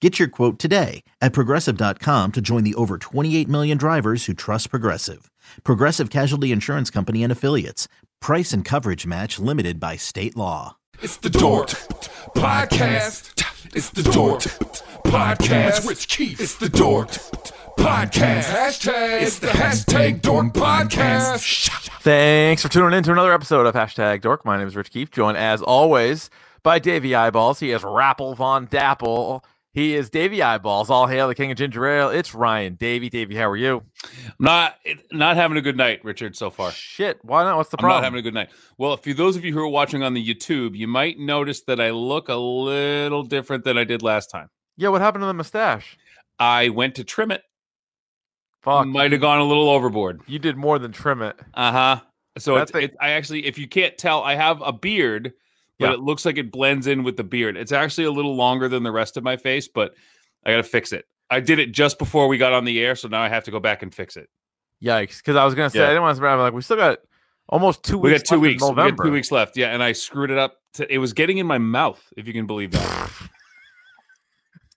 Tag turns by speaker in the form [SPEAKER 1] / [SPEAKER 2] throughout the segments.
[SPEAKER 1] Get your quote today at progressive.com to join the over 28 million drivers who trust Progressive. Progressive Casualty Insurance Company and Affiliates. Price and coverage match limited by state law.
[SPEAKER 2] It's the Dork Podcast. It's the Dork Podcast. It's Rich Keith. It's the Dork Podcast. Hashtag. It's the hashtag Dork Podcast.
[SPEAKER 3] Thanks for tuning in to another episode of Hashtag Dork. My name is Rich Keefe, joined as always by Davey Eyeballs. He is Rapple Von Dapple. He is Davey Eyeballs. All hail the king of ginger ale. It's Ryan. Davey, Davey, how are you?
[SPEAKER 4] Not it- not having a good night, Richard. So far,
[SPEAKER 3] Shit, why not? What's the
[SPEAKER 4] I'm not
[SPEAKER 3] problem?
[SPEAKER 4] having a good night. Well, for those of you who are watching on the YouTube, you might notice that I look a little different than I did last time.
[SPEAKER 3] yeah, what happened to the mustache?
[SPEAKER 4] I went to trim it.
[SPEAKER 3] Fuck,
[SPEAKER 4] Might have gone a little overboard.
[SPEAKER 3] you did more than trim it.
[SPEAKER 4] Uh
[SPEAKER 3] Uh-huh.
[SPEAKER 4] huh. So
[SPEAKER 3] That
[SPEAKER 4] it's,
[SPEAKER 3] thing-
[SPEAKER 4] it, I actually, if you can't tell, I have a beard, but
[SPEAKER 3] Yeah.
[SPEAKER 4] it looks like it blends in with the beard. It's actually a little longer than the rest of my face, but I got to fix it. I did it just before we got on the air, so now I have to go back and fix it.
[SPEAKER 3] Yikes! Because I was gonna say
[SPEAKER 4] Yeah.
[SPEAKER 3] I didn't want to. I'm like, we still got almost two
[SPEAKER 4] We
[SPEAKER 3] weeks.
[SPEAKER 4] got two
[SPEAKER 3] left in
[SPEAKER 4] weeks. We got
[SPEAKER 3] November.
[SPEAKER 4] two weeks left. Yeah, and I screwed it up. To, it was getting in my mouth, if you can believe that.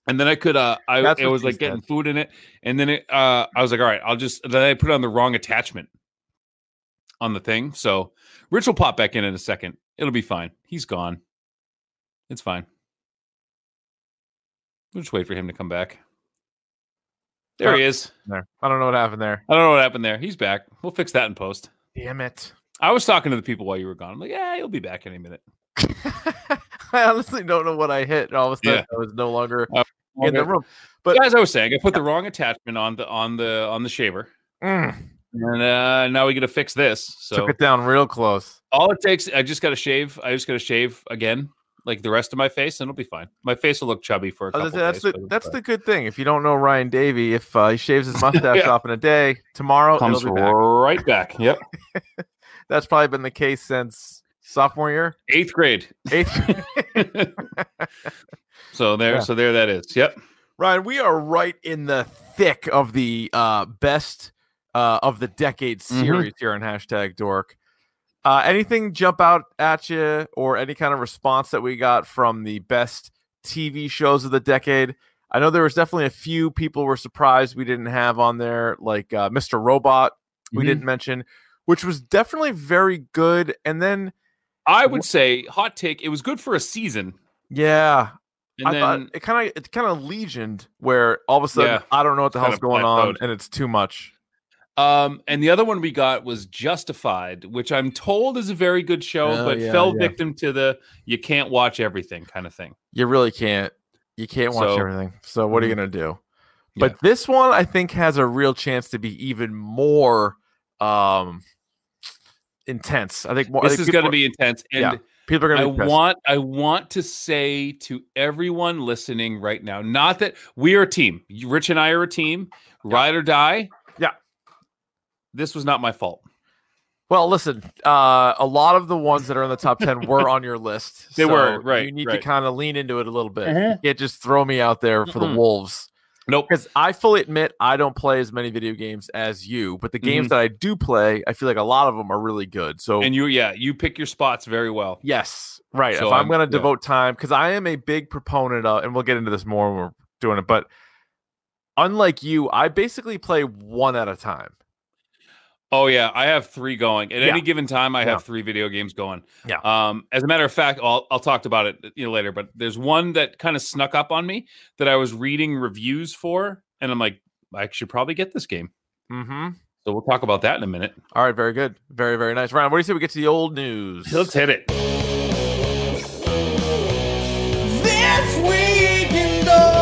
[SPEAKER 4] and then I could, uh, I
[SPEAKER 3] That's
[SPEAKER 4] it
[SPEAKER 3] what
[SPEAKER 4] was
[SPEAKER 3] she
[SPEAKER 4] like
[SPEAKER 3] said.
[SPEAKER 4] getting food in it, and then it, uh, I was like, all right, I'll just. Then I put on the wrong attachment on the thing. So Rich will pop back in in a second. It'll be fine. He's gone. It's fine. We'll just wait for him to come back. There he is.
[SPEAKER 3] There. I don't know what happened there.
[SPEAKER 4] I don't know what happened there. He's back. We'll fix that in post.
[SPEAKER 3] Damn it!
[SPEAKER 4] I was talking to the people while you were gone. I'm like, yeah, he'll be back any minute.
[SPEAKER 3] I honestly don't know what I hit. All of a sudden,
[SPEAKER 4] Yeah.
[SPEAKER 3] I was no longer
[SPEAKER 4] Uh,
[SPEAKER 3] in the
[SPEAKER 4] Okay.
[SPEAKER 3] room. But
[SPEAKER 4] Yeah, as I was saying, I put the wrong attachment on the on the on the shaver,
[SPEAKER 3] Mm.
[SPEAKER 4] and uh, now we got to fix this. So
[SPEAKER 3] took it down real close.
[SPEAKER 4] all it takes, I just got to shave. I just got to shave again, like the rest of my face, and it'll be fine. My face will look chubby for a
[SPEAKER 3] I
[SPEAKER 4] couple
[SPEAKER 3] was gonna say,
[SPEAKER 4] days. but
[SPEAKER 3] that's the
[SPEAKER 4] it'll be
[SPEAKER 3] that's
[SPEAKER 4] fine.
[SPEAKER 3] the good thing. If you don't know Ryan Davey, if uh, he shaves his mustache
[SPEAKER 4] Yeah.
[SPEAKER 3] off in a day, tomorrow
[SPEAKER 4] comes
[SPEAKER 3] it'll be back.
[SPEAKER 4] right back. Yep,
[SPEAKER 3] That's probably been the case since sophomore year,
[SPEAKER 4] eighth grade.
[SPEAKER 3] eighth. grade.
[SPEAKER 4] So there,
[SPEAKER 3] Yeah.
[SPEAKER 4] so there that is. Yep.
[SPEAKER 3] Ryan, we are right in the thick of the uh, best uh, of the decade
[SPEAKER 4] Mhm.
[SPEAKER 3] series here on hashtag Dork. Uh, anything jump out at you, or any kind of response that we got from the best TV shows of the decade? I know there was definitely a few people were surprised we didn't have on there, like uh, Mr. Robot. We
[SPEAKER 4] Mhm.
[SPEAKER 3] didn't mention, which was definitely very good. And then,
[SPEAKER 4] I would say hot take. It was good for a season,
[SPEAKER 3] yeah,
[SPEAKER 4] and
[SPEAKER 3] I
[SPEAKER 4] then
[SPEAKER 3] thought it kind of it kind of legioned where all of a sudden
[SPEAKER 4] Yeah.
[SPEAKER 3] I don't know what the
[SPEAKER 4] Kinda
[SPEAKER 3] hell's going on
[SPEAKER 4] plateaued.
[SPEAKER 3] and it's too much.
[SPEAKER 4] Um, and the other one we got was Justified, which I'm told is a very good show,
[SPEAKER 3] Oh,
[SPEAKER 4] but
[SPEAKER 3] yeah,
[SPEAKER 4] fell
[SPEAKER 3] yeah.
[SPEAKER 4] victim to the you can't watch everything kind of thing.
[SPEAKER 3] You really can't. You can't watch
[SPEAKER 4] So- mm-hmm.
[SPEAKER 3] everything. So what are you gonna do? But
[SPEAKER 4] Yeah.
[SPEAKER 3] this one I think has a real chance to be even more um intense. I think more I
[SPEAKER 4] This
[SPEAKER 3] think
[SPEAKER 4] is
[SPEAKER 3] people
[SPEAKER 4] going to
[SPEAKER 3] are-
[SPEAKER 4] be intense. And
[SPEAKER 3] Yeah, people are gonna
[SPEAKER 4] I
[SPEAKER 3] be pissed.
[SPEAKER 4] want I want to say to everyone listening right now, not that we are a team. You- Rich and I are a team, ride or die.
[SPEAKER 3] Yeah.
[SPEAKER 4] This was not my fault.
[SPEAKER 3] Well, listen, uh, a lot of the ones that are in the top 10 were on your list.
[SPEAKER 4] They were,
[SPEAKER 3] so
[SPEAKER 4] right,
[SPEAKER 3] You need to
[SPEAKER 4] right.
[SPEAKER 3] kind of lean into it a little bit.
[SPEAKER 4] Uh-huh.
[SPEAKER 3] You can't just throw me out there for
[SPEAKER 4] Mm-mm.
[SPEAKER 3] the Wolves.
[SPEAKER 4] Nope.
[SPEAKER 3] Because I fully admit I don't play as many video games as you, but the games that I do play, I feel like a lot of them are really good. So,
[SPEAKER 4] Mm-hmm. And you, yeah, you pick your spots very well.
[SPEAKER 3] yes, right.
[SPEAKER 4] So
[SPEAKER 3] if I'm,
[SPEAKER 4] I'm-
[SPEAKER 3] going to
[SPEAKER 4] yeah.
[SPEAKER 3] devote time, because I am a big proponent of, and we'll get into this more when we're doing it, but unlike you, I basically play one at a time.
[SPEAKER 4] Oh yeah, I have three going at
[SPEAKER 3] Yeah.
[SPEAKER 4] any given time. I have
[SPEAKER 3] Yeah.
[SPEAKER 4] three video games going.
[SPEAKER 3] Yeah.
[SPEAKER 4] Um, as a matter of fact, I'll I'll talk about it you know later. But there's one that kind of snuck up on me that I was reading reviews for, and I'm like, I should probably get this game.
[SPEAKER 3] Mm-hmm.
[SPEAKER 4] So we'll talk about that in a minute.
[SPEAKER 3] All right, very good. Very, very nice. Ryan, what do you say we get to the old news?
[SPEAKER 4] Let's hit it.
[SPEAKER 2] This week in Dork.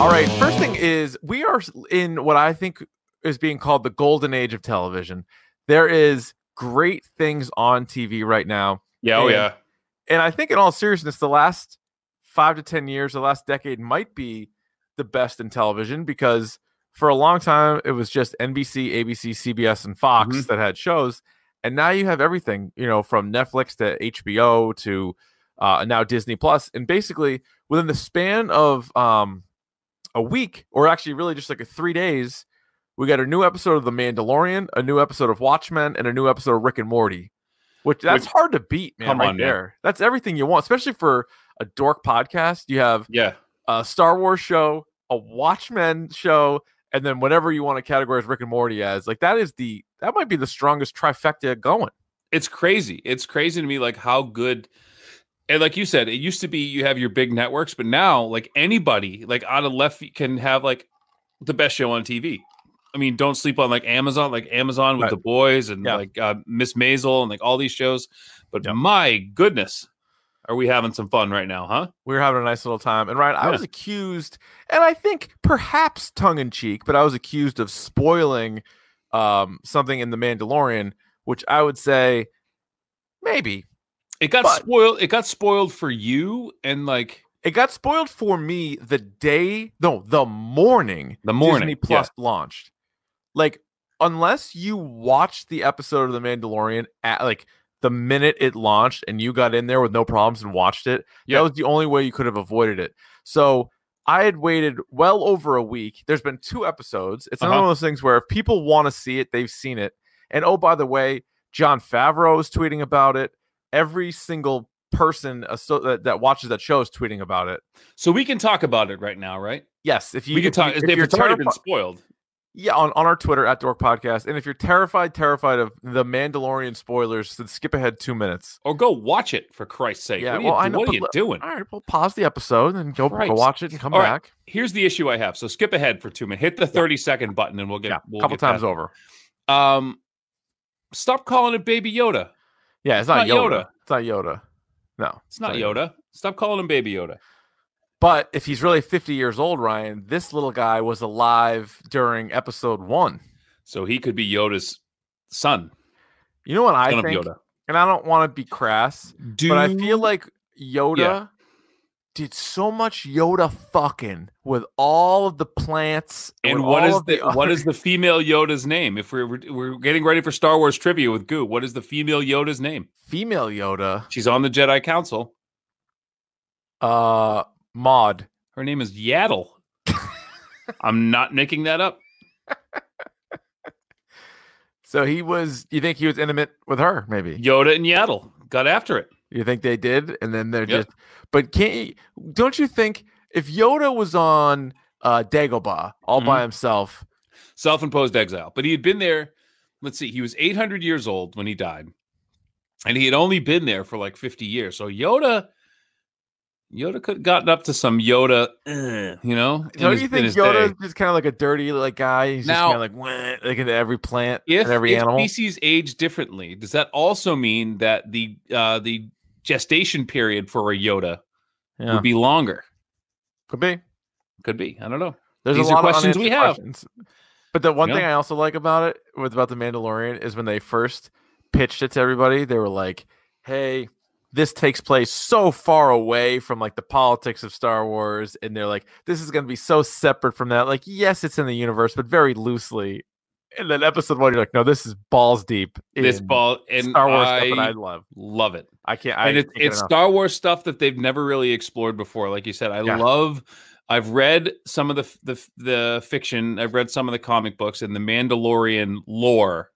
[SPEAKER 3] All right. First thing is we are in what I think is being called the golden age of television. There is great things on TV right now.
[SPEAKER 4] Yeah. Oh
[SPEAKER 3] And-
[SPEAKER 4] yeah.
[SPEAKER 3] And I think in all seriousness, the last five to ten years, the last decade might be the best in television because For a long time, it was just NBC, ABC, CBS, and Fox
[SPEAKER 4] Mhm.
[SPEAKER 3] that had shows, and now you have everything. You know, from Netflix to HBO to uh, now Disney Plus, and basically within the span of um, a week, or actually really just like a three days, we got a new episode of The Mandalorian, a new episode of Watchmen, and a new episode of Rick and Morty. Which that's
[SPEAKER 4] Which-
[SPEAKER 3] hard to beat, man.
[SPEAKER 4] come
[SPEAKER 3] right
[SPEAKER 4] on, man.
[SPEAKER 3] there, that's everything you want, especially for a dork podcast. You have
[SPEAKER 4] Yeah.
[SPEAKER 3] a Star Wars show, a Watchmen show, and then whatever you want to categorize Rick and Morty as. Like that is the that might be the strongest trifecta going.
[SPEAKER 4] it's crazy. It's crazy to me, like how good. And like you said, it used to be you have your big networks, but now like anybody, like out of left, field can have like the best show on TV. I mean, don't sleep on like Amazon, like Amazon with
[SPEAKER 3] Right.
[SPEAKER 4] the boys and
[SPEAKER 3] Yeah.
[SPEAKER 4] like uh, Miss Maisel and like all these shows. But
[SPEAKER 3] Yep.
[SPEAKER 4] my goodness, are we having some fun right now, huh?
[SPEAKER 3] We were having a nice little time. And Ryan, I
[SPEAKER 4] Yeah.
[SPEAKER 3] was accused, and I think perhaps tongue in cheek, but I was accused of spoiling um, something in The Mandalorian, which I would say maybe
[SPEAKER 4] It got
[SPEAKER 3] But-
[SPEAKER 4] spoiled. It got spoiled for you and like
[SPEAKER 3] it got spoiled for me the day, no, the morning
[SPEAKER 4] the morning.
[SPEAKER 3] Disney
[SPEAKER 4] Yeah.
[SPEAKER 3] Plus launched. Like, unless you watched the episode of The Mandalorian at like the minute it launched and you got in there with no problems and watched it,
[SPEAKER 4] Yeah.
[SPEAKER 3] that was the only way you could have avoided it. So I had waited well over a week. There's been two episodes. It's another
[SPEAKER 4] Uh-huh.
[SPEAKER 3] one of those things where if people want to see it, they've seen it. And oh, by the way, John Favreau is tweeting about it. Every single person asso- that, that watches that show is tweeting about it.
[SPEAKER 4] So we can talk about it right now, right?
[SPEAKER 3] Yes, if you
[SPEAKER 4] We can
[SPEAKER 3] if you-
[SPEAKER 4] talk if,
[SPEAKER 3] if you're
[SPEAKER 4] it's already been
[SPEAKER 3] terrifi-
[SPEAKER 4] spoiled.
[SPEAKER 3] yeah, on, on our Twitter at Dork Podcast. And if you're terrified, terrified of the Mandalorian spoilers, then skip ahead two minutes.
[SPEAKER 4] or go watch it for Christ's sake.
[SPEAKER 3] Yeah,
[SPEAKER 4] what are you,
[SPEAKER 3] well, I know,
[SPEAKER 4] what are
[SPEAKER 3] but
[SPEAKER 4] you
[SPEAKER 3] look-
[SPEAKER 4] doing?
[SPEAKER 3] All right, well, pause the episode and go, go
[SPEAKER 4] Christ.
[SPEAKER 3] watch it and come
[SPEAKER 4] All right,
[SPEAKER 3] back.
[SPEAKER 4] Here's the issue I have. So skip ahead for two minutes. Hit the thirty second button, and we'll get
[SPEAKER 3] yeah,
[SPEAKER 4] we'll
[SPEAKER 3] a couple
[SPEAKER 4] get past
[SPEAKER 3] times
[SPEAKER 4] it.
[SPEAKER 3] over.
[SPEAKER 4] Um, stop calling it Baby Yoda.
[SPEAKER 3] Yeah, it's not,
[SPEAKER 4] Not
[SPEAKER 3] Yoda.
[SPEAKER 4] Yoda.
[SPEAKER 3] It's not Yoda. No,
[SPEAKER 4] It's not Yoda. Stop calling him Baby Yoda.
[SPEAKER 3] But if he's really 50 years old, Ryan, this little guy was alive during episode one.
[SPEAKER 4] So he could be Yoda's son.
[SPEAKER 3] You know what I
[SPEAKER 4] Son of
[SPEAKER 3] think?
[SPEAKER 4] Yoda.
[SPEAKER 3] And I don't want to be crass,
[SPEAKER 4] Do
[SPEAKER 3] but I feel like Yoda did so much Yoda fucking with all of the plants.
[SPEAKER 4] And
[SPEAKER 3] with
[SPEAKER 4] what
[SPEAKER 3] all
[SPEAKER 4] is
[SPEAKER 3] of
[SPEAKER 4] the, what
[SPEAKER 3] other-
[SPEAKER 4] is the female Yoda's name? If we're, we're we're getting ready for Star Wars trivia with Goo, what is the female Yoda's name?
[SPEAKER 3] female Yoda?
[SPEAKER 4] She's on the Jedi Council.
[SPEAKER 3] Uh, Maud.
[SPEAKER 4] Her name is Yaddle. I'm not making that up.
[SPEAKER 3] So he was. You think he was intimate with her? Maybe
[SPEAKER 4] Yoda and Yaddle got after it.
[SPEAKER 3] you think they did, and then they're
[SPEAKER 4] Yep.
[SPEAKER 3] just. But can't you? Don't you think if Yoda was on uh Dagobah all by
[SPEAKER 4] Mm-hmm.
[SPEAKER 3] himself?
[SPEAKER 4] self-imposed exile. But he had been there. Let's see, he was 800 years old when he died, and he had only been there for like 50 years. So Yoda, Yoda could have gotten up to some Yoda, eh, you know. in
[SPEAKER 3] Don't
[SPEAKER 4] his-
[SPEAKER 3] you
[SPEAKER 4] in
[SPEAKER 3] think
[SPEAKER 4] his
[SPEAKER 3] Yoda
[SPEAKER 4] day.
[SPEAKER 3] is just kind of like a dirty like guy? He's
[SPEAKER 4] Now-
[SPEAKER 3] just kind of like "Wah," like into every plant
[SPEAKER 4] If,
[SPEAKER 3] and every
[SPEAKER 4] if
[SPEAKER 3] animal.
[SPEAKER 4] species age differently, does that also mean that the uh, the gestation period for a Yoda
[SPEAKER 3] Yeah,
[SPEAKER 4] would be longer?
[SPEAKER 3] could be.
[SPEAKER 4] Could be. I don't know.
[SPEAKER 3] There's
[SPEAKER 4] These
[SPEAKER 3] a
[SPEAKER 4] are
[SPEAKER 3] lot
[SPEAKER 4] questions
[SPEAKER 3] of
[SPEAKER 4] we
[SPEAKER 3] unanswered
[SPEAKER 4] have.
[SPEAKER 3] questions. But the one
[SPEAKER 4] Yeah.
[SPEAKER 3] thing I also like about it, with about the Mandalorian, is when they first pitched it to everybody, they were like, "Hey, this takes place so far away from like the politics of Star Wars," and they're like, "This is going to be so separate from that." Like, yes, it's in the universe, but very loosely. And then episode one, you're like, "No, this is balls deep."
[SPEAKER 4] This
[SPEAKER 3] in
[SPEAKER 4] ball and
[SPEAKER 3] Star Wars
[SPEAKER 4] I,
[SPEAKER 3] stuff that I love.
[SPEAKER 4] love it.
[SPEAKER 3] I can't. I
[SPEAKER 4] and it,
[SPEAKER 3] can't get
[SPEAKER 4] it's
[SPEAKER 3] enough.
[SPEAKER 4] Star Wars stuff that they've never really explored before. Like you said, I
[SPEAKER 3] Yeah.
[SPEAKER 4] love. I've read some of the, f- the f- the fiction. I've read some of the comic books, and the Mandalorian lore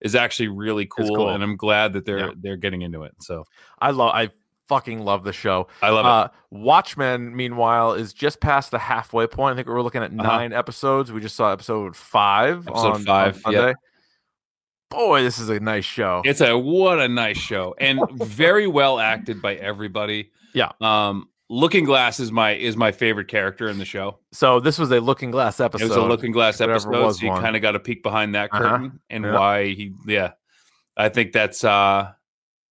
[SPEAKER 4] is actually really cool.
[SPEAKER 3] cool.
[SPEAKER 4] And I'm glad that they're
[SPEAKER 3] Yeah.
[SPEAKER 4] they're getting into it. So
[SPEAKER 3] I love. I fucking love the show.
[SPEAKER 4] I love
[SPEAKER 3] Uh, Watchmen, meanwhile, is just past the halfway point. I think we were looking at
[SPEAKER 4] Uh-huh.
[SPEAKER 3] nine episodes. We just saw episode five.
[SPEAKER 4] Episode
[SPEAKER 3] on, on
[SPEAKER 4] five, yeah.
[SPEAKER 3] Sunday. Boy, this is a nice show.
[SPEAKER 4] it. It's a what a nice show, and very well acted by everybody.
[SPEAKER 3] Yeah.
[SPEAKER 4] Um, Looking Glass is my is my favorite character in the show.
[SPEAKER 3] so this was a Looking Glass episode.
[SPEAKER 4] it was a looking glass
[SPEAKER 3] whatever
[SPEAKER 4] episode
[SPEAKER 3] was
[SPEAKER 4] so you
[SPEAKER 3] one.
[SPEAKER 4] kind of got a peek behind that
[SPEAKER 3] Uh-huh.
[SPEAKER 4] curtain and
[SPEAKER 3] Yeah.
[SPEAKER 4] why he yeah i think that's uh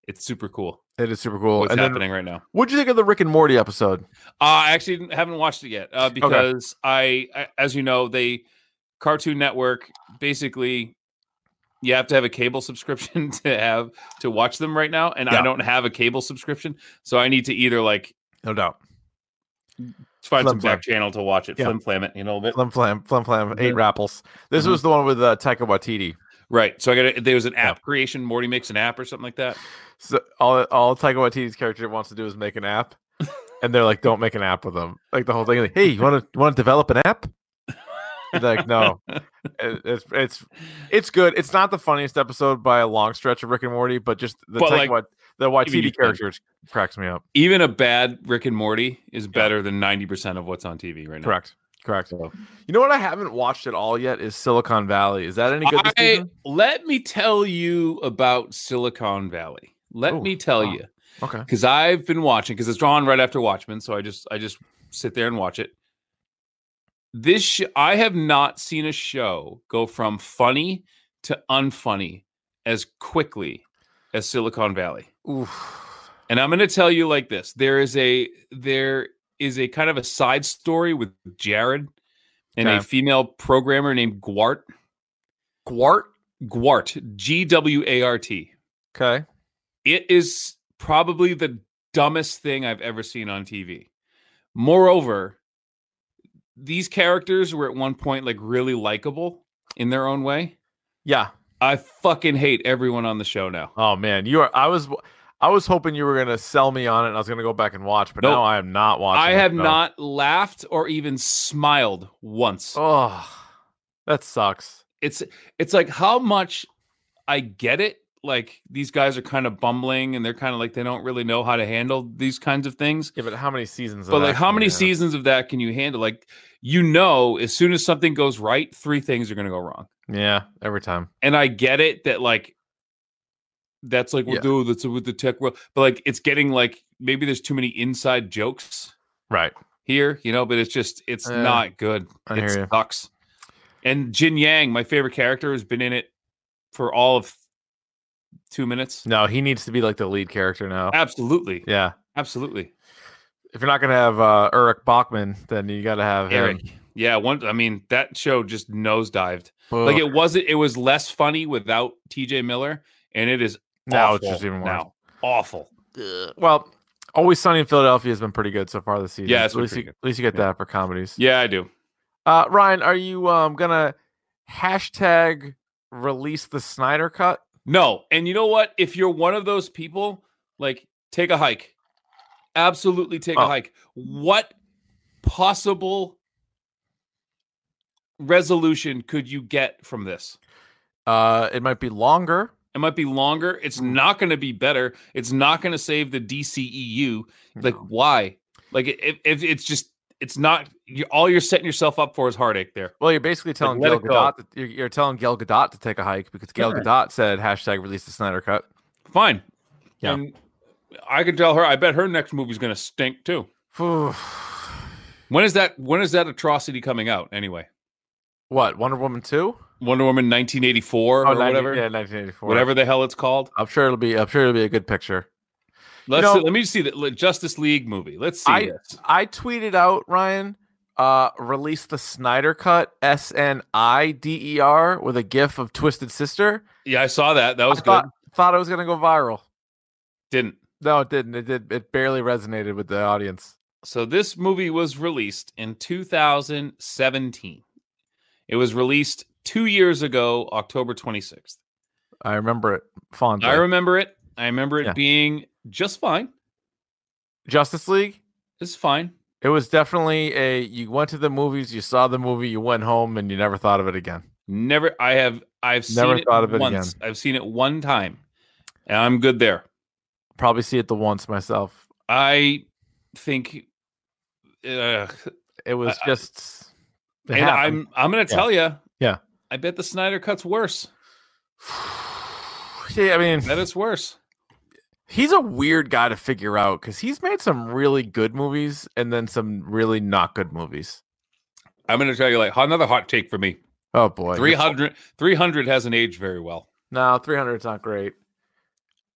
[SPEAKER 4] it's super cool
[SPEAKER 3] It is super cool.
[SPEAKER 4] what's
[SPEAKER 3] and then,
[SPEAKER 4] happening right now
[SPEAKER 3] what'd you think of the Rick and Morty episode?
[SPEAKER 4] uh, i actually didn't- haven't watched it yet uh, because I, I as you know they cartoon network basically you have to have a cable subscription to have to watch them right now and i
[SPEAKER 3] Yeah.
[SPEAKER 4] don't have a cable subscription so i need to either like
[SPEAKER 3] No doubt.
[SPEAKER 4] Let's find
[SPEAKER 3] Flim
[SPEAKER 4] some
[SPEAKER 3] Flam.
[SPEAKER 4] back channel to watch it.
[SPEAKER 3] Yeah.
[SPEAKER 4] Flim flam it, you know, a little bit.
[SPEAKER 3] Flim Flam, Flim Flam, eight rapples. This
[SPEAKER 4] Mhm.
[SPEAKER 3] was the one with uh, Taika Waititi.
[SPEAKER 4] Right. So I got there was an
[SPEAKER 3] Yeah.
[SPEAKER 4] app creation. Morty makes an app or something like that.
[SPEAKER 3] So all all Taika Waititi's character wants to do is make an app, and they're like, "Don't make an app with them." Like the whole thing. Like, hey, you want to want to develop an app? He's like, no, It- it's it's it's good. It's not the funniest episode by a long stretch of Rick and Morty, but just the
[SPEAKER 4] But,
[SPEAKER 3] Taika
[SPEAKER 4] like,
[SPEAKER 3] Wait- the
[SPEAKER 4] you
[SPEAKER 3] Waititi
[SPEAKER 4] can-
[SPEAKER 3] character cracks me up.
[SPEAKER 4] Even a bad Rick and Morty is better than ninety percent of what's on TV right now.
[SPEAKER 3] Correct, correct.
[SPEAKER 4] So-
[SPEAKER 3] You know what I haven't watched at all yet is Silicon Valley. Is that any good? This
[SPEAKER 4] I,
[SPEAKER 3] season?
[SPEAKER 4] let me tell you about Silicon Valley. Let
[SPEAKER 3] Oh,
[SPEAKER 4] me tell
[SPEAKER 3] wow.
[SPEAKER 4] you
[SPEAKER 3] Okay.
[SPEAKER 4] because I've been watching because it's on right after Watchmen, so I just I just sit there and watch it. This sh- I have not seen a show go from funny to unfunny as quickly as Silicon Valley.
[SPEAKER 3] Oof.
[SPEAKER 4] And I'm going to tell you like this: there is a there is a kind of a side story with Jared and a
[SPEAKER 3] Okay.
[SPEAKER 4] female programmer named Gwart.
[SPEAKER 3] Gwart.
[SPEAKER 4] Gwart, G W A R T.
[SPEAKER 3] Okay.
[SPEAKER 4] It is probably the dumbest thing I've ever seen on TV. Moreover, these characters were at one point like really likable in their own way.
[SPEAKER 3] Yeah.
[SPEAKER 4] I fucking hate everyone on the show now.
[SPEAKER 3] Oh man, you are. I was. I was hoping you were gonna sell me on it, and I was gonna go back and watch. But
[SPEAKER 4] Nope.
[SPEAKER 3] now I am not watching.
[SPEAKER 4] I
[SPEAKER 3] it,
[SPEAKER 4] have
[SPEAKER 3] no.
[SPEAKER 4] not laughed or even smiled once.
[SPEAKER 3] Oh, that sucks.
[SPEAKER 4] it's it's like how much I get it. Like these guys are kind of bumbling and they're kind of like they don't really know how to handle these kinds of things.
[SPEAKER 3] Yeah, but how many seasons? of
[SPEAKER 4] But
[SPEAKER 3] that
[SPEAKER 4] like how
[SPEAKER 3] can you
[SPEAKER 4] many
[SPEAKER 3] have?
[SPEAKER 4] seasons of that can you handle? Like you know, as soon as something goes right, three things are gonna go wrong.
[SPEAKER 3] Yeah, every time.
[SPEAKER 4] And I get it that like that's like
[SPEAKER 3] Yeah.
[SPEAKER 4] what do that's with the tech world, but like it's getting like maybe there's too many inside jokes
[SPEAKER 3] Right.
[SPEAKER 4] here, you know, but it's just it's
[SPEAKER 3] Yeah.
[SPEAKER 4] not good.
[SPEAKER 3] I
[SPEAKER 4] it
[SPEAKER 3] hear you.
[SPEAKER 4] sucks. And Jin Yang, my favorite character, has been in it for all of two minutes.
[SPEAKER 3] No, he needs to be like the lead character now.
[SPEAKER 4] Absolutely.
[SPEAKER 3] Yeah.
[SPEAKER 4] Absolutely.
[SPEAKER 3] If you're not gonna have uh, Eric Bachman, then you gotta have
[SPEAKER 4] Eric.
[SPEAKER 3] him.
[SPEAKER 4] Yeah, one I mean, that show just nosedived.
[SPEAKER 3] Ugh,
[SPEAKER 4] Like it wasn't it was less funny without TJ Miller, and it is
[SPEAKER 3] now it's
[SPEAKER 4] awful
[SPEAKER 3] just even worse.
[SPEAKER 4] now. Awful.
[SPEAKER 3] Well, Always Sunny in Philadelphia has been pretty good so far this season.
[SPEAKER 4] Yeah, it's
[SPEAKER 3] at
[SPEAKER 4] been
[SPEAKER 3] least you,
[SPEAKER 4] pretty
[SPEAKER 3] at least you get
[SPEAKER 4] Yeah.
[SPEAKER 3] that for comedies.
[SPEAKER 4] Yeah, I do.
[SPEAKER 3] Uh, Ryan, are you um gonna hashtag release the Snyder cut?
[SPEAKER 4] No, and you know what? If you're one of those people, like take a hike. Absolutely take
[SPEAKER 3] Oh.
[SPEAKER 4] a hike. What possible resolution could you get from this?
[SPEAKER 3] Uh, it might be longer.
[SPEAKER 4] It might be longer. It's
[SPEAKER 3] Mm-hmm.
[SPEAKER 4] not going to be better. It's not going to save the DCEU. Like
[SPEAKER 3] Mm-hmm.
[SPEAKER 4] why? Like if, if it's just it's not you all you're setting yourself up for is heartache there.
[SPEAKER 3] Well, you're basically telling
[SPEAKER 4] let
[SPEAKER 3] Gail
[SPEAKER 4] it go.
[SPEAKER 3] Gadot. that- You're, you're telling Gail Gadot to take a hike because Gail
[SPEAKER 4] Sure.
[SPEAKER 3] Gadot said hashtag release the Snyder cut.
[SPEAKER 4] Fine.
[SPEAKER 3] Yeah.
[SPEAKER 4] And I can tell her I bet her next movie's going to stink too.
[SPEAKER 3] Phew.
[SPEAKER 4] When is that when is that atrocity coming out anyway?
[SPEAKER 3] what Wonder Woman two?
[SPEAKER 4] Wonder Woman 1984 or
[SPEAKER 3] 90
[SPEAKER 4] whatever,
[SPEAKER 3] Oh, Yeah, 1984.
[SPEAKER 4] whatever the hell it's called.
[SPEAKER 3] I'm sure it'll be. I'm sure it'll be a good picture.
[SPEAKER 4] Let's
[SPEAKER 3] know-
[SPEAKER 4] see- let me see the let- Justice League movie. Let's see
[SPEAKER 3] I-
[SPEAKER 4] this.
[SPEAKER 3] I tweeted out Ryan. Uh, release the Snyder cut. S N I D E R with a GIF of Twisted Sister.
[SPEAKER 4] Yeah, I saw that. That was
[SPEAKER 3] I thought
[SPEAKER 4] good.
[SPEAKER 3] thought it was gonna go viral.
[SPEAKER 4] Didn't.
[SPEAKER 3] No, it didn't. It did. It barely resonated with the audience.
[SPEAKER 4] So this movie was released in 2017. It was released 2 years ago, October 26th.
[SPEAKER 3] I remember it fondly.
[SPEAKER 4] I remember it. I remember it
[SPEAKER 3] Yeah.
[SPEAKER 4] being just fine.
[SPEAKER 3] Justice League.
[SPEAKER 4] It's fine.
[SPEAKER 3] It was definitely a you went to the movies, you saw the movie, you went home, and you never thought of it again.
[SPEAKER 4] Never I have I've seen
[SPEAKER 3] Never
[SPEAKER 4] it
[SPEAKER 3] thought of it
[SPEAKER 4] once. I've seen it one time. And I'm good there.
[SPEAKER 3] Probably see it the once myself.
[SPEAKER 4] I think uh,
[SPEAKER 3] It was
[SPEAKER 4] I-
[SPEAKER 3] just.
[SPEAKER 4] and
[SPEAKER 3] it happened.
[SPEAKER 4] I'm I'm gonna
[SPEAKER 3] Yeah.
[SPEAKER 4] tell you.
[SPEAKER 3] Yeah.
[SPEAKER 4] I bet the Snyder cut's worse.
[SPEAKER 3] Yeah, I mean,
[SPEAKER 4] That it's worse.
[SPEAKER 3] he's a weird guy to figure out because he's made some really good movies and then some really not good movies.
[SPEAKER 4] I'm gonna tell you like another hot take for me.
[SPEAKER 3] Oh boy,
[SPEAKER 4] 300, 300 hasn't aged very well.
[SPEAKER 3] No, three hundred's not great.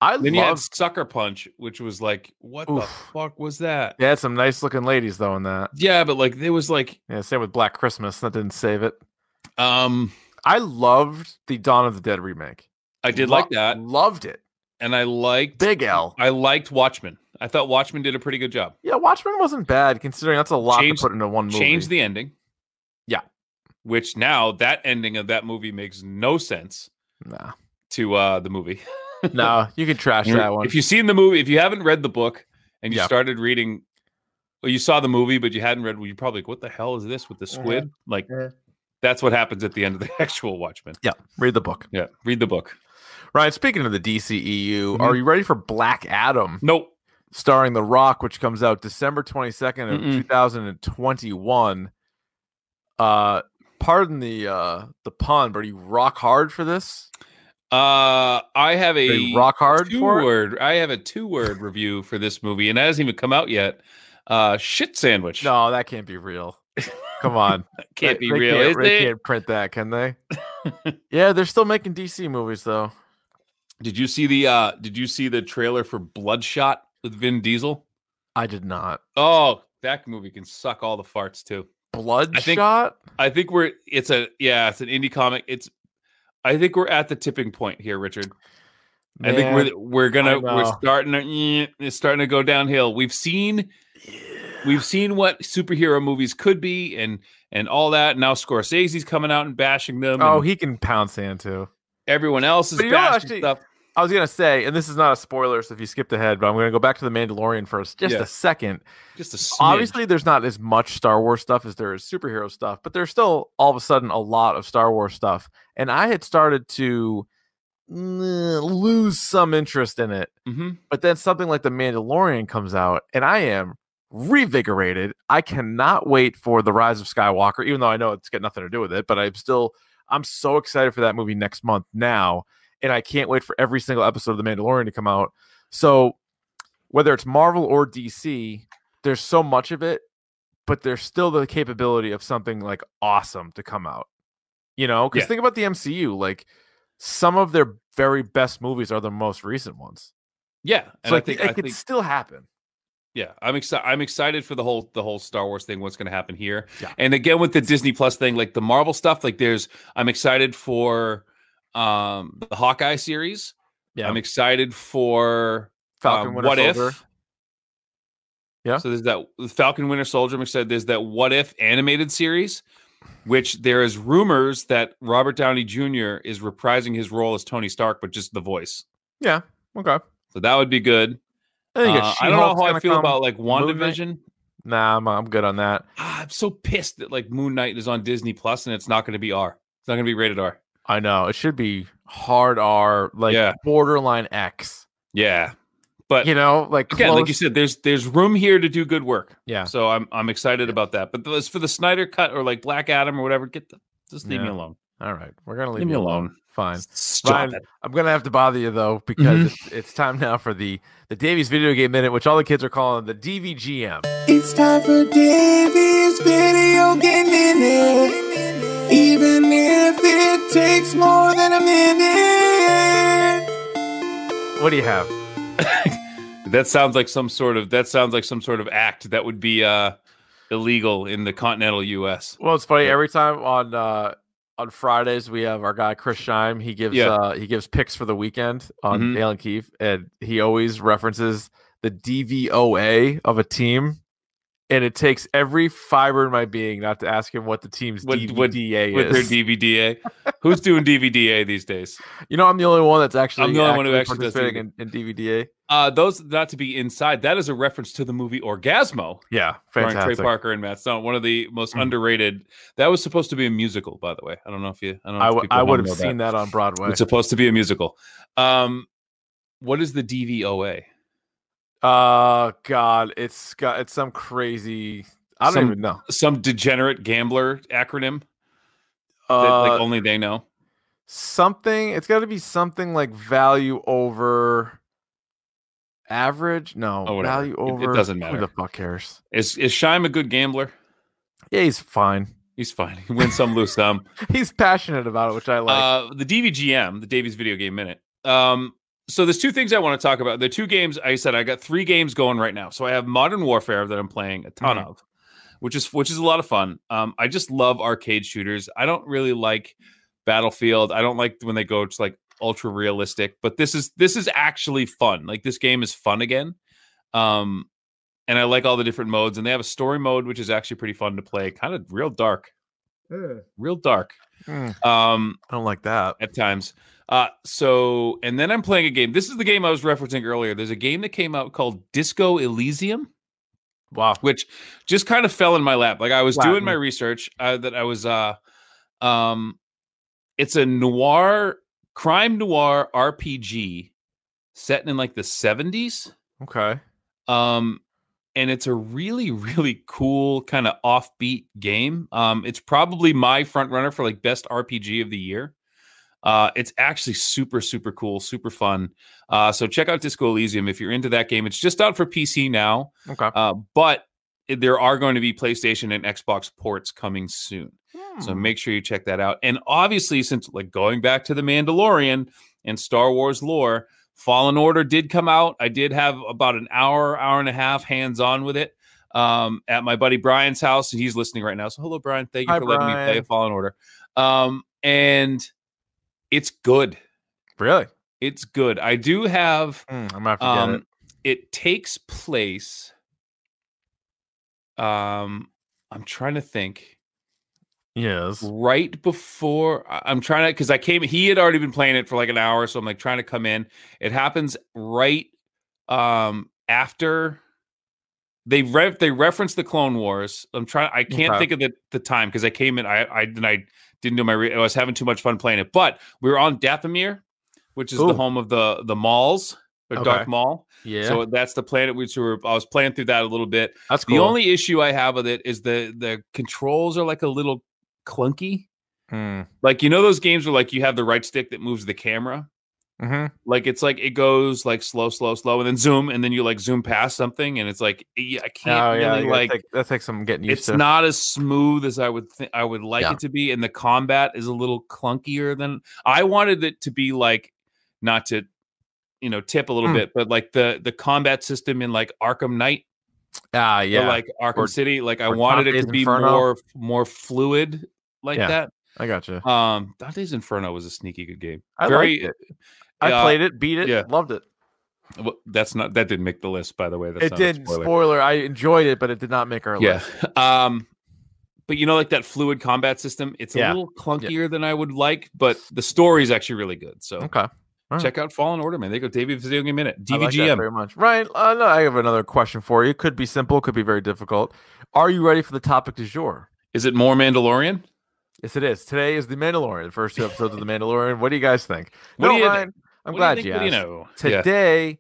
[SPEAKER 3] I
[SPEAKER 4] Then you had
[SPEAKER 3] love.
[SPEAKER 4] Sucker Punch, which was like, what the
[SPEAKER 3] Oof.
[SPEAKER 4] fuck was that?
[SPEAKER 3] They had some nice looking ladies though in that.
[SPEAKER 4] Yeah, but like there was like
[SPEAKER 3] Yeah, same with Black Christmas. That didn't save it.
[SPEAKER 4] um
[SPEAKER 3] I loved the Dawn of the Dead remake.
[SPEAKER 4] I did
[SPEAKER 3] Lo-
[SPEAKER 4] like that.
[SPEAKER 3] Loved it.
[SPEAKER 4] And I liked
[SPEAKER 3] Big L.
[SPEAKER 4] I liked Watchmen. I thought Watchmen did a pretty good job.
[SPEAKER 3] Yeah, Watchmen wasn't bad considering that's a lot
[SPEAKER 4] Change-
[SPEAKER 3] to put into one movie.
[SPEAKER 4] Change the ending.
[SPEAKER 3] Yeah.
[SPEAKER 4] Which now that ending of that movie makes no sense
[SPEAKER 3] no,
[SPEAKER 4] to uh the movie.
[SPEAKER 3] no, you can trash that one.
[SPEAKER 4] If you've seen the movie, if you haven't read the book and you
[SPEAKER 3] Yeah.
[SPEAKER 4] started reading, well, you saw the movie, but you hadn't read, well, you're probably like, what the hell is this with the squid? Like,
[SPEAKER 3] Uh-huh. Yeah.
[SPEAKER 4] that's what happens at the end of the actual Watchmen.
[SPEAKER 3] yeah, read the book.
[SPEAKER 4] Yeah. Read the book.
[SPEAKER 3] Ryan, speaking of the DCEU,
[SPEAKER 4] Mhm.
[SPEAKER 3] are you ready for Black Adam
[SPEAKER 4] Nope.
[SPEAKER 3] starring The Rock, which comes out December 22nd of
[SPEAKER 4] Mm-mm.
[SPEAKER 3] 2021? Uh pardon the uh the pun, but are you rock hard for this?
[SPEAKER 4] Uh, I have
[SPEAKER 3] Are
[SPEAKER 4] a
[SPEAKER 3] you rock hard
[SPEAKER 4] two
[SPEAKER 3] for it?
[SPEAKER 4] word. I have a two word review for this movie, and it hasn't even come out yet. Uh, shit sandwich.
[SPEAKER 3] No, that can't be real. Come on.
[SPEAKER 4] can't
[SPEAKER 3] They-
[SPEAKER 4] be
[SPEAKER 3] they
[SPEAKER 4] real.
[SPEAKER 3] Can't,
[SPEAKER 4] is
[SPEAKER 3] they
[SPEAKER 4] it?
[SPEAKER 3] can't print that, can they? yeah, they're still making DC movies though.
[SPEAKER 4] Did you see the? uh Did you see the trailer for Bloodshot with Vin Diesel?
[SPEAKER 3] I did not.
[SPEAKER 4] Oh, that movie can suck all the farts too.
[SPEAKER 3] Bloodshot?
[SPEAKER 4] I think we're it's a yeah, it's an indie comic. It's I think we're at the tipping point here, Richard. I think
[SPEAKER 3] Man,
[SPEAKER 4] we're we're gonna we're
[SPEAKER 3] know.
[SPEAKER 4] starting to eh, it's starting to go downhill. We've seen we've seen what superhero movies could be and and all that. Now Scorsese's coming out and bashing them.
[SPEAKER 3] Oh,
[SPEAKER 4] and
[SPEAKER 3] he can pound sand too.
[SPEAKER 4] everyone else is
[SPEAKER 3] But you know,
[SPEAKER 4] bashing
[SPEAKER 3] actually-
[SPEAKER 4] stuff.
[SPEAKER 3] I was gonna say, and this is not a spoiler, so if you skipped ahead, but I'm gonna go back to the Mandalorian first, just
[SPEAKER 4] Yeah.
[SPEAKER 3] a second.
[SPEAKER 4] Just a smidge.
[SPEAKER 3] Obviously, there's not as much Star Wars stuff as there is superhero stuff, but there's still all of a sudden a lot of Star Wars stuff, and I had started to mm, lose some interest in it.
[SPEAKER 4] Mhm.
[SPEAKER 3] But then something like The Mandalorian comes out, and I am revigorated. I cannot wait for The Rise of Skywalker, even though I know it's got nothing to do with it, but I'm still I'm so excited for that movie next month now. And I can't wait for every single episode of The Mandalorian to come out. So whether it's Marvel or DC, there's so much of it, but there's still the capability of something like awesome to come out. You know, because
[SPEAKER 4] Yeah.
[SPEAKER 3] think about the MCU, like some of their very best movies are the most recent ones.
[SPEAKER 4] Yeah. And
[SPEAKER 3] So
[SPEAKER 4] I
[SPEAKER 3] it-
[SPEAKER 4] think
[SPEAKER 3] it
[SPEAKER 4] I
[SPEAKER 3] could
[SPEAKER 4] think uh,
[SPEAKER 3] still happen.
[SPEAKER 4] yeah, I'm excited I'm excited for the whole the whole Star Wars thing, what's gonna happen here.
[SPEAKER 3] Yeah.
[SPEAKER 4] And again with the Disney Plus thing, like the Marvel stuff, like there's I'm excited for um the Hawkeye series.
[SPEAKER 3] Yeah.
[SPEAKER 4] I'm excited for
[SPEAKER 3] Falcon
[SPEAKER 4] um,
[SPEAKER 3] Winter
[SPEAKER 4] what
[SPEAKER 3] Soldier.
[SPEAKER 4] if
[SPEAKER 3] Yeah.
[SPEAKER 4] so there's that the falcon winter soldier i'm excited there's that what if animated series which there is rumors that robert downey jr is reprising his role as tony stark but just the voice
[SPEAKER 3] Yeah. Okay.
[SPEAKER 4] so that would be good
[SPEAKER 3] I, think
[SPEAKER 4] Uh,
[SPEAKER 3] it's
[SPEAKER 4] i don't
[SPEAKER 3] She-Hulk's
[SPEAKER 4] know how i
[SPEAKER 3] gonna
[SPEAKER 4] feel
[SPEAKER 3] come.
[SPEAKER 4] about like
[SPEAKER 3] Moon Knight.
[SPEAKER 4] wandavision
[SPEAKER 3] Nah, I'm, I'm good on that.
[SPEAKER 4] ah, i'm so pissed that like moon knight is on disney plus and it's not going to be r it's not going to be rated r
[SPEAKER 3] I know it should be hard R, like
[SPEAKER 4] Yeah.
[SPEAKER 3] borderline X.
[SPEAKER 4] yeah but
[SPEAKER 3] You know, like
[SPEAKER 4] again like you
[SPEAKER 3] close-
[SPEAKER 4] said there's there's room here to do good work
[SPEAKER 3] yeah.
[SPEAKER 4] So I'm I'm excited about that. But as for the Snyder cut or like Black Adam or whatever, get the just leave me
[SPEAKER 3] Yeah.
[SPEAKER 4] alone.
[SPEAKER 3] All right, we're gonna leave,
[SPEAKER 4] Leave me
[SPEAKER 3] you alone.
[SPEAKER 4] alone.
[SPEAKER 3] Fine.
[SPEAKER 4] Stop
[SPEAKER 3] Ryan,
[SPEAKER 4] it.
[SPEAKER 3] I'm gonna have to bother you though because it's, it's time now for the the Davies video game minute, which all the kids are calling the DVGM.
[SPEAKER 5] It's time for Davey's video game minute. Even if it takes more than a minute.
[SPEAKER 3] What do you have?
[SPEAKER 4] That sounds like some sort of that sounds like some sort of act that would be uh illegal in the continental US.
[SPEAKER 3] Well, it's funny.
[SPEAKER 4] Yeah.
[SPEAKER 3] Every time on uh, on Fridays, we have our guy Chris Scheim. He gives
[SPEAKER 4] Yeah.
[SPEAKER 3] uh, he gives picks for the weekend on
[SPEAKER 4] Mhm.
[SPEAKER 3] Dale and Keefe, and he always references the DVOA of a team. And it takes every fiber in my being not to ask him what the team's
[SPEAKER 4] What-
[SPEAKER 3] DVDA
[SPEAKER 4] what- With their
[SPEAKER 3] is.
[SPEAKER 4] DVDA. Who's doing DVDA these days?
[SPEAKER 3] you know, I'm the only one that's actually
[SPEAKER 4] the only one who actually
[SPEAKER 3] actively
[SPEAKER 4] does
[SPEAKER 3] participating in, in DVDA.
[SPEAKER 4] Uh those not to be inside. That is a reference to the movie Orgasmo.
[SPEAKER 3] Yeah,
[SPEAKER 4] starring Trey
[SPEAKER 3] fantastic.
[SPEAKER 4] Parker and Matt Stone, one of the most
[SPEAKER 3] Mhm.
[SPEAKER 4] underrated. That was supposed to be a musical, by the way. I don't know if you. I don't know.
[SPEAKER 3] I
[SPEAKER 4] if
[SPEAKER 3] w-
[SPEAKER 4] people
[SPEAKER 3] I
[SPEAKER 4] at
[SPEAKER 3] would
[SPEAKER 4] home
[SPEAKER 3] have
[SPEAKER 4] know that.
[SPEAKER 3] seen that on Broadway.
[SPEAKER 4] It's supposed to be a musical. Um, what is the DVOA?
[SPEAKER 3] Uh God, it's got it's some crazy. I don't
[SPEAKER 4] Some-
[SPEAKER 3] even know.
[SPEAKER 4] Some degenerate gambler acronym that
[SPEAKER 3] Uh,
[SPEAKER 4] like only they know.
[SPEAKER 3] something it's got to be something like value over average no
[SPEAKER 4] Oh, whatever.
[SPEAKER 3] value
[SPEAKER 4] It- it
[SPEAKER 3] over
[SPEAKER 4] doesn't
[SPEAKER 3] who the
[SPEAKER 4] matter.
[SPEAKER 3] fuck cares
[SPEAKER 4] Is is Shime a good gambler?
[SPEAKER 3] yeah he's fine
[SPEAKER 4] He's fine. He wins some, lose some.
[SPEAKER 3] he's passionate about it which i like
[SPEAKER 4] uh, the DVGM, the Davies Video Game Minute. Um, so there's two things I want to talk about. The two games I said I got three games going right now. So I have Modern Warfare that I'm playing a ton
[SPEAKER 3] Mhm.
[SPEAKER 4] of, which is which is a lot of fun. Um, I just love arcade shooters. I don't really like Battlefield. I don't like when they go to like ultra realistic. But this is this is actually fun. Like this game is fun again. Um, and I like all the different modes. And they have a story mode, which is actually pretty fun to play. Kind of real dark, real dark.
[SPEAKER 3] Mm,
[SPEAKER 4] Um,
[SPEAKER 3] I don't like that.
[SPEAKER 4] at times. Uh, so, and then I'm playing a game. This is the game I was referencing earlier. There's a game that came out called Disco Elysium,
[SPEAKER 3] Wow.
[SPEAKER 4] which just kind of fell in my lap. Like I was doing
[SPEAKER 3] Latin.
[SPEAKER 4] my research uh, that I was, uh, um, it's a noir crime noir RPG set in like the 70s.
[SPEAKER 3] Okay.
[SPEAKER 4] Um, and it's a really, really cool kind of offbeat game. Um, it's probably my front runner for like best RPG of the year. Uh, it's actually super, super cool, super fun. Uh, so check out Disco Elysium if you're into that game. It's just out for PC now,
[SPEAKER 3] Okay.
[SPEAKER 4] uh, but it- there are going to be PlayStation and Xbox ports coming soon.
[SPEAKER 3] Hmm,
[SPEAKER 4] So make sure you check that out. And obviously, since like going back to the Mandalorian and Star Wars lore, Fallen Order did come out. I did have about an hour, hour and a half hands on with it um, at my buddy Brian's house, and he's listening right now. So hello, Brian. Thank you
[SPEAKER 3] Hi,
[SPEAKER 4] for letting me play
[SPEAKER 3] Brian.
[SPEAKER 4] Fallen Order. Um, and it's good.
[SPEAKER 3] really?
[SPEAKER 4] It's good. I do have
[SPEAKER 3] Mm, I'm gonna have to get
[SPEAKER 4] um,
[SPEAKER 3] it.
[SPEAKER 4] it. takes place. Um, I'm trying to think
[SPEAKER 3] Yes.
[SPEAKER 4] right before I- I'm trying to because I came he had already been playing it for like an hour, so I'm like trying to come in. It happens right um after they re- they reference the Clone Wars. I'm trying I can't
[SPEAKER 3] Okay.
[SPEAKER 4] think of the, the time because I came in I I then I didn't do my re- I was having too much fun playing it. But we were on Dathomir, which is
[SPEAKER 3] Ooh.
[SPEAKER 4] the home of the the malls, the dark
[SPEAKER 3] Okay.
[SPEAKER 4] mall.
[SPEAKER 3] Yeah.
[SPEAKER 4] So that's the planet which we were I was playing through that a little bit.
[SPEAKER 3] that's cool.
[SPEAKER 4] The only issue I have with it is the the controls are like a little clunky.
[SPEAKER 3] Mm.
[SPEAKER 4] Like you know those games where like you have the right stick that moves the camera.
[SPEAKER 3] hmm
[SPEAKER 4] Like it's like it goes like slow, slow, slow, and then zoom, and then you like zoom past something, and it's like y- I can't
[SPEAKER 3] Oh yeah.
[SPEAKER 4] really
[SPEAKER 3] you gotta
[SPEAKER 4] like.
[SPEAKER 3] take- that takes some getting used
[SPEAKER 4] It's
[SPEAKER 3] to.
[SPEAKER 4] not as smooth as I would think I would like
[SPEAKER 1] Yeah.
[SPEAKER 4] it to be, and the combat is a little clunkier than I wanted it to be. Like not to, you know, tip a little
[SPEAKER 3] Mm.
[SPEAKER 4] bit, but like the the combat system in like Arkham Knight
[SPEAKER 3] ah,
[SPEAKER 4] or,
[SPEAKER 3] yeah.
[SPEAKER 4] like Arkham
[SPEAKER 3] Or-
[SPEAKER 4] City. Like I
[SPEAKER 3] or
[SPEAKER 4] wanted it
[SPEAKER 3] Dante's
[SPEAKER 4] to be
[SPEAKER 3] Inferno.
[SPEAKER 4] more more fluid like
[SPEAKER 3] Yeah.
[SPEAKER 4] that.
[SPEAKER 3] I gotcha.
[SPEAKER 4] Um Dante's Inferno was a sneaky good game.
[SPEAKER 3] I
[SPEAKER 4] very-
[SPEAKER 3] liked it. I
[SPEAKER 4] yeah,
[SPEAKER 3] played it, beat it,
[SPEAKER 4] uh, yeah.
[SPEAKER 3] loved it.
[SPEAKER 4] Well, that's not that didn't make the list, by the way. That's
[SPEAKER 3] It
[SPEAKER 4] not a
[SPEAKER 3] didn't spoiler. I enjoyed it, but it did not make our
[SPEAKER 4] Yeah.
[SPEAKER 3] list.
[SPEAKER 4] Um but you know, like that fluid combat system, it's a
[SPEAKER 3] Yeah.
[SPEAKER 4] little clunkier than I would like, but the story is actually really good. So
[SPEAKER 3] Okay. all right.
[SPEAKER 4] check out Fallen Order, man. They go David Video Game Minute.
[SPEAKER 3] I like that
[SPEAKER 4] DVGM.
[SPEAKER 3] very much. Ryan, uh, no, I have another question for you. It could be simple, could be very difficult. Are you ready for the topic du jour?
[SPEAKER 4] is it more Mandalorian?
[SPEAKER 3] Yes, it is. Today is the Mandalorian, the first two episodes of the Mandalorian. What do you guys think?
[SPEAKER 4] What
[SPEAKER 3] no,
[SPEAKER 4] do you-
[SPEAKER 3] Ryan, I'm
[SPEAKER 4] What do
[SPEAKER 3] glad
[SPEAKER 4] think?
[SPEAKER 3] you,
[SPEAKER 4] What do
[SPEAKER 3] asked.
[SPEAKER 4] know? Yeah.
[SPEAKER 3] Today,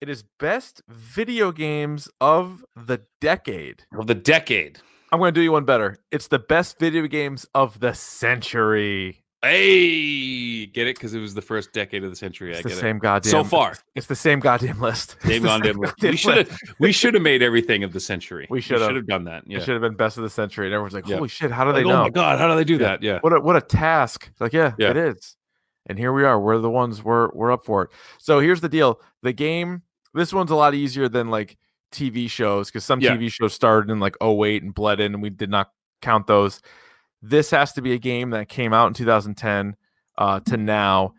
[SPEAKER 3] it is best video games of the decade.
[SPEAKER 4] Of the decade.
[SPEAKER 3] I'm going to do you one better. It's the best video games of the century.
[SPEAKER 4] Hey, get it? Because it was the first decade of the century.
[SPEAKER 3] It's
[SPEAKER 4] I
[SPEAKER 3] the
[SPEAKER 4] get it.
[SPEAKER 3] same goddamn.
[SPEAKER 4] so far.
[SPEAKER 3] it's the same goddamn list. It's
[SPEAKER 4] Dave
[SPEAKER 3] the
[SPEAKER 4] Von
[SPEAKER 3] same
[SPEAKER 4] Dibble.
[SPEAKER 3] goddamn
[SPEAKER 4] We should
[SPEAKER 3] list.
[SPEAKER 4] have we should have made everything of the century.
[SPEAKER 3] We should have.
[SPEAKER 4] have done that. Yeah.
[SPEAKER 3] It should have been best of the century, and everyone's like,
[SPEAKER 4] Yeah.
[SPEAKER 3] "Holy shit! How do
[SPEAKER 4] Like,
[SPEAKER 3] they
[SPEAKER 4] oh
[SPEAKER 3] know?
[SPEAKER 4] my god, how do they do
[SPEAKER 3] Yeah.
[SPEAKER 4] that? Yeah.
[SPEAKER 3] What a what a task!" It's like, yeah,
[SPEAKER 4] Yeah.
[SPEAKER 3] it is. And here we are. We're the ones we're we're up for it. So here's the deal: the game. This one's a lot easier than like TV shows because some
[SPEAKER 4] Yeah.
[SPEAKER 3] TV shows started in like 08 and bled in, and we did not count those. This has to be a game that came out in 2010 uh, to now,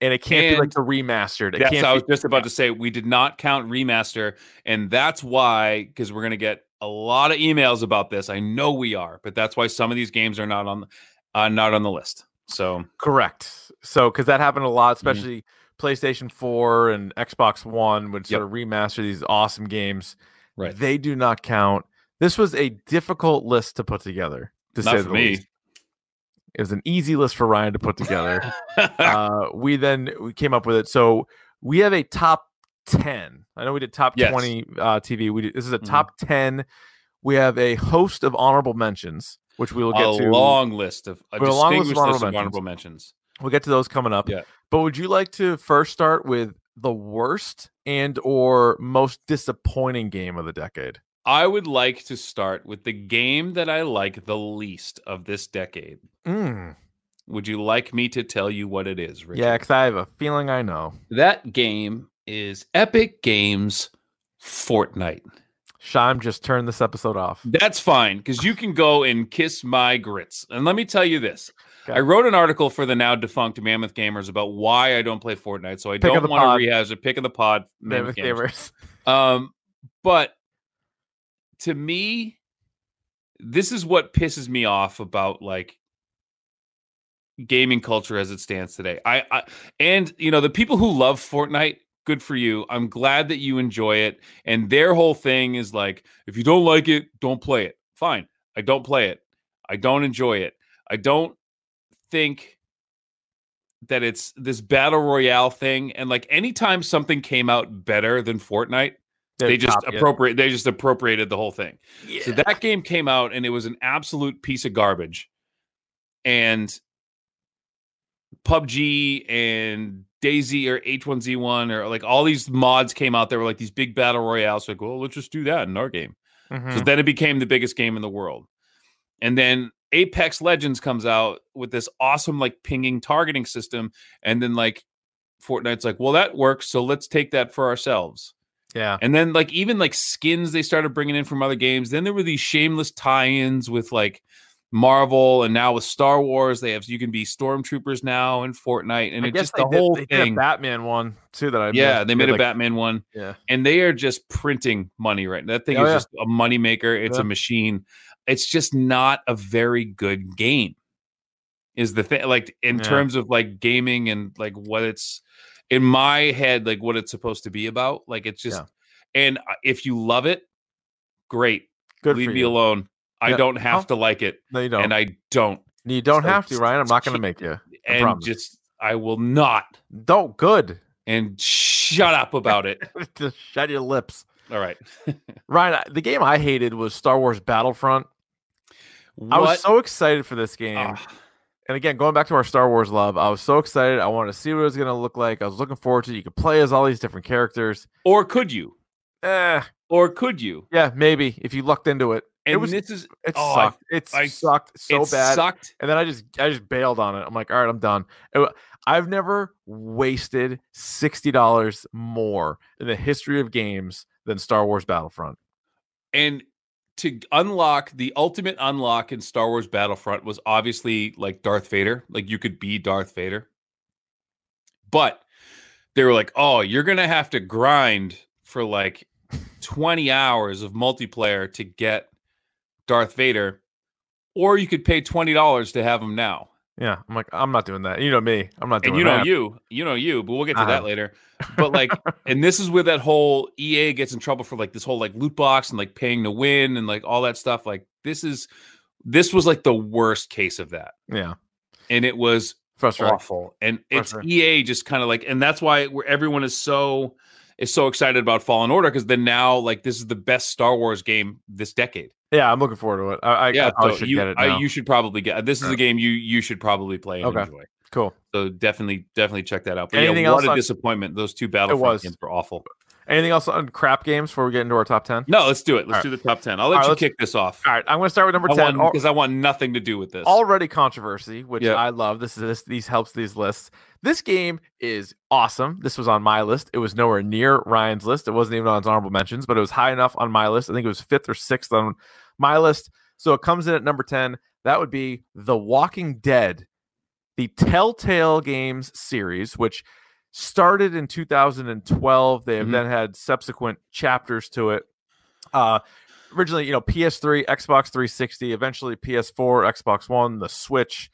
[SPEAKER 3] and it can't be like
[SPEAKER 4] And
[SPEAKER 3] the remastered. It
[SPEAKER 4] That's
[SPEAKER 3] can't
[SPEAKER 4] what I
[SPEAKER 3] be-
[SPEAKER 4] was just about to say. We did not count remaster, and that's why because we're gonna get a lot of emails about this. I know we are, but that's why some of these games are not on uh, not on the list. So
[SPEAKER 3] Correct. So, because that happened a lot,
[SPEAKER 4] Mhm.
[SPEAKER 3] especially PlayStation 4 and Xbox One would sort
[SPEAKER 4] Yep.
[SPEAKER 3] of remaster these awesome games.
[SPEAKER 4] Right.
[SPEAKER 3] They do not count. This was a difficult list to put together. To
[SPEAKER 4] not
[SPEAKER 3] say
[SPEAKER 4] for
[SPEAKER 3] the
[SPEAKER 4] me.
[SPEAKER 3] least. It was an easy list for Ryan to put together. uh, we then we came up with it. So we have a top ten. I know we did top
[SPEAKER 4] Yes.
[SPEAKER 3] twenty uh, TV. We did, this is a
[SPEAKER 4] Mhm.
[SPEAKER 3] top ten. We have a host of honorable mentions, which we will get
[SPEAKER 4] a
[SPEAKER 3] to.
[SPEAKER 4] long list of a
[SPEAKER 3] But a long list of
[SPEAKER 4] distinguished list
[SPEAKER 3] honorable
[SPEAKER 4] of
[SPEAKER 3] mentions.
[SPEAKER 4] honorable mentions.
[SPEAKER 3] We'll get to those coming up.
[SPEAKER 4] Yeah.
[SPEAKER 3] But would you like to first start with the worst and or most disappointing game of the decade?
[SPEAKER 4] I would like to start with the game that I like the least of this decade.
[SPEAKER 3] Mm.
[SPEAKER 4] Would you like me to tell you what it is, Richard?
[SPEAKER 3] Yeah, because I have a feeling I know.
[SPEAKER 4] That game is Epic Games Fortnite.
[SPEAKER 3] Shime just turned this episode off.
[SPEAKER 4] That's fine because you can go and kiss my grits. And let me tell you this
[SPEAKER 3] Okay.
[SPEAKER 4] I wrote an article for the now defunct Mammoth Gamers about why I don't play Fortnite. So I
[SPEAKER 3] Pick of
[SPEAKER 4] don't
[SPEAKER 3] the
[SPEAKER 4] want
[SPEAKER 3] pod.
[SPEAKER 4] to rehash it. Pick of the pod, Mammoth
[SPEAKER 3] Mammoth
[SPEAKER 4] Gamers.
[SPEAKER 3] Gamers.
[SPEAKER 4] Um, But to me, this is what pisses me off about like gaming culture as it stands today. I, I and you know the people who love Fortnite, good for you. I'm glad that you enjoy it. And their whole thing is like, if you don't like it, don't play it. Fine, I don't play it. I don't enjoy it. I don't think that it's this battle royale thing. And like anytime something came out better than Fortnite, they just
[SPEAKER 3] copy it.
[SPEAKER 4] appropriate. They just appropriated the whole thing.
[SPEAKER 3] Yeah.
[SPEAKER 4] So that game came out and it was an absolute piece of garbage. And PUBG and Daisy or H1Z1 or like all these mods came out. There were like these big battle royales. Like, well, let's just do that in our game.
[SPEAKER 3] Mhm.
[SPEAKER 4] So then it became the biggest game in the world. And then Apex Legends comes out with this awesome like pinging targeting system. And then like Fortnite's like, well, that works. So let's take that for ourselves.
[SPEAKER 3] yeah.
[SPEAKER 4] And then like even like skins they started bringing in from other games. Then there were these shameless tie-ins with like Marvel and now with Star Wars they have you can be stormtroopers now in Fortnite and
[SPEAKER 3] I
[SPEAKER 4] it
[SPEAKER 3] guess
[SPEAKER 4] just
[SPEAKER 3] they
[SPEAKER 4] the
[SPEAKER 3] did-
[SPEAKER 4] whole
[SPEAKER 3] they did a
[SPEAKER 4] thing.
[SPEAKER 3] Batman one too that I
[SPEAKER 4] yeah,
[SPEAKER 3] missed.
[SPEAKER 4] they made a
[SPEAKER 3] like-
[SPEAKER 4] Batman one
[SPEAKER 3] Yeah.
[SPEAKER 4] and they are just printing money right now. That thing
[SPEAKER 3] Oh,
[SPEAKER 4] is
[SPEAKER 3] yeah.
[SPEAKER 4] just a moneymaker. It's
[SPEAKER 3] Yeah.
[SPEAKER 4] a machine. It's just not a very good game. Is the thing like in
[SPEAKER 3] Yeah.
[SPEAKER 4] terms of like gaming and like what it's in my head like what it's supposed to be about? Like it's just and uh, if you love it, great.
[SPEAKER 3] Good
[SPEAKER 4] Leave
[SPEAKER 3] for
[SPEAKER 4] me
[SPEAKER 3] you.
[SPEAKER 4] alone. I
[SPEAKER 3] Yeah.
[SPEAKER 4] don't have
[SPEAKER 3] Oh.
[SPEAKER 4] to like it,
[SPEAKER 3] No, you don't.
[SPEAKER 4] and I don't.
[SPEAKER 3] you don't
[SPEAKER 4] so
[SPEAKER 3] have to,
[SPEAKER 4] just-
[SPEAKER 3] Ryan. I'm not going to
[SPEAKER 4] keep-
[SPEAKER 3] make you. I
[SPEAKER 4] and
[SPEAKER 3] promise.
[SPEAKER 4] just I will not.
[SPEAKER 3] Don't. Good.
[SPEAKER 4] And shut up about it.
[SPEAKER 3] just shut your lips,
[SPEAKER 4] All right.
[SPEAKER 3] Ryan. I- The game I hated was Star Wars Battlefront.
[SPEAKER 4] What?
[SPEAKER 3] I was so excited for this game.
[SPEAKER 4] Ah.
[SPEAKER 3] and again, going back to our Star Wars love, I was so excited. I wanted to see what it was going to look like. I was looking forward to it. You could play as all these different characters.
[SPEAKER 4] or could you?
[SPEAKER 3] Eh,
[SPEAKER 4] Or could you?
[SPEAKER 3] yeah, maybe if you lucked into it.
[SPEAKER 4] And
[SPEAKER 3] it was it
[SPEAKER 4] this is oh, I-
[SPEAKER 3] sucked. It
[SPEAKER 4] I-
[SPEAKER 3] sucked so
[SPEAKER 4] it
[SPEAKER 3] bad.
[SPEAKER 4] Sucked.
[SPEAKER 3] And then I just I just bailed on it. I'm like, all right, I'm done. It wa- I've never wasted sixty dollars more in the history of games than Star Wars Battlefront.
[SPEAKER 4] And to unlock the ultimate unlock in Star Wars Battlefront was obviously like Darth Vader. Like you could be Darth Vader. But they were like, oh, you're gonna have to grind for like 20 hours of multiplayer to get Darth Vader, or you could pay $20 to have him now.
[SPEAKER 3] Yeah, I'm like, I'm not doing that. You know me, I'm not doing
[SPEAKER 4] and you know
[SPEAKER 3] that.
[SPEAKER 4] you you know you but we'll get to
[SPEAKER 3] Uh-huh.
[SPEAKER 4] that later but like and this is where that whole ea gets in trouble for like this whole like loot box and like paying to win and like all that stuff like this is this was like the worst case of that
[SPEAKER 3] yeah,
[SPEAKER 4] and it was
[SPEAKER 3] frustrating.
[SPEAKER 4] awful and it's
[SPEAKER 3] Frustrating.
[SPEAKER 4] ea just kind of like and that's why where everyone is so is so excited about fallen order because then now like this is the best star wars game this decade
[SPEAKER 3] Yeah, I'm looking forward to it. I, I, I
[SPEAKER 4] yeah
[SPEAKER 3] probably
[SPEAKER 4] so
[SPEAKER 3] should
[SPEAKER 4] you,
[SPEAKER 3] get it.
[SPEAKER 4] I-
[SPEAKER 3] now.
[SPEAKER 4] you should probably get this is
[SPEAKER 3] Yeah.
[SPEAKER 4] a game you you should probably play and
[SPEAKER 3] Okay.
[SPEAKER 4] enjoy
[SPEAKER 3] cool.
[SPEAKER 4] so definitely, definitely check that out. But
[SPEAKER 3] Anything
[SPEAKER 4] yeah, what
[SPEAKER 3] else
[SPEAKER 4] a
[SPEAKER 3] on-
[SPEAKER 4] disappointment! Those two Battlefront
[SPEAKER 3] was.
[SPEAKER 4] games were awful.
[SPEAKER 3] Anything else on crap games before we get into our top ten?
[SPEAKER 4] No, let's do it.
[SPEAKER 3] All right.
[SPEAKER 4] Let's do the top ten. I'll let
[SPEAKER 3] All right,
[SPEAKER 4] you
[SPEAKER 3] let's-
[SPEAKER 4] kick this off.
[SPEAKER 3] All right, I'm going to start with number
[SPEAKER 4] I
[SPEAKER 3] ten.
[SPEAKER 4] want
[SPEAKER 3] Al-
[SPEAKER 4] because I want nothing to do with this.
[SPEAKER 3] already controversy, which
[SPEAKER 4] Yeah.
[SPEAKER 3] I love. This is this these helps these lists. This game is awesome. This was on my list. It was nowhere near Ryan's list. It wasn't even on his honorable mentions, but it was high enough on my list. I think it was fifth or sixth on my list. So it comes in at number ten. That would be The Walking Dead, the Telltale Games series, which started in 2012. They have
[SPEAKER 4] Mhm.
[SPEAKER 3] then had subsequent chapters to it. Uh, originally, you know, PS3, Xbox 360, eventually PS4, Xbox One, the Switch,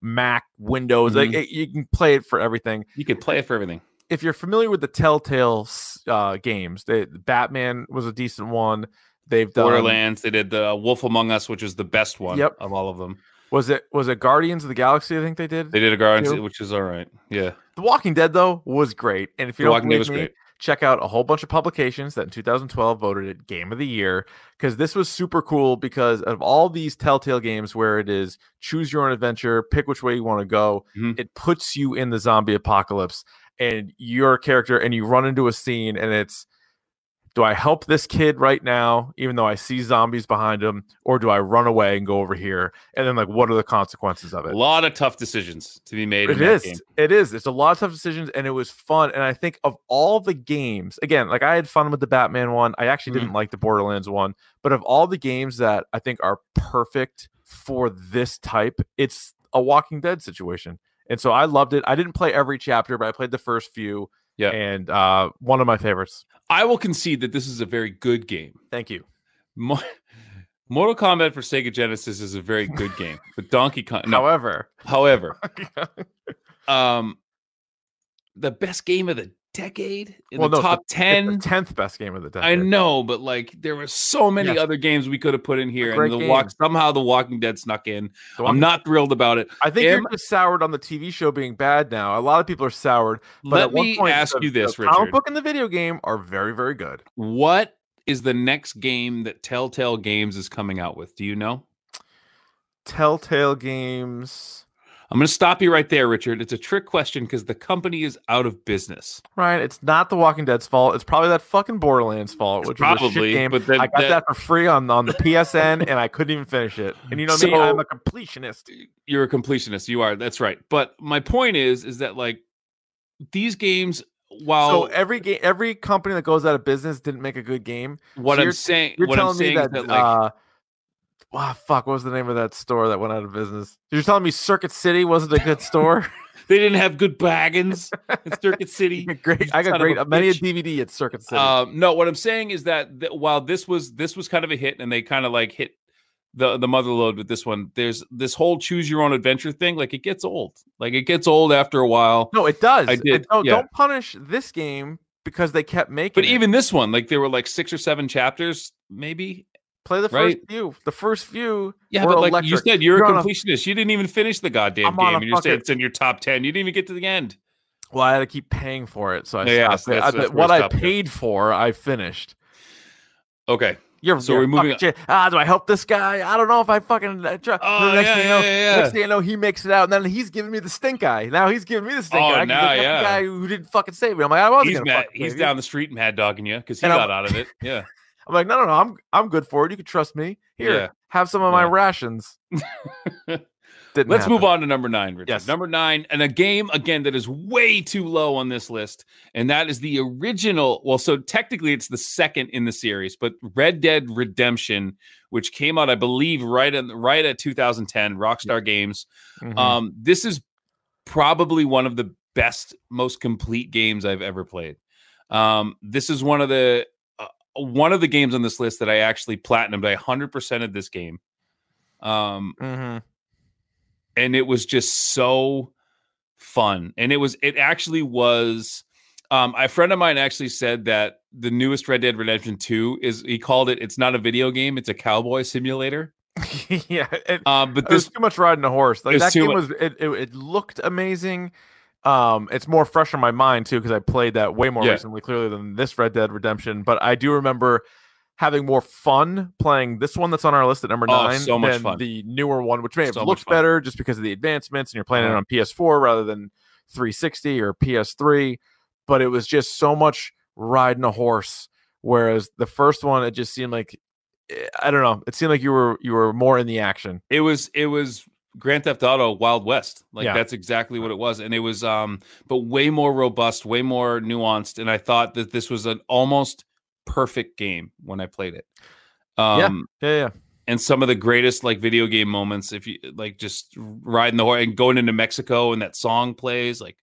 [SPEAKER 3] Mac, Windows. Like
[SPEAKER 4] Mm-hmm.
[SPEAKER 3] it- you can play it for everything.
[SPEAKER 4] you can play it for everything.
[SPEAKER 3] If you're familiar with the Telltale s- uh, games, they, Batman was a decent one. They've done
[SPEAKER 4] Borderlands. They did the Wolf Among Us, which was the best one
[SPEAKER 3] Yep.
[SPEAKER 4] of all of them.
[SPEAKER 3] Was it was it Guardians of the Galaxy? I think they did.
[SPEAKER 4] They did a Guardians,
[SPEAKER 3] Two.
[SPEAKER 4] which is all right. Yeah,
[SPEAKER 3] The Walking Dead though was great, and if you
[SPEAKER 4] The
[SPEAKER 3] don't
[SPEAKER 4] Walking Dead
[SPEAKER 3] believe
[SPEAKER 4] was
[SPEAKER 3] me,
[SPEAKER 4] great.
[SPEAKER 3] check out a whole bunch of publications that in 2012 voted it Game of the Year because this was super cool because of all these Telltale games where it is choose your own adventure, pick which way you want to go.
[SPEAKER 4] Mhm.
[SPEAKER 3] It puts you in the zombie apocalypse, and you're a character, and you run into a scene, and it's do I help this kid right now, even though I see zombies behind him, or do I run away and go over here? And then like, what are the consequences of
[SPEAKER 4] a
[SPEAKER 3] it?
[SPEAKER 4] lot of tough decisions to be made. in
[SPEAKER 3] It
[SPEAKER 4] that
[SPEAKER 3] is.
[SPEAKER 4] game.
[SPEAKER 3] It is. It's a lot of tough decisions, and it was fun. And I think of all the games, again, like I had fun with the Batman one. I actually
[SPEAKER 4] Mhm.
[SPEAKER 3] didn't like the Borderlands one, but of all the games that I think are perfect for this type, it's a Walking Dead situation. And so I loved it. I didn't play every chapter, but I played the first few.
[SPEAKER 4] Yeah.
[SPEAKER 3] and uh, one of my favorites.
[SPEAKER 4] I will concede that this is a very good game.
[SPEAKER 3] Thank you.
[SPEAKER 4] Mo- Mortal Kombat for Sega Genesis is a very good game, but Donkey Kong. No,
[SPEAKER 3] However,
[SPEAKER 4] however, um, the best game of the decade in
[SPEAKER 3] Well,
[SPEAKER 4] the
[SPEAKER 3] no, it's the-
[SPEAKER 4] top
[SPEAKER 3] it's
[SPEAKER 4] ten.
[SPEAKER 3] the tenth best game of the decade.
[SPEAKER 4] I know, but like there were so many
[SPEAKER 3] Yes.
[SPEAKER 4] other games we could have put in here, and
[SPEAKER 3] great
[SPEAKER 4] the
[SPEAKER 3] game.
[SPEAKER 4] walk somehow the Walking Dead snuck in.
[SPEAKER 3] So
[SPEAKER 4] I'm not thrilled about it.
[SPEAKER 3] I think
[SPEAKER 4] am-
[SPEAKER 3] you're just soured on the TV show being bad now. A lot of people are soured. But
[SPEAKER 4] Let
[SPEAKER 3] at one
[SPEAKER 4] me
[SPEAKER 3] point,
[SPEAKER 4] ask
[SPEAKER 3] the-
[SPEAKER 4] you this,
[SPEAKER 3] the
[SPEAKER 4] Richard:
[SPEAKER 3] comic book and the video game are very, very good.
[SPEAKER 4] What is the next game that Telltale Games is coming out with? Do you know?
[SPEAKER 3] Telltale Games.
[SPEAKER 4] I'm going to stop you right there, Richard. It's a trick question because the company is out of business.
[SPEAKER 3] Ryan, it's not The Walking Dead's fault. It's probably that fucking Borderlands fault, which was a
[SPEAKER 4] Probably,
[SPEAKER 3] shit game.
[SPEAKER 4] but then
[SPEAKER 3] I got
[SPEAKER 4] that-
[SPEAKER 3] that, for free on, on the PSN, and I couldn't even finish it. And you know me,
[SPEAKER 4] So-
[SPEAKER 3] I'm a completionist.
[SPEAKER 4] You're a completionist. You are. That's right. But my point is, is that like these games,
[SPEAKER 3] So
[SPEAKER 4] while
[SPEAKER 3] every game, every company that goes out of business didn't make a good game.
[SPEAKER 4] what
[SPEAKER 3] so
[SPEAKER 4] I'm
[SPEAKER 3] you're-
[SPEAKER 4] saying,
[SPEAKER 3] You're
[SPEAKER 4] what I'm
[SPEAKER 3] telling me
[SPEAKER 4] saying is
[SPEAKER 3] that,
[SPEAKER 4] that like
[SPEAKER 3] uh, wow, fuck, what was the name of that store that went out of business? You're telling me Circuit City wasn't a good store?
[SPEAKER 4] they didn't have good baggins in Circuit City.
[SPEAKER 3] great, I
[SPEAKER 4] son
[SPEAKER 3] got
[SPEAKER 4] of
[SPEAKER 3] great.
[SPEAKER 4] a
[SPEAKER 3] many a
[SPEAKER 4] bitch.
[SPEAKER 3] DVD at Circuit City.
[SPEAKER 4] Um, no, what I'm saying is that th- while this was this was kind of a hit, and they kind of like hit the the mother load with this one. There's this whole choose your own adventure thing. Like it gets old. Like it gets old after a while.
[SPEAKER 3] no, it does.
[SPEAKER 4] I
[SPEAKER 3] It-
[SPEAKER 4] did,
[SPEAKER 3] no,
[SPEAKER 4] yeah.
[SPEAKER 3] don't punish this game because they kept making.
[SPEAKER 4] But
[SPEAKER 3] it.
[SPEAKER 4] even this one, like there were like six or seven chapters, maybe
[SPEAKER 3] play the first
[SPEAKER 4] right?
[SPEAKER 3] few. The first few.
[SPEAKER 4] Yeah,
[SPEAKER 3] were
[SPEAKER 4] but like you
[SPEAKER 3] electric.
[SPEAKER 4] said, you're,
[SPEAKER 3] You're
[SPEAKER 4] a
[SPEAKER 3] on a-
[SPEAKER 4] completionist. you didn't even finish the goddamn
[SPEAKER 3] I'm on
[SPEAKER 4] game,
[SPEAKER 3] a
[SPEAKER 4] and you said
[SPEAKER 3] fucking-
[SPEAKER 4] it's in your top ten. You didn't even get to the end.
[SPEAKER 3] Well, I had to keep paying for it, so I
[SPEAKER 4] Yeah,
[SPEAKER 3] stopped.
[SPEAKER 4] so that's-
[SPEAKER 3] I-
[SPEAKER 4] that's
[SPEAKER 3] but
[SPEAKER 4] where
[SPEAKER 3] what
[SPEAKER 4] it
[SPEAKER 3] I
[SPEAKER 4] stopped there.
[SPEAKER 3] paid for, I finished.
[SPEAKER 4] Okay.
[SPEAKER 3] You're
[SPEAKER 4] So
[SPEAKER 3] you're
[SPEAKER 4] we're moving
[SPEAKER 3] fucking shit. Ah, do I help this guy? I don't know if I fucking. Uh, try.
[SPEAKER 4] Oh,
[SPEAKER 3] next
[SPEAKER 4] yeah,
[SPEAKER 3] thing you know,
[SPEAKER 4] yeah, yeah,
[SPEAKER 3] next
[SPEAKER 4] yeah.
[SPEAKER 3] thing you know, he makes it out, and then he's giving me the stink eye. Now he's giving me the stink
[SPEAKER 4] Oh,
[SPEAKER 3] eye. 'cause
[SPEAKER 4] now,
[SPEAKER 3] the fucking
[SPEAKER 4] yeah.
[SPEAKER 3] guy who didn't fucking save me. I'm like, I wasn't
[SPEAKER 4] He's
[SPEAKER 3] gonna.
[SPEAKER 4] mad.
[SPEAKER 3] fucking
[SPEAKER 4] He's
[SPEAKER 3] save you.
[SPEAKER 4] down the street mad dogging you because he
[SPEAKER 3] And I'm-
[SPEAKER 4] got out of it. Yeah.
[SPEAKER 3] I'm like, no, no, no. I'm I'm good for it. You can trust me. Here,
[SPEAKER 4] Yeah.
[SPEAKER 3] have some of my
[SPEAKER 4] Yeah.
[SPEAKER 3] rations. Didn't
[SPEAKER 4] Let's move
[SPEAKER 3] happen.
[SPEAKER 4] on to number nine, Richard.
[SPEAKER 3] Yes.
[SPEAKER 4] Number nine, and a game again that is way too low on this list, and that is the original. Well, so technically it's the second in the series, but Red Dead Redemption, which came out, I believe, right in right at 2010, Rockstar Games.
[SPEAKER 3] Mhm.
[SPEAKER 4] Um, this is probably one of the best, most complete games I've ever played. Um, this is one of the uh, one of the games on this list that I actually platinumed. I hundred percent of this game, um,
[SPEAKER 3] Mhm.
[SPEAKER 4] and it was just so fun. And it was it actually was. Um, a friend of mine actually said that the newest Red Dead Redemption Two is he called it. It's not a video game; it's a cowboy simulator.
[SPEAKER 3] Mm-hmm. yeah, and-
[SPEAKER 4] Um, but
[SPEAKER 3] It was
[SPEAKER 4] this
[SPEAKER 3] too much riding a horse. Like
[SPEAKER 4] There's
[SPEAKER 3] that
[SPEAKER 4] too
[SPEAKER 3] game
[SPEAKER 4] mu-
[SPEAKER 3] was it, it, it looked amazing. Um, it's more fresh on my mind too because I played that way more
[SPEAKER 4] Yeah.
[SPEAKER 3] recently, clearly than this Red Dead Redemption. But I do remember having more fun playing this one that's on our list at number
[SPEAKER 4] Oh,
[SPEAKER 3] nine
[SPEAKER 4] so much
[SPEAKER 3] than
[SPEAKER 4] fun.
[SPEAKER 3] the newer one, which may have
[SPEAKER 4] So much
[SPEAKER 3] looked
[SPEAKER 4] fun.
[SPEAKER 3] better just because of the advancements, and you're playing
[SPEAKER 4] Uh-huh.
[SPEAKER 3] it on PS4 rather than 360 or PS3. But it was just so much riding a horse. Whereas the first one, it just seemed like eh, I don't know. It seemed like you were you were more in the action.
[SPEAKER 4] It was it was Grand Theft Auto Wild West. Like
[SPEAKER 3] Yeah.
[SPEAKER 4] that's exactly what it was. And it was um but way more robust, way more nuanced and I thought that this was an almost perfect game when I played it. Um
[SPEAKER 3] Yeah, yeah.
[SPEAKER 4] and some of the greatest like video game moments if you like just riding the horse and going into Mexico and that song plays like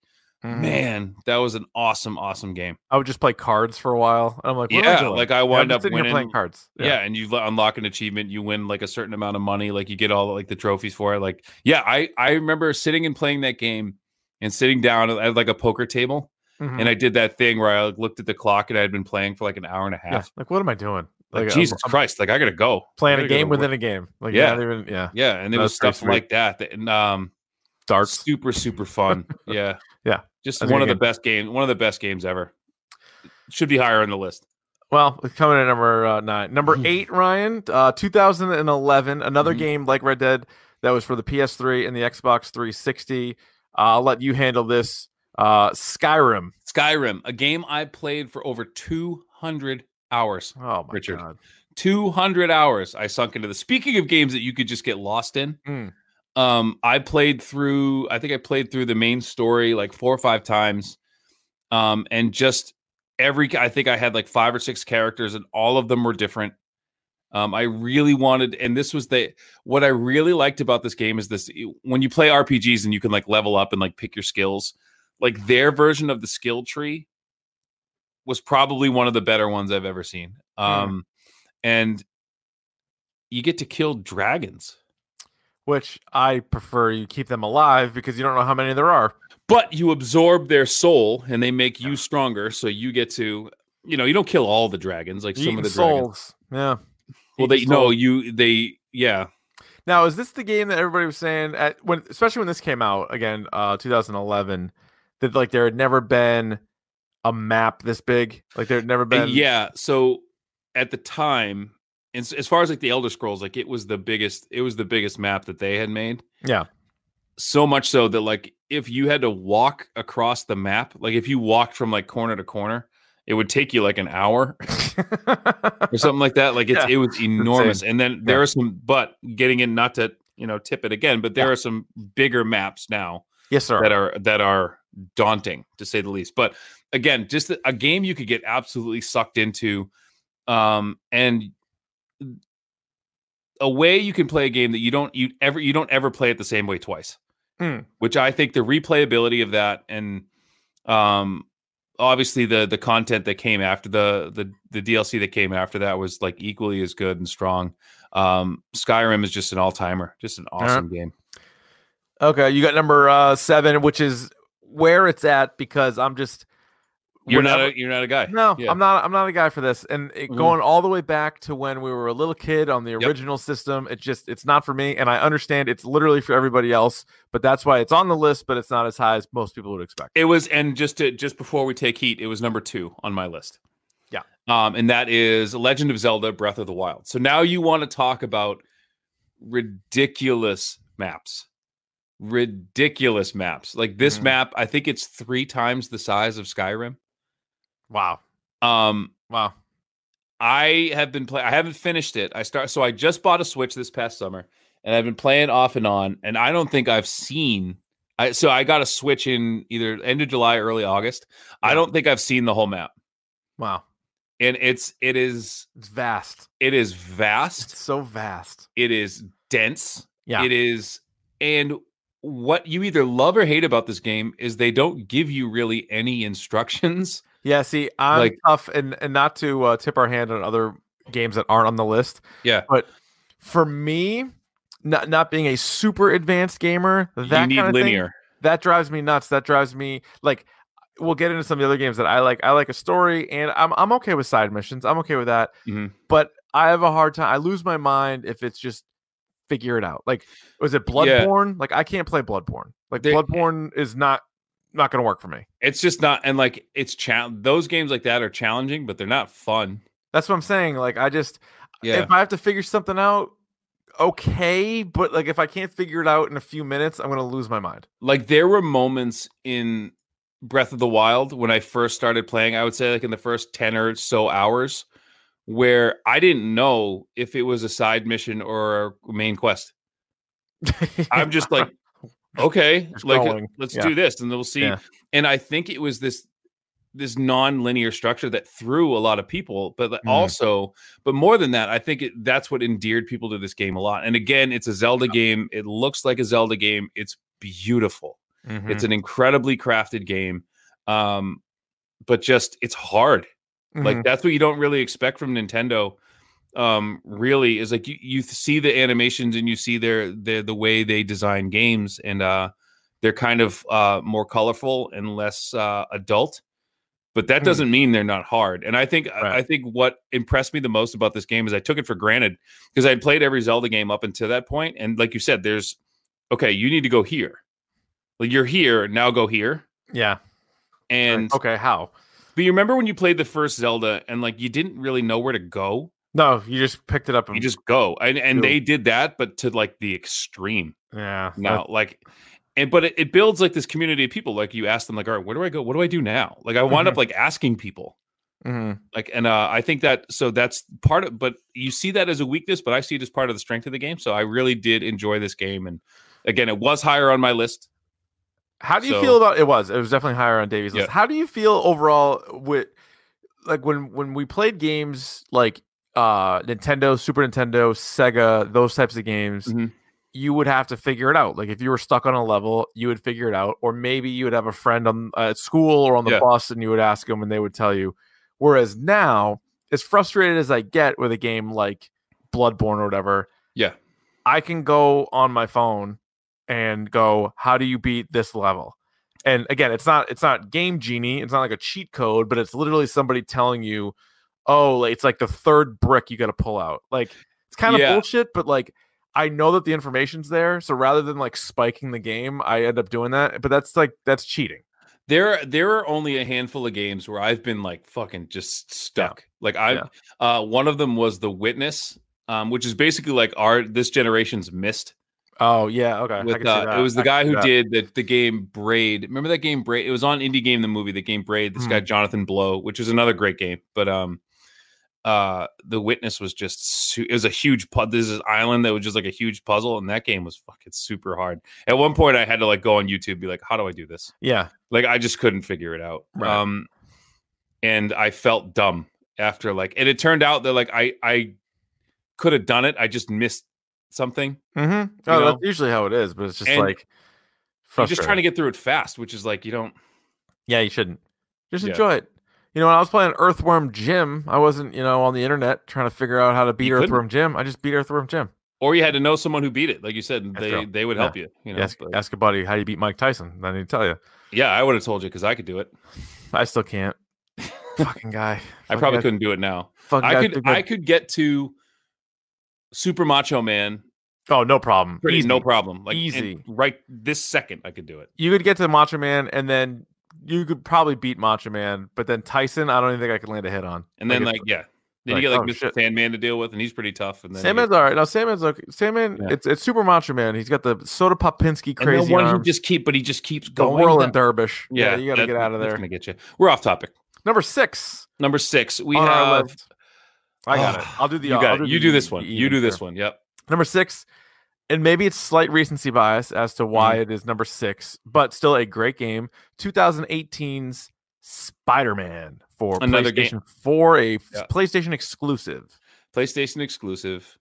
[SPEAKER 4] Mm-hmm.
[SPEAKER 3] Mhm.
[SPEAKER 4] man, that was an awesome awesome game.
[SPEAKER 3] I would just play cards for a while. And I'm like, what am I
[SPEAKER 4] yeah,
[SPEAKER 3] doing?
[SPEAKER 4] like I
[SPEAKER 3] Yeah, I'm
[SPEAKER 4] wind
[SPEAKER 3] just
[SPEAKER 4] up
[SPEAKER 3] sitting here
[SPEAKER 4] winning
[SPEAKER 3] playing cards.
[SPEAKER 4] yeah. and you lo- unlock an achievement you win like a certain amount of money like you get all like the trophies for it like yeah i i remember sitting and playing that game and sitting down at, at, like a poker table
[SPEAKER 3] Mhm.
[SPEAKER 4] and i did that thing where i like, looked at the clock and i had been playing for like an hour and a half
[SPEAKER 3] Yeah, like what am I doing?
[SPEAKER 4] like,
[SPEAKER 3] Like, I'm-
[SPEAKER 4] jesus
[SPEAKER 3] I'm
[SPEAKER 4] christ like i gotta go
[SPEAKER 3] playing
[SPEAKER 4] I
[SPEAKER 3] a
[SPEAKER 4] gotta go
[SPEAKER 3] game
[SPEAKER 4] to
[SPEAKER 3] within
[SPEAKER 4] work.
[SPEAKER 3] a game. Like
[SPEAKER 4] Yeah.
[SPEAKER 3] yeah, not even yeah,
[SPEAKER 4] yeah and there
[SPEAKER 3] That
[SPEAKER 4] was
[SPEAKER 3] was pretty
[SPEAKER 4] stuff
[SPEAKER 3] sweet.
[SPEAKER 4] like that, that and um
[SPEAKER 3] darts.
[SPEAKER 4] super super fun yeah
[SPEAKER 3] Yeah,
[SPEAKER 4] just
[SPEAKER 3] that's a
[SPEAKER 4] one of
[SPEAKER 3] good
[SPEAKER 4] the
[SPEAKER 3] game.
[SPEAKER 4] best games one of the best games ever should be higher on the list
[SPEAKER 3] Well, it's coming in number uh, nine, number
[SPEAKER 4] Mhm.
[SPEAKER 3] eight, Ryan, uh, 2011, another
[SPEAKER 4] Mhm.
[SPEAKER 3] game like Red Dead that was for the PS3 and the Xbox 360. Uh, I'll let you handle this. Uh, Skyrim.
[SPEAKER 4] skyrim a game i played for over 200 hours
[SPEAKER 3] Oh my
[SPEAKER 4] Richard.
[SPEAKER 3] god,
[SPEAKER 4] 200 hours I sunk into the speaking of games that you could just get lost in.
[SPEAKER 3] Mm.
[SPEAKER 4] Um I played through I think I played through the main story like four or five times. Um and just every I think I had like five or six characters and all of them were different. Um I really wanted and this was the what I really liked about this game is this e, when you play RPGs and you can like level up and like pick your skills like their version of the skill tree was probably one of the better ones I've ever seen. Um, and you get to kill dragons,
[SPEAKER 3] which I prefer you keep them alive because you don't know how many there are.
[SPEAKER 4] but you absorb their soul and they make you stronger. So you get to, you know, you don't kill all the dragons, like some
[SPEAKER 3] Eating
[SPEAKER 4] of the dragons.
[SPEAKER 3] souls. Yeah.
[SPEAKER 4] Well, they
[SPEAKER 3] Eating
[SPEAKER 4] no,
[SPEAKER 3] souls.
[SPEAKER 4] you they yeah.
[SPEAKER 3] Now, is this the game that everybody was saying at when, especially when this came out again, uh, 2011, that like there had never been a map this big, like there had never
[SPEAKER 4] Uh,
[SPEAKER 3] been.
[SPEAKER 4] yeah so at the time and s- as far as like the elder scrolls like it was the biggest it was the biggest map that they had made
[SPEAKER 3] Yeah.
[SPEAKER 4] so much so that like if you had to walk across the map like if you walked from like corner to corner it would take you like an hour or something like that like it's,
[SPEAKER 3] Yeah.
[SPEAKER 4] it was enormous and then there are some but getting in not to you know tip it again but there
[SPEAKER 3] Yeah.
[SPEAKER 4] are some bigger maps now
[SPEAKER 3] yes, sir.
[SPEAKER 4] that uh, are that are daunting to say the least. But again, just a a game you could get absolutely sucked into, um, and a way you can play a game that you don't you ever you don't ever play it the same way twice,
[SPEAKER 3] Hmm.
[SPEAKER 4] which I think the replayability of that and um obviously the the content that came after the the the DLC that came after that was like equally as good and strong. Um Skyrim is just an all-timer, just an
[SPEAKER 3] right.
[SPEAKER 4] awesome game.
[SPEAKER 3] Okay, you got number uh, seven, which is where it's at because I'm just
[SPEAKER 4] You're
[SPEAKER 3] whenever-
[SPEAKER 4] not a you're not a guy.
[SPEAKER 3] No,
[SPEAKER 4] Yeah.
[SPEAKER 3] I'm not. I'm not a guy for this. And it,
[SPEAKER 4] Mhm.
[SPEAKER 3] going all the way back to when we were a little kid on the original system, it just it's not for me. And I understand it's literally for everybody else, but that's why it's on the list. But it's not as high as most people would expect.
[SPEAKER 4] It was, and just to, just before we take heat, it was number two on my list.
[SPEAKER 3] Yeah.
[SPEAKER 4] um, and that is Legend of Zelda: Breath of the Wild. So now you want to talk about ridiculous maps, ridiculous maps. Like this
[SPEAKER 3] Mhm.
[SPEAKER 4] map, I think it's three times the size of Skyrim.
[SPEAKER 3] Wow,
[SPEAKER 4] Um,
[SPEAKER 3] wow.
[SPEAKER 4] I have been playing. I haven't finished it. I start. So I just bought a Switch this past summer, and I've been playing off and on. And I don't think I've seen. I so I got a Switch in either end of July, early August. I
[SPEAKER 3] Yeah.
[SPEAKER 4] don't think I've seen the whole map,
[SPEAKER 3] Wow,
[SPEAKER 4] and it's it is
[SPEAKER 3] it's vast.
[SPEAKER 4] it is
[SPEAKER 3] It's
[SPEAKER 4] vast.
[SPEAKER 3] so vast.
[SPEAKER 4] It is dense.
[SPEAKER 3] Yeah.
[SPEAKER 4] It is and. What you either love or hate about this game is they don't give you really any instructions.
[SPEAKER 3] Yeah. See, I'm
[SPEAKER 4] Like-
[SPEAKER 3] tough, and and not to uh, tip our hand on other games that aren't on the list.
[SPEAKER 4] Yeah.
[SPEAKER 3] But for me, not not being a super advanced gamer, that
[SPEAKER 4] you need
[SPEAKER 3] kind of thing,
[SPEAKER 4] linear.
[SPEAKER 3] that drives me nuts. That drives me like we'll get into some of the other games that I like. I like a story and I'm I'm okay with side missions. I'm okay with that.
[SPEAKER 4] Mhm.
[SPEAKER 3] But I have a hard time. I lose my mind if it's just figure it out. Like was it Bloodborne? Like I can't play Bloodborne. Like
[SPEAKER 4] There-
[SPEAKER 3] Bloodborne is not not going to work for me.
[SPEAKER 4] It's just not, and like it's chal. Those games like that are challenging, but they're not fun.
[SPEAKER 3] That's what I'm saying. Like I just
[SPEAKER 4] Yeah,
[SPEAKER 3] if I have to figure something out okay, but like if I can't figure it out in a few minutes, I'm going to lose my mind.
[SPEAKER 4] like there were moments in Breath of the Wild when I first started playing, I would say like in the first 10 or so hours where I didn't know if it was a side mission or a main quest. I'm just like okay,
[SPEAKER 3] Just
[SPEAKER 4] like
[SPEAKER 3] going,
[SPEAKER 4] let's
[SPEAKER 3] yeah.
[SPEAKER 4] do this and then we'll see.
[SPEAKER 3] Yeah.
[SPEAKER 4] And I think it was this this non-linear structure that threw a lot of people, but like,
[SPEAKER 3] Mhm.
[SPEAKER 4] also but more than that, I think it, that's what endeared people to this game a lot. And again, it's a Zelda game. It looks like a Zelda game. It's beautiful.
[SPEAKER 3] Mhm.
[SPEAKER 4] It's an incredibly crafted game. Um, but just it's hard.
[SPEAKER 3] Mhm.
[SPEAKER 4] Like that's what you don't really expect from Nintendo. Um, really is like you, you see the animations and you see their the the way they design games and uh they're kind of uh more colorful and less uh adult. But that
[SPEAKER 3] Hmm.
[SPEAKER 4] doesn't mean they're not hard. And I think
[SPEAKER 3] Right.
[SPEAKER 4] I think what impressed me the most about this game is I took it for granted because I had played every Zelda game up until that point and like you said there's okay, you need to go here. Like you're here, now go here.
[SPEAKER 3] Mm-hmm. yeah. right.
[SPEAKER 4] And
[SPEAKER 3] okay, how?
[SPEAKER 4] but you remember when you played the first Zelda and like you didn't really know where to go?
[SPEAKER 3] No, you just picked it up and
[SPEAKER 4] You just go. And and
[SPEAKER 3] Mm. True.
[SPEAKER 4] they did that, but to like the extreme
[SPEAKER 3] yeah. that-
[SPEAKER 4] now. Like and but it, it builds like this community of people. Like you ask them, like, all right, where do I go? What do I do now? Like I wound up like asking people.
[SPEAKER 3] mhm.
[SPEAKER 4] Like and uh I think that so that's part of but you see that as a weakness, but I see it as part of the strength of the game. So I really did enjoy this game. And again, it was higher on my list.
[SPEAKER 3] How do you
[SPEAKER 4] So-
[SPEAKER 3] feel about it? Was it was definitely higher on Davies' list.
[SPEAKER 4] Yeah.
[SPEAKER 3] How do you feel overall with like when when we played games like uh Nintendo, Super Nintendo, Sega, those types of games?
[SPEAKER 4] Mhm.
[SPEAKER 3] You would have to figure it out. Like if you were stuck on a level, you would figure it out, or maybe you would have a friend on uh, at school or on the
[SPEAKER 4] Yeah.
[SPEAKER 3] bus, and you would ask them, and they would tell you. Whereas now, as frustrated as I get with a game like Bloodborne or whatever,
[SPEAKER 4] Yeah.
[SPEAKER 3] I can go on my phone and go, how do you beat this level? And again, it's not it's not game genie, it's not like a cheat code, but it's literally somebody telling you, oh, like, it's like the third brick you got to pull out. Like it's kind of
[SPEAKER 4] Yeah.
[SPEAKER 3] bullshit, but like I know that the information's there, so rather than like spiking the game, I end up doing that. But that's like that's cheating.
[SPEAKER 4] There, there are only a handful of games where I've been like fucking just stuck. Like I, uh, one of them was The Witness, um, which is basically like our this generation's Mist.
[SPEAKER 3] Oh yeah, okay. I
[SPEAKER 4] With
[SPEAKER 3] can see
[SPEAKER 4] uh,
[SPEAKER 3] that.
[SPEAKER 4] it was the
[SPEAKER 3] I can
[SPEAKER 4] guy
[SPEAKER 3] see
[SPEAKER 4] who did
[SPEAKER 3] that.
[SPEAKER 4] the, the game Braid. Remember that game Braid? It was on Indie Game the Movie. The game Braid. This guy
[SPEAKER 3] Mm-hmm.
[SPEAKER 4] Jonathan Blow, which was another great game. But um, uh, The Witness was just su- it was a huge puzzle. This is island that was just like a huge puzzle, and that game was fucking super hard. At one point, I had to like go on YouTube, be like, "How do I do this?"
[SPEAKER 3] Yeah.
[SPEAKER 4] like i just couldn't figure it out
[SPEAKER 3] Right.
[SPEAKER 4] um and i felt dumb after like and it turned out that like i i could have done it i just missed something
[SPEAKER 3] Mm-hmm.
[SPEAKER 4] You
[SPEAKER 3] Oh,
[SPEAKER 4] know?
[SPEAKER 3] that's usually how it is, but it's just
[SPEAKER 4] And
[SPEAKER 3] like
[SPEAKER 4] i'm just trying
[SPEAKER 3] frustrating.
[SPEAKER 4] to get through it fast which is like you don't
[SPEAKER 3] Yeah, you shouldn't. Just
[SPEAKER 4] Yeah.
[SPEAKER 3] enjoy it. You know, when I was playing Earthworm Jim, I wasn't, you know, on the internet trying to figure out how to beat
[SPEAKER 4] couldn't?
[SPEAKER 3] Earthworm Jim. I just beat Earthworm Jim.
[SPEAKER 4] or you had to know someone who beat it like you said and
[SPEAKER 3] That's
[SPEAKER 4] they
[SPEAKER 3] true.
[SPEAKER 4] they would
[SPEAKER 3] Yeah.
[SPEAKER 4] help you you know
[SPEAKER 3] ask,
[SPEAKER 4] but-
[SPEAKER 3] ask a buddy how do you beat Mike Tyson. Then he'd tell you.
[SPEAKER 4] yeah i would have told you because i could do it
[SPEAKER 3] I still can't. fucking guy.
[SPEAKER 4] i
[SPEAKER 3] Fucking
[SPEAKER 4] probably
[SPEAKER 3] guy-
[SPEAKER 4] couldn't do it now
[SPEAKER 3] Fucking
[SPEAKER 4] i
[SPEAKER 3] guy
[SPEAKER 4] could
[SPEAKER 3] figured-
[SPEAKER 4] i could get to super macho man
[SPEAKER 3] Oh, no problem.
[SPEAKER 4] pretty
[SPEAKER 3] Easy.
[SPEAKER 4] no problem like and
[SPEAKER 3] Easy.
[SPEAKER 4] right this second i could do it
[SPEAKER 3] You could get to Macho Man, and then you could probably beat Macho Man, but then Tyson, I don't even think I could land a hit on.
[SPEAKER 4] and then
[SPEAKER 3] it's-
[SPEAKER 4] like yeah then
[SPEAKER 3] like,
[SPEAKER 4] you get like
[SPEAKER 3] oh,
[SPEAKER 4] mr
[SPEAKER 3] shit. uh,
[SPEAKER 4] sandman to deal with and he's pretty tough and then you get-
[SPEAKER 3] Sandman's all right. Now Sandman's okay. Sandman,
[SPEAKER 4] Yeah.
[SPEAKER 3] it's it's super macho man. He's got the soda Popinski crazy
[SPEAKER 4] and then one
[SPEAKER 3] arms,
[SPEAKER 4] he just keep, but he just keeps
[SPEAKER 3] the
[SPEAKER 4] going. That-
[SPEAKER 3] whirling dervish. Yeah, you got to
[SPEAKER 4] that-
[SPEAKER 3] get out of
[SPEAKER 4] that's
[SPEAKER 3] there.
[SPEAKER 4] Gonna get you. We're off topic.
[SPEAKER 3] Number six
[SPEAKER 4] Number six, we
[SPEAKER 3] on our
[SPEAKER 4] have.
[SPEAKER 3] list. I got
[SPEAKER 4] Oh,
[SPEAKER 3] it. I'll do the. E
[SPEAKER 4] you
[SPEAKER 3] I'll
[SPEAKER 4] got it. You
[SPEAKER 3] the
[SPEAKER 4] do this
[SPEAKER 3] easy-
[SPEAKER 4] one.
[SPEAKER 3] the
[SPEAKER 4] You
[SPEAKER 3] easy
[SPEAKER 4] do this
[SPEAKER 3] here.
[SPEAKER 4] one. Yep.
[SPEAKER 3] Number six, and maybe it's slight recency bias as to
[SPEAKER 4] Mm-hmm.
[SPEAKER 3] why it is number six, but still a great game. 2018's Spider-Man for
[SPEAKER 4] Another
[SPEAKER 3] PlayStation
[SPEAKER 4] game.
[SPEAKER 3] Four, a f-
[SPEAKER 4] Yeah.
[SPEAKER 3] PlayStation exclusive.
[SPEAKER 4] PlayStation exclusive.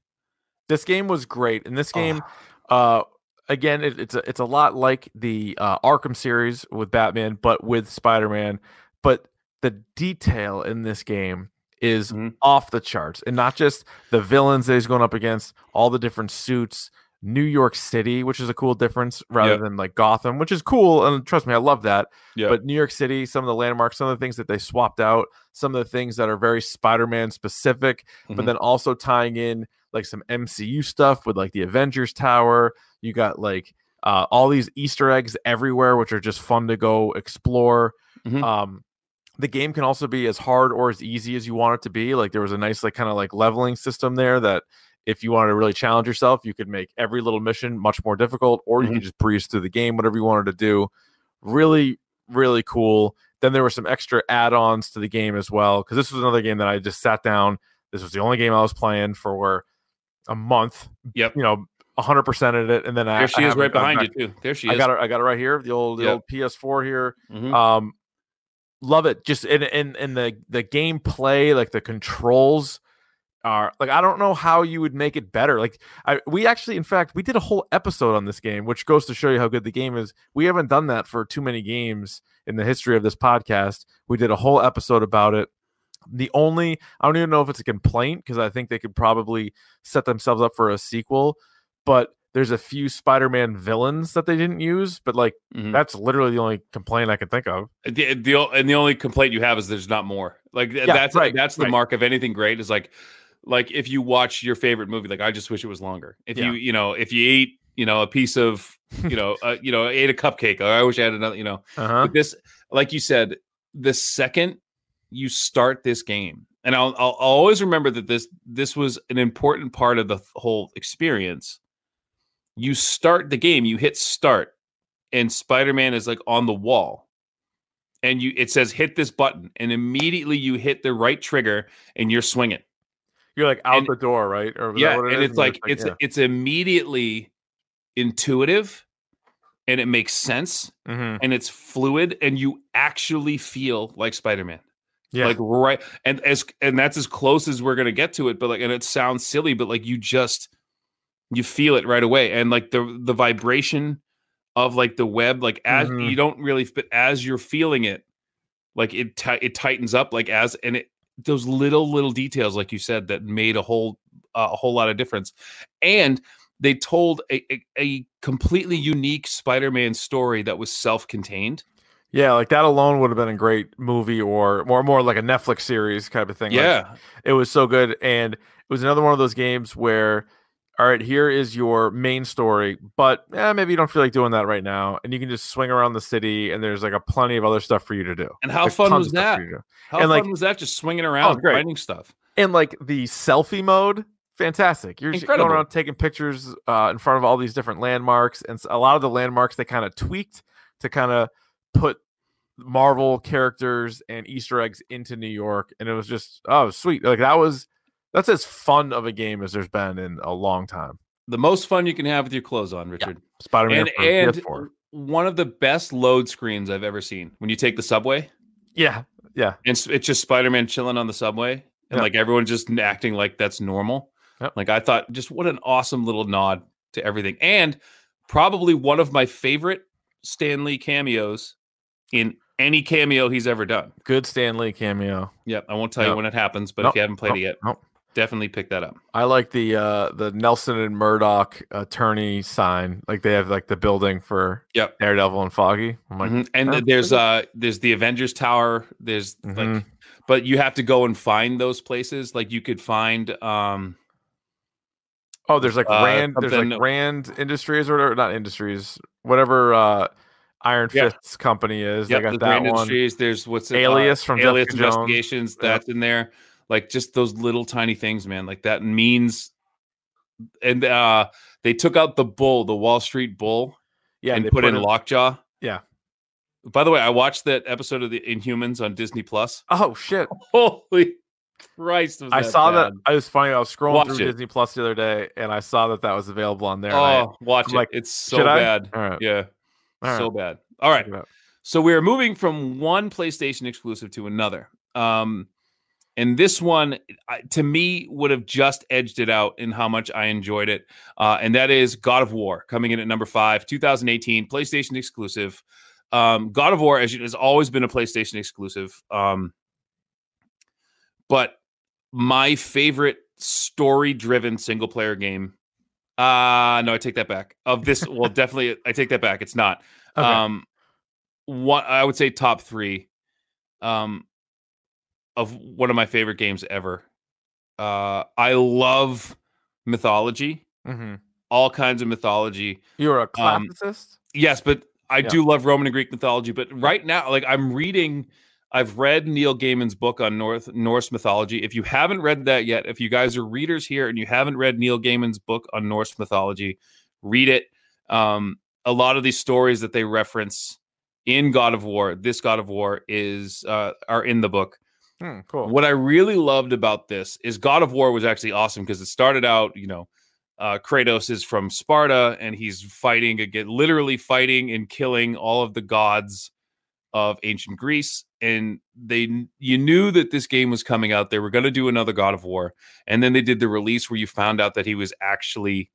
[SPEAKER 3] this game was great and this
[SPEAKER 4] Oh.
[SPEAKER 3] game uh again it, it's a, it's a lot like the uh, arkham series with batman but with spider-man but the detail in this game is
[SPEAKER 4] Mhm.
[SPEAKER 3] off the charts and not just the villains that he's going up against all the different suits new york city which is a cool difference rather
[SPEAKER 4] Yep.
[SPEAKER 3] than like gotham which is cool and trust me i love that
[SPEAKER 4] Yeah.
[SPEAKER 3] but New York City, some of the landmarks, some of the things that they swapped out, some of the things that are very Spider-Man specific, but
[SPEAKER 4] Mhm.
[SPEAKER 3] then also tying in like some MCU stuff with like the Avengers Tower. You got like uh, all these Easter eggs everywhere, which are just fun to go explore.
[SPEAKER 4] Mhm.
[SPEAKER 3] Um, the game can also be as hard or as easy as you want it to be. Like there was a nice like kind of like leveling system there that if you wanted to really challenge yourself, you could make every little mission much more difficult, or
[SPEAKER 4] Mm-hmm.
[SPEAKER 3] you could just breeze through the game, whatever you wanted to do. Really, really cool. Then there were some extra add-ons to the game as well, because this was another game that I just sat down. This was the only game I was playing for a month.
[SPEAKER 4] Yep.
[SPEAKER 3] You know, 100 percent of it, and then I,
[SPEAKER 4] There she
[SPEAKER 3] I
[SPEAKER 4] is,
[SPEAKER 3] haven't
[SPEAKER 4] right
[SPEAKER 3] gotten
[SPEAKER 4] behind
[SPEAKER 3] back-
[SPEAKER 4] you too. There she is.
[SPEAKER 3] I got it. I got it right here. The old, the
[SPEAKER 4] Yep.
[SPEAKER 3] old PS4 here.
[SPEAKER 4] Mhm.
[SPEAKER 3] Um, love it. Just and and and the the gameplay, like the controls are like I don't know how you would make it better. Like I we actually, in fact, we did a whole episode on this game, which goes to show you how good the game is. We haven't done that for too many games in the history of this podcast. We did a whole episode about it. The only I don't even know if it's a complaint because I think they could probably set themselves up for a sequel, but there's a few Spider-Man villains that they didn't use, but like
[SPEAKER 4] Mhm.
[SPEAKER 3] that's literally the only complaint I can think of.
[SPEAKER 4] the, the o- and the only complaint you have is there's not more. Like th-
[SPEAKER 3] Yeah,
[SPEAKER 4] that's
[SPEAKER 3] right,
[SPEAKER 4] that's the
[SPEAKER 3] right.
[SPEAKER 4] mark of anything great is like like if you watch your favorite movie, like I just wish it was longer. If
[SPEAKER 3] Yeah.
[SPEAKER 4] you you know if you ate you know a piece of you know uh, you know ate a cupcake, or I wish I had another you know
[SPEAKER 3] Uh-huh.
[SPEAKER 4] But this, like you said, the second you start this game, and I'll, I'll I'll always remember that this this was an important part of the whole experience. You start the game, you hit start, and Spider Man is like on the wall, and you it says hit this button, and immediately you hit the right trigger, and you're swinging
[SPEAKER 3] You're like out
[SPEAKER 4] and-
[SPEAKER 3] the door, right? Or is that
[SPEAKER 4] yeah
[SPEAKER 3] what it
[SPEAKER 4] and
[SPEAKER 3] is?
[SPEAKER 4] it's
[SPEAKER 3] you're
[SPEAKER 4] like
[SPEAKER 3] just
[SPEAKER 4] it's it's immediately intuitive and it makes sense
[SPEAKER 3] yeah. Mhm.
[SPEAKER 4] and it's fluid and you actually feel like spider-man
[SPEAKER 3] Yeah.
[SPEAKER 4] like right and as and that's as close as we're gonna get to it but like and it sounds silly but like you just you feel it right away and like the the vibration of like the web like as
[SPEAKER 3] Mhm.
[SPEAKER 4] you don't really but as you're feeling it like it ti- it tightens up like as and it those little little details like you said that made a whole a whole lot of difference and they told a, a, a completely unique spider-man story that was self-contained
[SPEAKER 3] Yeah, like that alone would have been a great movie or more more like a Netflix series kind of thing. Like,
[SPEAKER 4] yeah
[SPEAKER 3] it was so good. And it was another one of those games where, all right, here is your main story, but eh, maybe you don't feel like doing that right now. And you can just swing around the city and there's like a plenty of other stuff for you to do.
[SPEAKER 4] and how
[SPEAKER 3] Like,
[SPEAKER 4] fun
[SPEAKER 3] tons
[SPEAKER 4] was
[SPEAKER 3] of stuff
[SPEAKER 4] that
[SPEAKER 3] for you to do.
[SPEAKER 4] how
[SPEAKER 3] And,
[SPEAKER 4] fun
[SPEAKER 3] like- Oh,
[SPEAKER 4] was that just swinging around
[SPEAKER 3] great.
[SPEAKER 4] finding stuff
[SPEAKER 3] And like the selfie mode, fantastic. You're just going
[SPEAKER 4] Incredible.
[SPEAKER 3] around taking pictures uh, in front of all these different landmarks. And s- a lot of the landmarks they kind of tweaked to kind of put Marvel characters and Easter eggs into New York. And it was just, oh, sweet. Like that was, that's as fun of a game as there's been in a long time.
[SPEAKER 4] the most fun you can have with your clothes on richard
[SPEAKER 3] Spider Man
[SPEAKER 4] and and one of the best load screens I've ever seen when you take the subway
[SPEAKER 3] Yeah, yeah.
[SPEAKER 4] and s- it's just Spider-Man chilling on the subway and
[SPEAKER 3] Yeah.
[SPEAKER 4] like everyone just n- acting like that's normal.
[SPEAKER 3] Yeah.
[SPEAKER 4] Like I thought just what an awesome little nod to everything. And probably one of my favorite Stan Lee cameos in any cameo he's ever done.
[SPEAKER 3] Good Stanley cameo.
[SPEAKER 4] Yep, I won't tell
[SPEAKER 3] Yeah.
[SPEAKER 4] you when it happens, but
[SPEAKER 3] Nope,
[SPEAKER 4] if you haven't played
[SPEAKER 3] nope,
[SPEAKER 4] it yet,
[SPEAKER 3] nope.
[SPEAKER 4] definitely pick that up.
[SPEAKER 3] I like the uh the Nelson and Murdoch attorney sign. Like they have like the building for
[SPEAKER 4] Yep.
[SPEAKER 3] Daredevil and Foggy. I'm like,
[SPEAKER 4] Mhm. And
[SPEAKER 3] "Oh,
[SPEAKER 4] th- there's
[SPEAKER 3] pretty
[SPEAKER 4] uh there's the Avengers Tower, there's like
[SPEAKER 3] Mhm.
[SPEAKER 4] but you have to go and find those places. Like you could find um
[SPEAKER 3] oh, there's like
[SPEAKER 4] uh,
[SPEAKER 3] Rand, there's
[SPEAKER 4] something-
[SPEAKER 3] like Rand Industries or whatever, not Industries, whatever uh Iron
[SPEAKER 4] Yeah.
[SPEAKER 3] Fist's company is.
[SPEAKER 4] Yep,
[SPEAKER 3] they got
[SPEAKER 4] the
[SPEAKER 3] that
[SPEAKER 4] Grand
[SPEAKER 3] one.
[SPEAKER 4] Industries. There's what's it,
[SPEAKER 3] Alias from Jessica
[SPEAKER 4] Alias
[SPEAKER 3] Jones.
[SPEAKER 4] Investigations.
[SPEAKER 3] Yep.
[SPEAKER 4] That's in there. Like just those little tiny things, man. Like that means. And uh they took out the bull, the Wall Street bull,
[SPEAKER 3] Yeah,
[SPEAKER 4] and
[SPEAKER 3] they
[SPEAKER 4] put, in Lockjaw.
[SPEAKER 3] Yeah.
[SPEAKER 4] By the way, I watched that episode of the Inhumans on Disney Plus.
[SPEAKER 3] Oh shit!
[SPEAKER 4] Holy Christ! was
[SPEAKER 3] I saw
[SPEAKER 4] bad.
[SPEAKER 3] that. I was funny. I was scrolling
[SPEAKER 4] Watch
[SPEAKER 3] through
[SPEAKER 4] it.
[SPEAKER 3] Disney Plus the other day, and I saw that that was available on there. and I-
[SPEAKER 4] Oh, watch
[SPEAKER 3] I'm
[SPEAKER 4] it.
[SPEAKER 3] like,
[SPEAKER 4] it's so
[SPEAKER 3] should I?
[SPEAKER 4] bad.
[SPEAKER 3] all right,
[SPEAKER 4] Yeah.
[SPEAKER 3] all
[SPEAKER 4] so
[SPEAKER 3] right.
[SPEAKER 4] bad. All right.
[SPEAKER 3] Yeah.
[SPEAKER 4] So we are moving from one PlayStation exclusive to another. Um, and this one, I- to me, would have just edged it out in how much I enjoyed it. Uh, and that is God of War coming in at number five, 2018, PlayStation exclusive. Um, God of War, as you has always been a PlayStation exclusive. Um, but my favorite story driven single player game. Uh, no, I take that back. Of this, well, definitely, I take that back. It's not.
[SPEAKER 3] Okay.
[SPEAKER 4] Um, what I would say top three, um, of one of my favorite games ever. Uh, I love mythology,
[SPEAKER 3] Mhm.
[SPEAKER 4] all kinds of mythology.
[SPEAKER 3] You're a
[SPEAKER 4] Um,
[SPEAKER 3] classicist.
[SPEAKER 4] Yes, but I
[SPEAKER 3] Yeah.
[SPEAKER 4] do love Roman and Greek mythology. But right now, like I'm reading, I've read Neil Gaiman's book on North Norse mythology. If you haven't read that yet, if you guys are readers here and you haven't read Neil Gaiman's book on Norse mythology, read it. Um, a lot of these stories that they reference in God of War, this God of War is uh, are in the book.
[SPEAKER 3] Hmm, cool.
[SPEAKER 4] What I really loved about this is God of War was actually awesome because it started out, you know, uh, Kratos is from Sparta and he's fighting again, literally fighting and killing all of the gods of ancient Greece. And they, kn- you knew that this game was coming out. They were going to do another God of War, and then they did the release where you found out that he was actually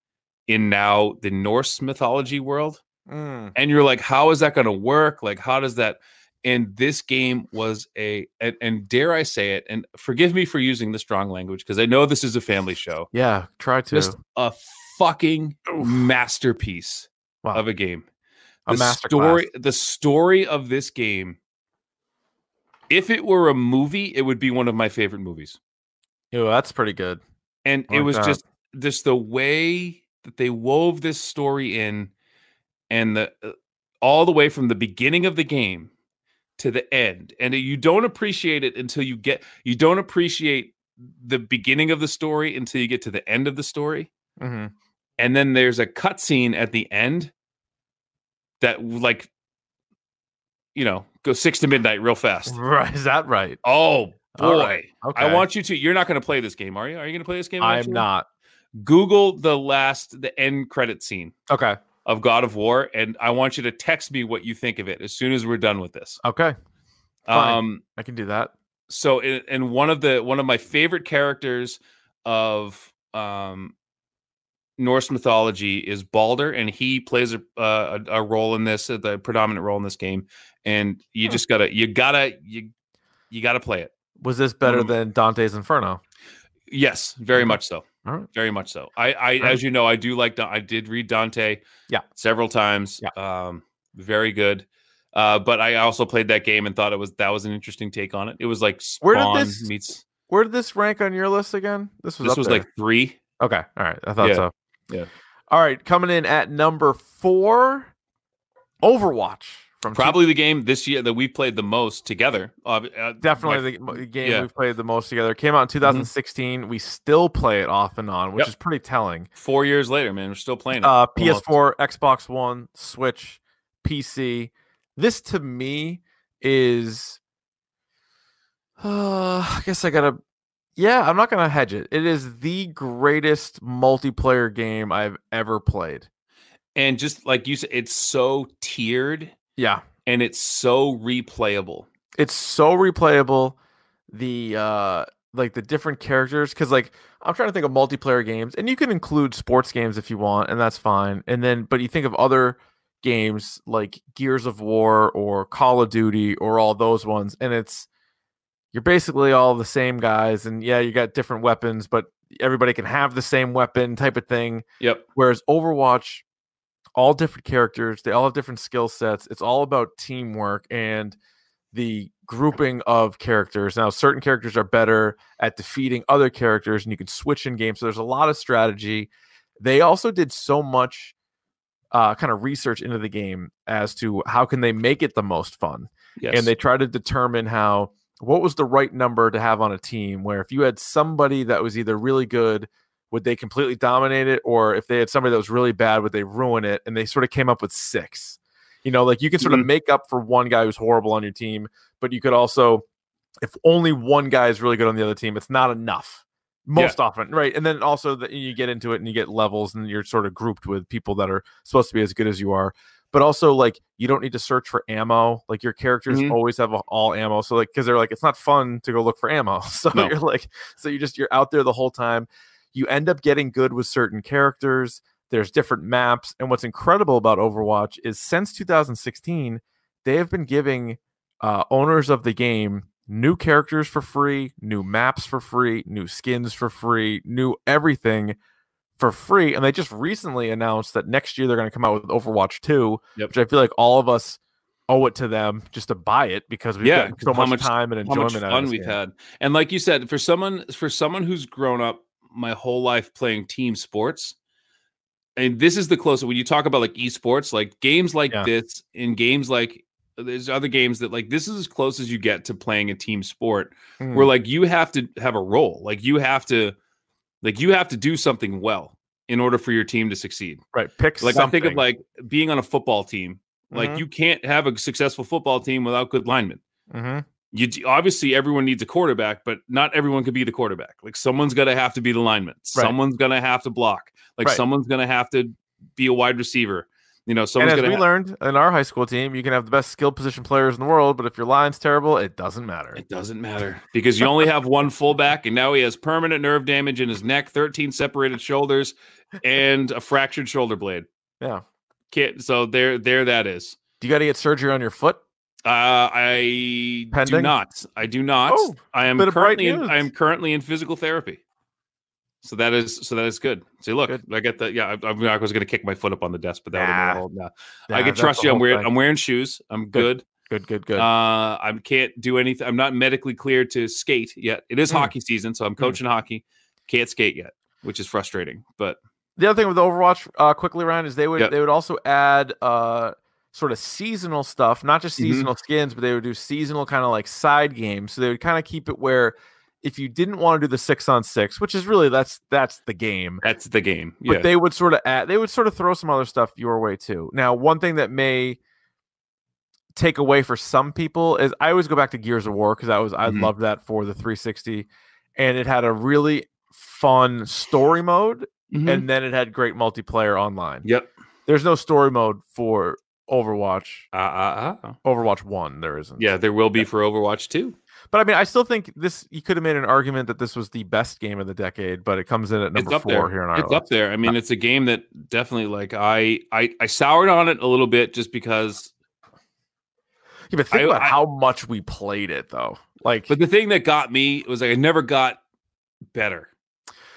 [SPEAKER 4] in now the Norse mythology world
[SPEAKER 3] Mm.
[SPEAKER 4] and you're like how is that going to work like how does that and this game was a and, and dare i say it and forgive me for using the strong language because i know this is a family show
[SPEAKER 3] Yeah, try to.
[SPEAKER 4] just a fucking
[SPEAKER 3] Oof.
[SPEAKER 4] masterpiece
[SPEAKER 3] Wow.
[SPEAKER 4] of a game
[SPEAKER 3] A
[SPEAKER 4] the
[SPEAKER 3] masterclass.
[SPEAKER 4] story the story of this game if it were a movie it would be one of my favorite movies
[SPEAKER 3] Ew, that's pretty good.
[SPEAKER 4] and
[SPEAKER 3] I
[SPEAKER 4] it
[SPEAKER 3] like
[SPEAKER 4] was
[SPEAKER 3] that.
[SPEAKER 4] just just the way that they wove this story in and the uh, all the way from the beginning of the game to the end and you don't appreciate it until you get you don't appreciate the beginning of the story until you get to the end of the story
[SPEAKER 3] Mhm.
[SPEAKER 4] and then there's a cutscene at the end that like you know goes six to midnight real fast
[SPEAKER 3] Right, is that right?
[SPEAKER 4] oh boy
[SPEAKER 3] All right. Okay.
[SPEAKER 4] i want you to you're not going to play this game are you are you going to play this game
[SPEAKER 3] I'm
[SPEAKER 4] eventually?
[SPEAKER 3] not.
[SPEAKER 4] Google the last the end credit scene
[SPEAKER 3] Okay.
[SPEAKER 4] of God of War, and I want you to text me what you think of it as soon as we're done with this.
[SPEAKER 3] Okay. Fine.
[SPEAKER 4] Um,
[SPEAKER 3] I can do that.
[SPEAKER 4] so and and one of the one of my favorite characters of um Norse mythology is Balder, and he plays a a, a role in this, uh, the predominant role in this game. And you just gotta, you gotta, you you gotta play it.
[SPEAKER 3] Was this better
[SPEAKER 4] Um,
[SPEAKER 3] than Dante's Inferno?
[SPEAKER 4] Yes, very much so.
[SPEAKER 3] All right.
[SPEAKER 4] Very much so. I, I
[SPEAKER 3] right.
[SPEAKER 4] as you know, I do like. Da- I did read Dante.
[SPEAKER 3] Yeah.
[SPEAKER 4] several times.
[SPEAKER 3] Yeah.
[SPEAKER 4] um, very good. Uh, but I also played that game and thought it was that was an interesting take on it. It was like Spawn
[SPEAKER 3] Where did this-
[SPEAKER 4] meets.
[SPEAKER 3] Where did this rank on your list again? This was
[SPEAKER 4] This
[SPEAKER 3] up
[SPEAKER 4] was
[SPEAKER 3] there.
[SPEAKER 4] like three.
[SPEAKER 3] Okay. All right. I thought
[SPEAKER 4] Yeah.
[SPEAKER 3] so.
[SPEAKER 4] Yeah.
[SPEAKER 3] All right. Coming in at number four, Overwatch from two-
[SPEAKER 4] Probably the game this year that we played the most together. Uh, uh,
[SPEAKER 3] definitely
[SPEAKER 4] my-
[SPEAKER 3] the mo- game
[SPEAKER 4] yeah.
[SPEAKER 3] we've played the most together. It came out in 2016. We still play it off and on, which
[SPEAKER 4] Yep.
[SPEAKER 3] is pretty telling.
[SPEAKER 4] four years later, man. We're still playing it.
[SPEAKER 3] Uh,
[SPEAKER 4] Almost.
[SPEAKER 3] PS4, Xbox One, Switch, PC. This to me is, uh, I guess I gotta. Yeah, I'm not gonna hedge it. It is the greatest multiplayer game I've ever played.
[SPEAKER 4] and just like you said, it's so tiered
[SPEAKER 3] Yeah,
[SPEAKER 4] and it's so replayable.
[SPEAKER 3] it's so replayable the uh like the different characters because like i'm trying to think of multiplayer games and you can include sports games if you want and that's fine and then but you think of other games like gears of war or call of duty or all those ones and it's you're basically all the same guys and yeah you got different weapons but everybody can have the same weapon type of thing
[SPEAKER 4] Yep.
[SPEAKER 3] Whereas Overwatch, all different characters, they all have different skill sets. It's all about teamwork and the grouping of characters. Now, certain characters are better at defeating other characters, and you can switch in game. So there's a lot of strategy. They also did so much uh, kind of research into the game as to how can they make it the most fun
[SPEAKER 4] Yes.
[SPEAKER 3] and they try to determine how what was the right number to have on a team where if you had somebody that was either really good would they completely dominate it or if they had somebody that was really bad would they ruin it and they sort of came up with six you know like you can sort of make up for one guy who's horrible on your team but you could also if only one guy is really good on the other team it's not enough most often right and then also that you get into it and you get levels and you're sort of grouped with people that are supposed to be as good as you are but also like you don't need to search for ammo. Like your characters
[SPEAKER 4] Mhm.
[SPEAKER 3] always have a- all ammo. So like because they're like it's not fun to go look for ammo. So
[SPEAKER 4] No.
[SPEAKER 3] you're like so you just you're out there the whole time. You end up getting good with certain characters. There's different maps, and what's incredible about Overwatch is since 2016, they have been giving uh, owners of the game new characters for free, new maps for free, new skins for free, new everything for free. And they just recently announced that next year they're going to come out with Overwatch 2,
[SPEAKER 4] Yep.
[SPEAKER 3] which I feel like all of us owe it to them just to buy it because we've
[SPEAKER 4] Yeah,
[SPEAKER 3] got
[SPEAKER 4] 'cause
[SPEAKER 3] so
[SPEAKER 4] how
[SPEAKER 3] much,
[SPEAKER 4] much-
[SPEAKER 3] time and
[SPEAKER 4] how
[SPEAKER 3] enjoyment
[SPEAKER 4] much
[SPEAKER 3] out of
[SPEAKER 4] fun
[SPEAKER 3] this
[SPEAKER 4] we've
[SPEAKER 3] game.
[SPEAKER 4] had. And like you said, for someone for someone who's grown up my whole life playing team sports, and this is the closest when you talk about like esports, like games like
[SPEAKER 3] Yeah.
[SPEAKER 4] this and games like there's other games that like this is as close as you get to playing a team sport
[SPEAKER 3] Mm.
[SPEAKER 4] where like you have to have a role. Like you have to like you have to do something well in order for your team to succeed.
[SPEAKER 3] right. Pick
[SPEAKER 4] Like I think
[SPEAKER 3] something.
[SPEAKER 4] of like being on a football team. Like
[SPEAKER 3] Mhm.
[SPEAKER 4] you can't have a successful football team without good linemen
[SPEAKER 3] Mhm.
[SPEAKER 4] you d- obviously everyone needs a quarterback, but not everyone could be the quarterback. Like someone's gonna have to be the lineman. Someone's gonna have to block. Like
[SPEAKER 3] Right.
[SPEAKER 4] someone's gonna have to be a wide receiver. You know,
[SPEAKER 3] And
[SPEAKER 4] someone's
[SPEAKER 3] as
[SPEAKER 4] gonna.
[SPEAKER 3] we
[SPEAKER 4] ha-
[SPEAKER 3] learned in our high school team, you can have the best skill position players in the world, but if your line's terrible, it doesn't matter.
[SPEAKER 4] it doesn't matter because you only have one fullback, and now he has permanent nerve damage in his neck, thirteen separated shoulders, and a fractured shoulder blade.
[SPEAKER 3] Yeah.
[SPEAKER 4] Can't, so there, there that is.
[SPEAKER 3] You got to get surgery on your foot.
[SPEAKER 4] Uh, I do
[SPEAKER 3] Pending?
[SPEAKER 4] not. I do not.
[SPEAKER 3] Oh,
[SPEAKER 4] I am
[SPEAKER 3] bit of bright
[SPEAKER 4] currently. In,
[SPEAKER 3] news.
[SPEAKER 4] I am currently in physical therapy. So that is. So that is good. See, look,
[SPEAKER 3] Good.
[SPEAKER 4] I get the. Yeah, I, I was going to kick my foot up on the desk, but that
[SPEAKER 3] Nah.
[SPEAKER 4] would nah.
[SPEAKER 3] Nah,
[SPEAKER 4] I can
[SPEAKER 3] that's
[SPEAKER 4] trust
[SPEAKER 3] the
[SPEAKER 4] you. I'm
[SPEAKER 3] whole
[SPEAKER 4] wearing.
[SPEAKER 3] thing.
[SPEAKER 4] I'm wearing shoes. I'm
[SPEAKER 3] Good,
[SPEAKER 4] good.
[SPEAKER 3] Good, good, good.
[SPEAKER 4] Uh, I can't do anything. I'm not medically cleared to skate yet. It is
[SPEAKER 3] Mm.
[SPEAKER 4] hockey season, so I'm coaching hockey. Can't skate yet, which is frustrating. But
[SPEAKER 3] the other thing with Overwatch, uh, quickly Ryan, is they would
[SPEAKER 4] Yep.
[SPEAKER 3] they would also add uh, sort of seasonal stuff, not just
[SPEAKER 4] Mhm.
[SPEAKER 3] seasonal skins, but they would do seasonal kind of like side games. So they would kind of keep it where if you didn't want to do the six on six, which is really that's that's the game,
[SPEAKER 4] that's the game.
[SPEAKER 3] but
[SPEAKER 4] Yeah.
[SPEAKER 3] they would sort of add they would sort of throw some other stuff your way too. Now, one thing that may take away for some people is I always go back to Gears of War because I was I
[SPEAKER 4] Mhm.
[SPEAKER 3] loved that for the 360, and it had a really fun story mode
[SPEAKER 4] Mhm.
[SPEAKER 3] and then it had great multiplayer online.
[SPEAKER 4] yep.
[SPEAKER 3] There's no story mode for Overwatch.
[SPEAKER 4] Uh, uh, uh.
[SPEAKER 3] Overwatch One, there isn't.
[SPEAKER 4] Yeah, there will be for Overwatch too.
[SPEAKER 3] but I mean, I still think this. You could have made an argument that this was the best game of the decade, but it comes in at number four
[SPEAKER 4] there.
[SPEAKER 3] here in Ireland.
[SPEAKER 4] It's up there. I mean, it's a game that definitely like I I, I soured on it a little bit just because
[SPEAKER 3] Yeah, but think
[SPEAKER 4] I-
[SPEAKER 3] about
[SPEAKER 4] I-
[SPEAKER 3] how much we played it, though. Like,
[SPEAKER 4] But the thing that got me was like I never got better.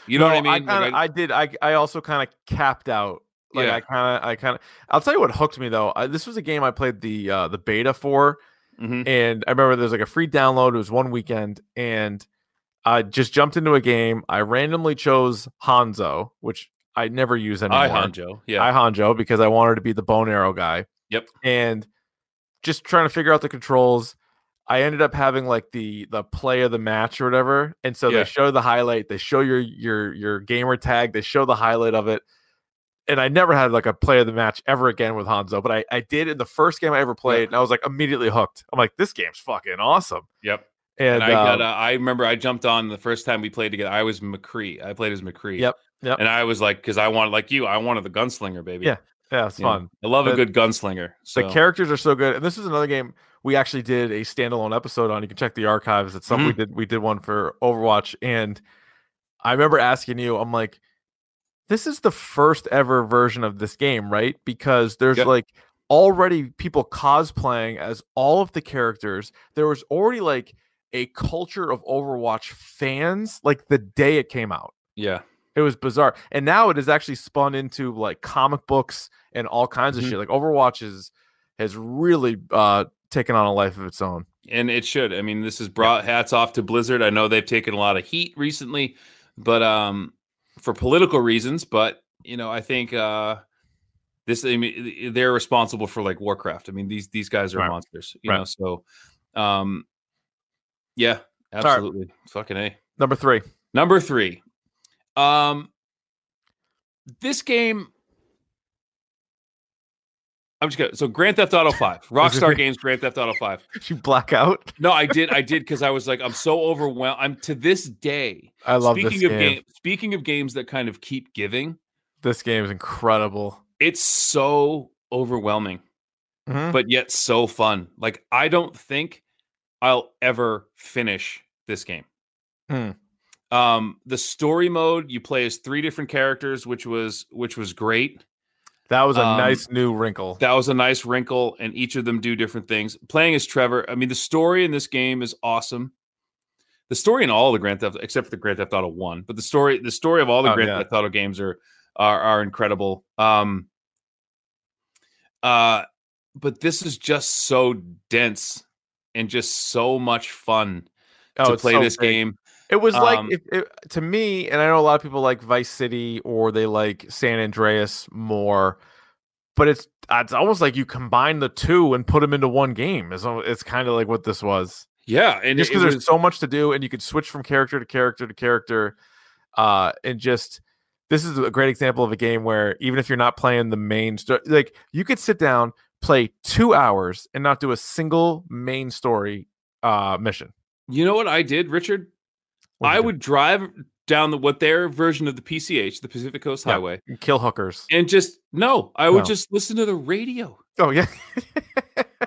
[SPEAKER 4] You know
[SPEAKER 3] No,
[SPEAKER 4] what I mean? Like,
[SPEAKER 3] kinda, I,
[SPEAKER 4] I-
[SPEAKER 3] did. I I also kind of capped out. Like
[SPEAKER 4] Yeah.
[SPEAKER 3] I kind of, I kind of. I'll tell you what hooked me though. I, this was a game I played the uh, the beta for,
[SPEAKER 4] Mhm.
[SPEAKER 3] and I remember there was like a free download. It was one weekend, and I just jumped into a game. I randomly chose Hanzo, which I never use anymore.
[SPEAKER 4] I Hanjo. Yeah.
[SPEAKER 3] I Hanjo because I wanted to be the bone arrow guy.
[SPEAKER 4] Yep.
[SPEAKER 3] And just trying to figure out the controls. I ended up having like the the play of the match or whatever. And so
[SPEAKER 4] Yeah.
[SPEAKER 3] they show the highlight, they show your your your gamer tag, they show the highlight of it. And I never had like a play of the match ever again with Hanzo, but I, I did in the first game I ever played, and I was like immediately hooked. I'm like, this game's fucking awesome.
[SPEAKER 4] yep.
[SPEAKER 3] And,
[SPEAKER 4] And, I got.
[SPEAKER 3] um,
[SPEAKER 4] Uh, I remember I jumped on the first time we played together. I was McCree. I played as McCree.
[SPEAKER 3] Yep, yep.
[SPEAKER 4] And I was like, because I wanted like you, I wanted the gunslinger, baby.
[SPEAKER 3] yeah, it's
[SPEAKER 4] You know,
[SPEAKER 3] fun.
[SPEAKER 4] I love a
[SPEAKER 3] The-
[SPEAKER 4] good gunslinger. So
[SPEAKER 3] The characters are so good, and this is another game we actually did a standalone episode on. You can check the archives. It's something we
[SPEAKER 4] Mm-hmm.
[SPEAKER 3] did. We did one for Overwatch, and I remember asking you, I'm like, "This is the first ever version of this game, right?" Because there's
[SPEAKER 4] Yep.
[SPEAKER 3] like already people cosplaying as all of the characters. There was already like a culture of Overwatch fans, like the day it came out.
[SPEAKER 4] yeah,
[SPEAKER 3] It was bizarre. And now it has actually spun into like comic books and all kinds
[SPEAKER 4] Mhm.
[SPEAKER 3] of shit. Like Overwatch is has really uh taken on a life of its own.
[SPEAKER 4] and it should. I mean, this is brought hats off to Blizzard. I know they've taken a lot of heat recently, but um, for political reasons. But you know, I think uh, this. I mean, they're responsible for like Warcraft. I mean, these these guys are
[SPEAKER 3] Right.
[SPEAKER 4] monsters. You
[SPEAKER 3] Right.
[SPEAKER 4] know, so um, yeah,
[SPEAKER 3] right.
[SPEAKER 4] absolutely, fucking a.
[SPEAKER 3] Number three.
[SPEAKER 4] Number three. Um this game. I'm just gonna so Grand Theft Auto 5. Rockstar Games Grand Theft Auto 5.
[SPEAKER 3] Did you black out?
[SPEAKER 4] No, I did, I did because I was like, I'm so overwhelmed. I'm to this day.
[SPEAKER 3] I love
[SPEAKER 4] speaking
[SPEAKER 3] this game.
[SPEAKER 4] of speaking of games that kind of keep giving,
[SPEAKER 3] This game is incredible.
[SPEAKER 4] it's so overwhelming,
[SPEAKER 3] Mhm.
[SPEAKER 4] but yet so fun. Like, I don't think I'll ever finish this game.
[SPEAKER 3] Hmm.
[SPEAKER 4] Um, the story mode, you play as three different characters, which was which was great.
[SPEAKER 3] That was a
[SPEAKER 4] um,
[SPEAKER 3] nice new wrinkle.
[SPEAKER 4] That was a nice wrinkle, and each of them do different things. Playing as Trevor, I mean, the story in this game is awesome. The story in all the Grand Theft, except for the Grand Theft Auto One, but the story, the story of all the
[SPEAKER 3] Oh,
[SPEAKER 4] Grand
[SPEAKER 3] yeah.
[SPEAKER 4] Theft Auto games are are, are incredible. Um, uh, but this is just so dense and just so much fun to
[SPEAKER 3] Oh, it's
[SPEAKER 4] play
[SPEAKER 3] so
[SPEAKER 4] this
[SPEAKER 3] big.
[SPEAKER 4] game.
[SPEAKER 3] It was like
[SPEAKER 4] Um,
[SPEAKER 3] if it, to me, and I know a lot of people like Vice City or they like San Andreas more, but it's it's almost like you combine the two and put them into one game. It's al- it's kind of like what this was.
[SPEAKER 4] Yeah, and
[SPEAKER 3] just
[SPEAKER 4] it- it
[SPEAKER 3] because
[SPEAKER 4] was-
[SPEAKER 3] there's so much to do and you could switch from character to character to character uh and just this is a great example of a game where even if you're not playing the main story like you could sit down play two hours and not do a single main story uh mission
[SPEAKER 4] You know what I did, Richard?
[SPEAKER 3] What'd
[SPEAKER 4] I
[SPEAKER 3] you do?
[SPEAKER 4] would drive down the what their version of the PCH, the Pacific Coast
[SPEAKER 3] Yeah.
[SPEAKER 4] Highway,
[SPEAKER 3] You kill hookers
[SPEAKER 4] and just no, I would
[SPEAKER 3] No.
[SPEAKER 4] just listen to the radio.
[SPEAKER 3] oh yeah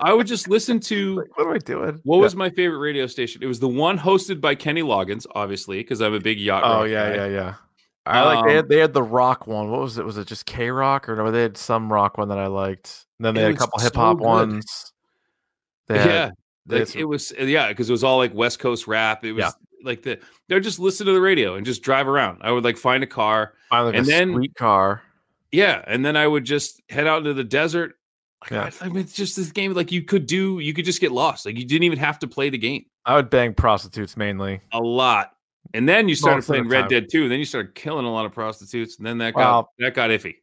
[SPEAKER 4] I would just listen to
[SPEAKER 3] like, what am i doing
[SPEAKER 4] what
[SPEAKER 3] Yeah.
[SPEAKER 4] was my favorite radio station? It was the one hosted by Kenny Loggins, obviously, because I'm a big yacht.
[SPEAKER 3] oh
[SPEAKER 4] rock
[SPEAKER 3] yeah
[SPEAKER 4] guy.
[SPEAKER 3] yeah yeah I like they
[SPEAKER 4] Um,
[SPEAKER 3] had, they had the rock one. What was it? Was it just K rock or no? They had some rock one that I liked. And
[SPEAKER 4] It
[SPEAKER 3] then they had a
[SPEAKER 4] was
[SPEAKER 3] couple
[SPEAKER 4] so
[SPEAKER 3] hip hop
[SPEAKER 4] good.
[SPEAKER 3] ones. They had-
[SPEAKER 4] yeah.
[SPEAKER 3] they had
[SPEAKER 4] Like
[SPEAKER 3] some-
[SPEAKER 4] it was, yeah, because it was all like West Coast rap. It was
[SPEAKER 3] Yeah.
[SPEAKER 4] like the they would just listen to the radio and just drive around. I would like find a car.
[SPEAKER 3] finally like,
[SPEAKER 4] and
[SPEAKER 3] a
[SPEAKER 4] then-
[SPEAKER 3] sweet car.
[SPEAKER 4] Yeah, and then I would just head out into the desert. Like,
[SPEAKER 3] Yeah.
[SPEAKER 4] I, I mean, it's just this game. Like you could do, you could just get lost. Like you didn't even have to play the game
[SPEAKER 3] I would bang prostitutes mainly.
[SPEAKER 4] a lot. And then you started
[SPEAKER 3] Most of the
[SPEAKER 4] playing Red
[SPEAKER 3] time.
[SPEAKER 4] Dead 2, and then you started killing a lot of prostitutes, and then that got
[SPEAKER 3] Well,
[SPEAKER 4] that got iffy.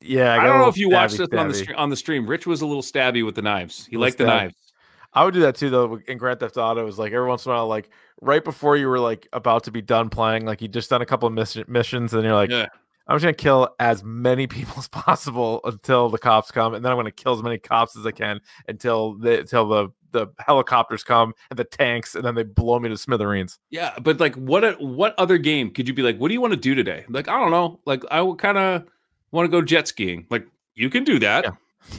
[SPEAKER 3] Yeah,
[SPEAKER 4] I,
[SPEAKER 3] got a
[SPEAKER 4] don't know
[SPEAKER 3] little
[SPEAKER 4] if you watched
[SPEAKER 3] stabby,
[SPEAKER 4] this on the
[SPEAKER 3] stabby.
[SPEAKER 4] stream. On the stream, Rich was a little stabby with the knives. He
[SPEAKER 3] Little
[SPEAKER 4] liked the
[SPEAKER 3] stabby.
[SPEAKER 4] knives.
[SPEAKER 3] I would do that too, though. In Grand Theft Auto, it was like every once in a while, like right before you were like about to be done playing, like you just done a couple of mission- missions, and you're like,
[SPEAKER 4] Yeah.
[SPEAKER 3] I'm just gonna kill as many people as possible until the cops come, and then I'm gonna kill as many cops as I can until the until the the helicopters come and the tanks, and then they blow me to smithereens.
[SPEAKER 4] Yeah, but like, what a, what other game could you be like? What do you want to do today? Like, I don't know. Like, I kind of want to go jet skiing. Like, you can do that.
[SPEAKER 3] Yeah.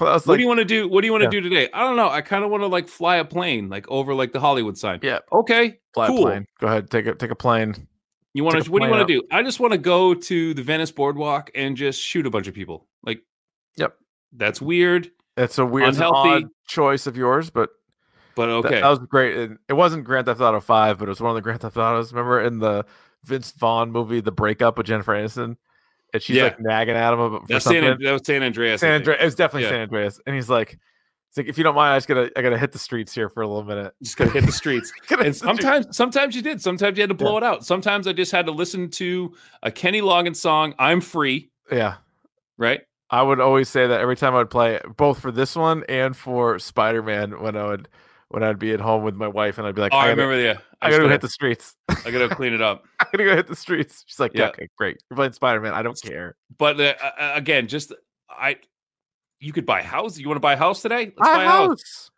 [SPEAKER 3] Well, I was
[SPEAKER 4] what
[SPEAKER 3] like,
[SPEAKER 4] do you want to do? What do you want to
[SPEAKER 3] Yeah.
[SPEAKER 4] do today? I don't know. I kind of want to like fly a plane, like over like the Hollywood sign.
[SPEAKER 3] yeah,
[SPEAKER 4] Okay,
[SPEAKER 3] fly a
[SPEAKER 4] cool.
[SPEAKER 3] plane. Go ahead, take a take a plane.
[SPEAKER 4] You want
[SPEAKER 3] Take
[SPEAKER 4] to?
[SPEAKER 3] a
[SPEAKER 4] What do you
[SPEAKER 3] plane
[SPEAKER 4] want
[SPEAKER 3] up.
[SPEAKER 4] to do? I just want to go to the Venice Boardwalk and just shoot a bunch of people. Like,
[SPEAKER 3] Yep.
[SPEAKER 4] that's weird.
[SPEAKER 3] It's a weird, it's an
[SPEAKER 4] Unhealthy.
[SPEAKER 3] odd choice of yours, but
[SPEAKER 4] But
[SPEAKER 3] That-
[SPEAKER 4] okay,
[SPEAKER 3] That, was great. And it wasn't Grand Theft Auto Five, but it was one of the Grand Theft Autos. Remember in the Vince Vaughn movie, The Breakup with Jennifer Aniston, and she's
[SPEAKER 4] Yeah.
[SPEAKER 3] like nagging at him about for
[SPEAKER 4] that's
[SPEAKER 3] something.
[SPEAKER 4] San, that was San Andreas. I
[SPEAKER 3] San
[SPEAKER 4] think.
[SPEAKER 3] Andreas. It was definitely
[SPEAKER 4] Yeah.
[SPEAKER 3] San Andreas, and he's like, "It's like if you don't mind, I just gotta, I gotta hit the streets here for a little minute."
[SPEAKER 4] Just gotta hit the streets.
[SPEAKER 3] Gotta hit
[SPEAKER 4] and
[SPEAKER 3] the streets.
[SPEAKER 4] sometimes, sometimes you did. Sometimes you had to blow it out. Sometimes I just had to listen to a Kenny Loggins song, "I'm Free,"
[SPEAKER 3] yeah,
[SPEAKER 4] right?
[SPEAKER 3] I would always say that every time I would play, both for this one and for Spider Man, when I would, when I'd be at home with my wife, and I'd be like,
[SPEAKER 4] oh,
[SPEAKER 3] I,
[SPEAKER 4] I
[SPEAKER 3] gotta-
[SPEAKER 4] remember. Yeah,
[SPEAKER 3] I
[SPEAKER 4] just
[SPEAKER 3] gotta go
[SPEAKER 4] gotta-
[SPEAKER 3] hit the streets.
[SPEAKER 4] I gotta clean it up.
[SPEAKER 3] I gotta go hit the streets." She's like,
[SPEAKER 4] Yeah.
[SPEAKER 3] "Okay, great. You're playing Spider Man. I don't care."
[SPEAKER 4] But uh, uh, uh, again, just I, you could buy a house. You want to buy a house today? Let's
[SPEAKER 3] My
[SPEAKER 4] buy a house.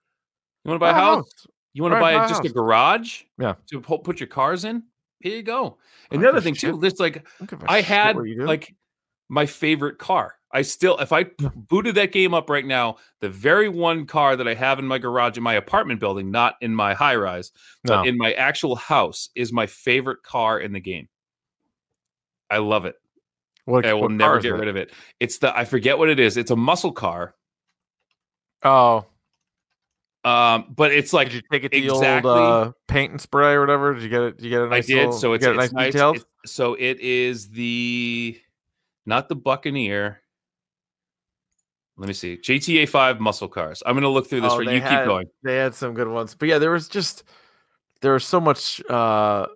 [SPEAKER 4] You want to buy a
[SPEAKER 3] My
[SPEAKER 4] house? You want
[SPEAKER 3] Right,
[SPEAKER 4] to buy
[SPEAKER 3] buy a
[SPEAKER 4] just
[SPEAKER 3] house.
[SPEAKER 4] a garage?
[SPEAKER 3] Yeah.
[SPEAKER 4] To pu- put your cars in. Here you go. And
[SPEAKER 3] I
[SPEAKER 4] the other
[SPEAKER 3] give a
[SPEAKER 4] thing too,
[SPEAKER 3] shit.
[SPEAKER 4] just like
[SPEAKER 3] I don't give a
[SPEAKER 4] I
[SPEAKER 3] shit
[SPEAKER 4] had
[SPEAKER 3] what you do.
[SPEAKER 4] like my favorite car. I still, if I booted that game up right now, the very one car that I have in my garage in my apartment building, not in my high rise,
[SPEAKER 3] no.
[SPEAKER 4] but in my actual house, is my favorite car in the game. I love it.
[SPEAKER 3] what,
[SPEAKER 4] I will
[SPEAKER 3] what
[SPEAKER 4] never
[SPEAKER 3] car is
[SPEAKER 4] get
[SPEAKER 3] it?
[SPEAKER 4] rid of it. It's the I forget what it is. It's a muscle car,
[SPEAKER 3] Oh,
[SPEAKER 4] um, but it's like
[SPEAKER 3] did you take it to the
[SPEAKER 4] exactly-
[SPEAKER 3] old uh, paint and spray or whatever? Did you get it? Did you get a nice?
[SPEAKER 4] I did.
[SPEAKER 3] little-
[SPEAKER 4] so
[SPEAKER 3] you
[SPEAKER 4] it's,
[SPEAKER 3] get
[SPEAKER 4] it's
[SPEAKER 3] nice,
[SPEAKER 4] nice.
[SPEAKER 3] details.
[SPEAKER 4] it's- so it is the not the Buccaneer. Let me see. GTA Five muscle cars. I'm gonna look through this.
[SPEAKER 3] Oh,
[SPEAKER 4] for
[SPEAKER 3] they
[SPEAKER 4] you
[SPEAKER 3] had-
[SPEAKER 4] keep going.
[SPEAKER 3] They had some good ones, but yeah, there was just there was so much uh,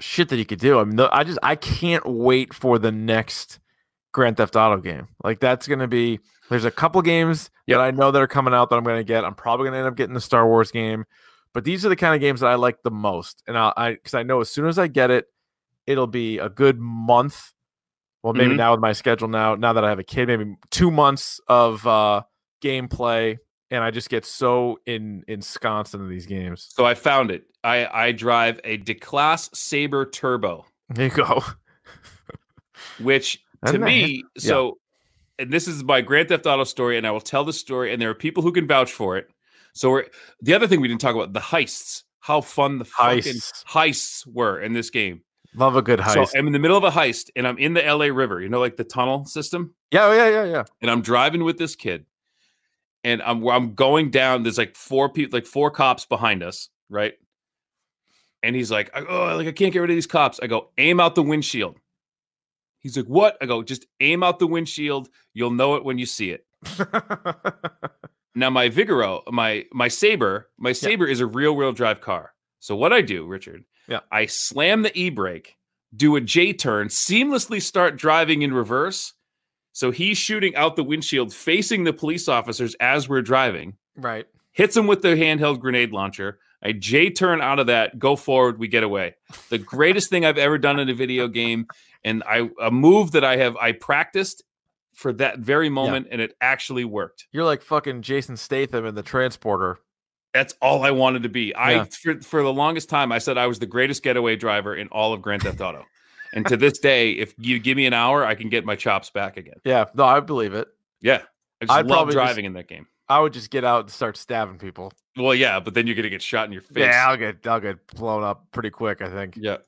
[SPEAKER 3] shit that you could do. I mean, the- I just I can't wait for the next Grand Theft Auto game. Like that's gonna be. There's a couple games
[SPEAKER 4] Yep.
[SPEAKER 3] that I know that are coming out that I'm gonna get. I'm probably gonna end up getting the Star Wars game, but these are the kind of games that I like the most, and I I because I know as soon as I get it, it'll be a good month. Well, maybe
[SPEAKER 4] Mhm.
[SPEAKER 3] now with my schedule now, now that I have a kid, maybe two months of uh, gameplay, and I just get so in ensconced into these games.
[SPEAKER 4] So I found it. I I drive a DeClass Saber Turbo,
[SPEAKER 3] There you go.
[SPEAKER 4] which to
[SPEAKER 3] Isn't that hip?
[SPEAKER 4] me, so and this is my Grand Theft Auto story, and I will tell the story, and there are people who can vouch for it. So we're the other thing we didn't talk about the heists. How fun the fucking
[SPEAKER 3] Heists.
[SPEAKER 4] heists were in this game.
[SPEAKER 3] Love a good heist.
[SPEAKER 4] So I'm in the middle of a heist and I'm in the LA River, you know, like the tunnel system.
[SPEAKER 3] yeah, oh, yeah, yeah, yeah.
[SPEAKER 4] And I'm driving with this kid and I'm I'm going down. There's like four people, like four cops behind us, right? And he's like, oh, like I can't get rid of these cops. I go, aim out the windshield. He's like, what? I go, just aim out the windshield. You'll know it when you see it. Now my Vigoro, my my saber, my saber is a real wheel drive car. So what I do, Richard,
[SPEAKER 3] Yeah.
[SPEAKER 4] I slam the e brake, do a J turn, seamlessly start driving in reverse. So he's shooting out the windshield, facing the police officers as we're driving.
[SPEAKER 3] right.
[SPEAKER 4] Hits him with the handheld grenade launcher. I J turn out of that, go forward, we get away. The greatest thing I've ever done in a video game, and I a move that I have I practiced for that very moment, and it actually worked.
[SPEAKER 3] You're like fucking Jason Statham in the Transporter.
[SPEAKER 4] That's all I wanted to be.
[SPEAKER 3] Yeah.
[SPEAKER 4] I for, for the longest time I said I was the greatest getaway driver in all of Grand Theft Auto. and to this day, if you give me an hour, I can get my chops back again.
[SPEAKER 3] Yeah, no, I believe it.
[SPEAKER 4] Yeah. I just
[SPEAKER 3] I'd
[SPEAKER 4] love
[SPEAKER 3] probably just-
[SPEAKER 4] driving in that game.
[SPEAKER 3] I would just get out and start stabbing people.
[SPEAKER 4] Well, yeah, but then you're gonna get shot in your face.
[SPEAKER 3] Yeah, I'll get I'll get blown up pretty quick, I think.
[SPEAKER 4] Yeah.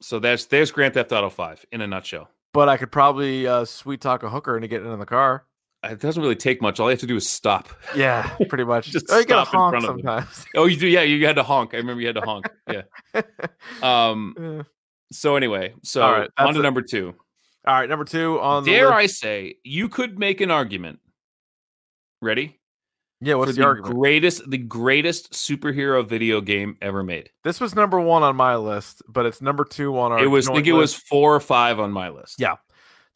[SPEAKER 4] So that's there's Grand Theft Auto 5 in a nutshell.
[SPEAKER 3] But I could probably uh, sweet talk a hooker into getting in the car.
[SPEAKER 4] It doesn't really take much. All you have to do is stop.
[SPEAKER 3] Yeah, pretty much.
[SPEAKER 4] Just
[SPEAKER 3] Or you gotta
[SPEAKER 4] stop in
[SPEAKER 3] honk
[SPEAKER 4] front of them.
[SPEAKER 3] sometimes.
[SPEAKER 4] Oh, you do, yeah, you had to honk. I remember you had to honk. Yeah. Um,
[SPEAKER 3] Yeah.
[SPEAKER 4] so anyway, so
[SPEAKER 3] All right,
[SPEAKER 4] on
[SPEAKER 3] that's
[SPEAKER 4] to
[SPEAKER 3] it.
[SPEAKER 4] number two.
[SPEAKER 3] All right, number two on the
[SPEAKER 4] Dare
[SPEAKER 3] list-
[SPEAKER 4] I say, you could make an argument. Ready?
[SPEAKER 3] yeah. What's
[SPEAKER 4] for
[SPEAKER 3] the argument?
[SPEAKER 4] greatest the greatest superhero video game ever made.
[SPEAKER 3] This was number one on my list, but it's number two on our.
[SPEAKER 4] it was I
[SPEAKER 3] joint
[SPEAKER 4] think it was
[SPEAKER 3] list.
[SPEAKER 4] four or five on my list.
[SPEAKER 3] Yeah.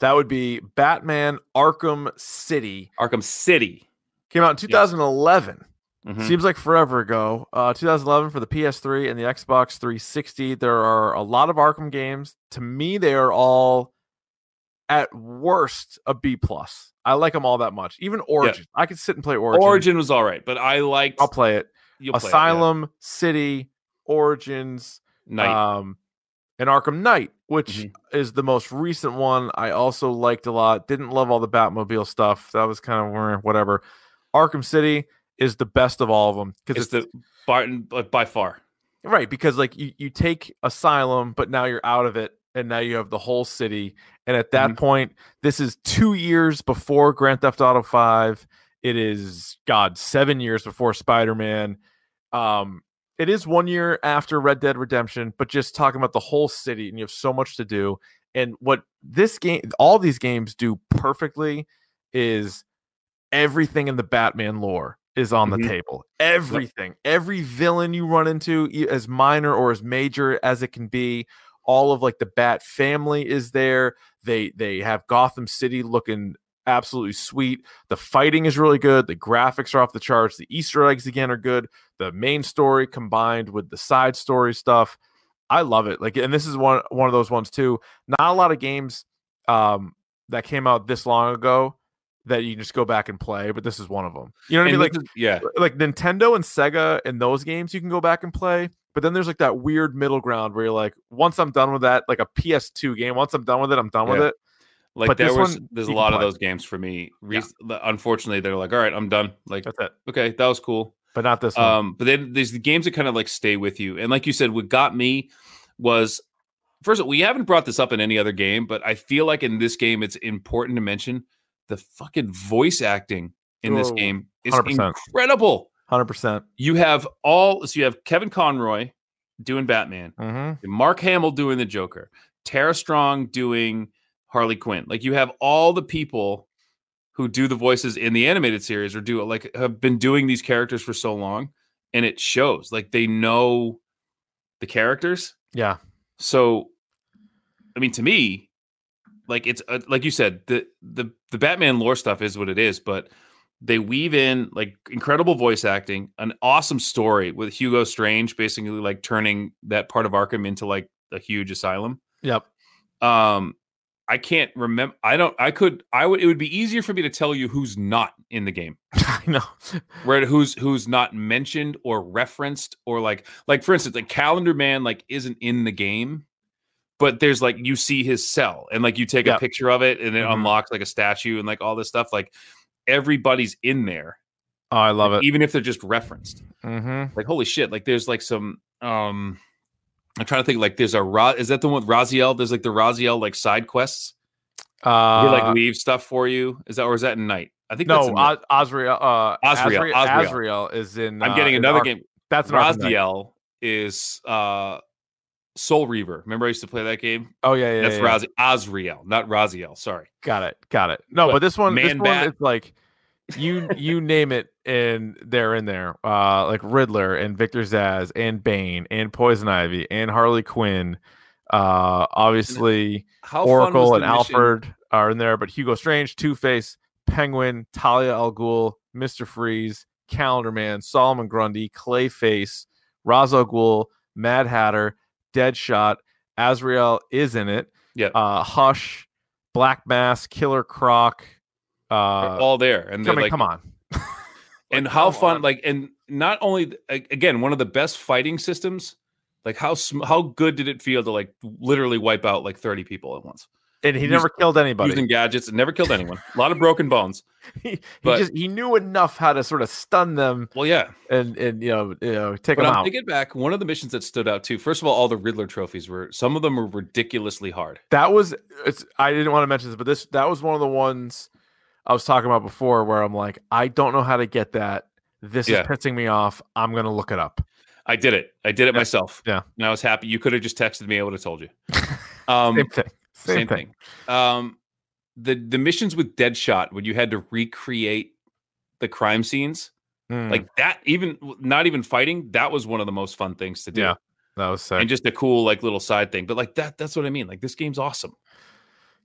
[SPEAKER 3] That would be Batman: Arkham City.
[SPEAKER 4] Arkham City.
[SPEAKER 3] Came out in 2011.
[SPEAKER 4] Mhm.
[SPEAKER 3] Seems like forever ago. Uh, 2011 for the PS3 and the Xbox 360. There are a lot of Arkham games. To me, they are all at worst a B plus. I like them all that much. Even Origin, I could sit and play Origin.
[SPEAKER 4] Origin. was all right, but I liked
[SPEAKER 3] I'll play it.
[SPEAKER 4] you'll play it, yeah.
[SPEAKER 3] Asylum, City, Origins,
[SPEAKER 4] Knight.
[SPEAKER 3] um, and Arkham Knight, which
[SPEAKER 4] Mhm.
[SPEAKER 3] is the most recent one. I also liked a lot. Didn't love all the Batmobile stuff. That was kind of eh, whatever. Arkham City is the best of all of them because
[SPEAKER 4] it's the Barton but by far.
[SPEAKER 3] Right, because like you, you take asylum, but now you're out of it, and now you have the whole city. And at that point, this is two years before Grand Theft Auto Five. It is God seven years before Spider Man. Um, it is one year after Red Dead Redemption, but just talking about the whole city, and you have so much to do. And what this game, all these games do perfectly is everything in the Batman lore is on the
[SPEAKER 4] Mhm.
[SPEAKER 3] table. Everything, every villain you run into, e- as minor or as major as it can be, all of like the Bat family is there. They they have Gotham City looking absolutely sweet. The fighting is really good. The graphics are off the charts. The Easter eggs again are good. The main story combined with the side story stuff. I love it. Like, and this is one one of those ones too. Not a lot of games um, that came out this long ago that you can just go back and play, but this is one of them. You know what I
[SPEAKER 4] And
[SPEAKER 3] mean? Like,
[SPEAKER 4] this is- yeah,
[SPEAKER 3] like Nintendo and Sega and those games you can go back and play. But then there's like that weird middle ground where you're like, once I'm done with that, like a PS2 game, once I'm done with it, I'm done with
[SPEAKER 4] Yeah.
[SPEAKER 3] it.
[SPEAKER 4] like
[SPEAKER 3] but
[SPEAKER 4] there
[SPEAKER 3] this
[SPEAKER 4] was
[SPEAKER 3] one
[SPEAKER 4] there's a
[SPEAKER 3] you can
[SPEAKER 4] lot of
[SPEAKER 3] play.
[SPEAKER 4] those games for me. Re- Unfortunately, they're like, all right, I'm done. Like,
[SPEAKER 3] That's it.
[SPEAKER 4] okay, that was cool.
[SPEAKER 3] But not this one.
[SPEAKER 4] Um, but then there's the games that kind of like stay with you. And like you said, what got me was first of all, we haven't brought this up in any other game, but I feel like in this game it's important to mention the fucking voice acting in this
[SPEAKER 3] Oh,
[SPEAKER 4] game is
[SPEAKER 3] 100%.
[SPEAKER 4] incredible.
[SPEAKER 3] 100%.
[SPEAKER 4] You have all so you have Kevin Conroy doing Batman,
[SPEAKER 3] Mm-hmm.
[SPEAKER 4] Mark Hamill doing the Joker, Tara Strong doing Harley Quinn. Like you have all the people who do the voices in the animated series or do it like have been doing these characters for so long and it shows. Like they know the characters.
[SPEAKER 3] Yeah.
[SPEAKER 4] So I mean to me like it's uh, like you said the the the Batman lore stuff is what it is, but they weave in like incredible voice acting, an awesome story with Hugo Strange basically like turning that part of Arkham into like a huge asylum.
[SPEAKER 3] Yep.
[SPEAKER 4] Um I can't remember I don't I could I would it would be easier for me to tell you who's not in the game.
[SPEAKER 3] I know.
[SPEAKER 4] Where who's who's not mentioned or referenced or like like for instance, like Calendar Man like isn't in the game, but there's like you see his cell and like you take
[SPEAKER 3] Yeah.
[SPEAKER 4] a picture of it and it
[SPEAKER 3] Mhm.
[SPEAKER 4] unlocks like a statue and like all this stuff. Like everybody's in there
[SPEAKER 3] Oh, I love it.
[SPEAKER 4] even if they're just referenced.
[SPEAKER 3] Mm-hmm.
[SPEAKER 4] Like holy shit! Like there's like some um, I'm trying to think. Like there's a Ra- is that the one with Raziel? There's like the Raziel like side quests.
[SPEAKER 3] Uh,
[SPEAKER 4] where like leave stuff for you. Is that or is that in night? I think That's
[SPEAKER 3] no,
[SPEAKER 4] in
[SPEAKER 3] Oz-
[SPEAKER 4] Night.
[SPEAKER 3] Osriel, uh,
[SPEAKER 4] Azrael,
[SPEAKER 3] Azrael.
[SPEAKER 4] Azrael.
[SPEAKER 3] Azrael is in.
[SPEAKER 4] I'm
[SPEAKER 3] uh,
[SPEAKER 4] getting
[SPEAKER 3] in
[SPEAKER 4] another
[SPEAKER 3] Ark-
[SPEAKER 4] game.
[SPEAKER 3] That's an Arkham Knight.
[SPEAKER 4] Raziel is uh Soul Reaver. Remember I used to play that game.
[SPEAKER 3] Oh yeah, yeah.
[SPEAKER 4] That's
[SPEAKER 3] yeah, yeah.
[SPEAKER 4] Raziel, Azriel, not Raziel. Sorry.
[SPEAKER 3] Got it. Got it. No,
[SPEAKER 4] But
[SPEAKER 3] but, this one, this
[SPEAKER 4] Man
[SPEAKER 3] one,
[SPEAKER 4] Bat-
[SPEAKER 3] it's like you you name it, and they're in there. Uh, like Riddler and Victor Zaz and Bane and Poison Ivy and Harley Quinn. Uh, obviously
[SPEAKER 4] How
[SPEAKER 3] Oracle
[SPEAKER 4] the
[SPEAKER 3] and
[SPEAKER 4] mission?
[SPEAKER 3] Alfred are in there, but Hugo Strange, Two Face, Penguin, Talia al Ghul, Mister Freeze, Calendar Man, Solomon Grundy, Clayface, Ra's al Ghul, Mad Hatter, Deadshot, Azrael is in it
[SPEAKER 4] Yeah,
[SPEAKER 3] uh Hush, Black Mask, Killer Croc.
[SPEAKER 4] they're
[SPEAKER 3] Uh,
[SPEAKER 4] all there, and
[SPEAKER 3] I
[SPEAKER 4] they're
[SPEAKER 3] mean,
[SPEAKER 4] like
[SPEAKER 3] come on.
[SPEAKER 4] and
[SPEAKER 3] Like,
[SPEAKER 4] how
[SPEAKER 3] come
[SPEAKER 4] fun
[SPEAKER 3] on.
[SPEAKER 4] like and not only th- a- again one of the best fighting systems like how sm- how good did it feel to like literally wipe out like 30 people at once
[SPEAKER 3] And he
[SPEAKER 4] Use-
[SPEAKER 3] never killed anybody.
[SPEAKER 4] using gadgets and never killed anyone a lot of broken bones
[SPEAKER 3] he
[SPEAKER 4] but-
[SPEAKER 3] just he knew enough how to sort of stun them
[SPEAKER 4] well yeah
[SPEAKER 3] and and you know you know take
[SPEAKER 4] but
[SPEAKER 3] them
[SPEAKER 4] i'm
[SPEAKER 3] out.
[SPEAKER 4] thinking back one of the missions that stood out too first of all all the riddler trophies were some of them were ridiculously hard
[SPEAKER 3] that was it's. I didn't want to mention this, but this that was one of the ones I was talking about before, where I'm like, I don't know how to get that. This
[SPEAKER 4] Yeah.
[SPEAKER 3] is pissing me off. I'm gonna look it up.
[SPEAKER 4] i did it i did it
[SPEAKER 3] Yeah.
[SPEAKER 4] myself
[SPEAKER 3] Yeah.
[SPEAKER 4] and i was happy you could have just texted me i would have told you um
[SPEAKER 3] Same thing. Same,
[SPEAKER 4] same
[SPEAKER 3] thing.
[SPEAKER 4] thing. Um, the the missions with Deadshot when you had to recreate the crime scenes
[SPEAKER 3] Mm,
[SPEAKER 4] like that, even not even fighting, that was one of the most fun things to do,
[SPEAKER 3] Yeah, that was sick.
[SPEAKER 4] and just a cool like little side thing. But like that, that's what I mean. Like this game's awesome.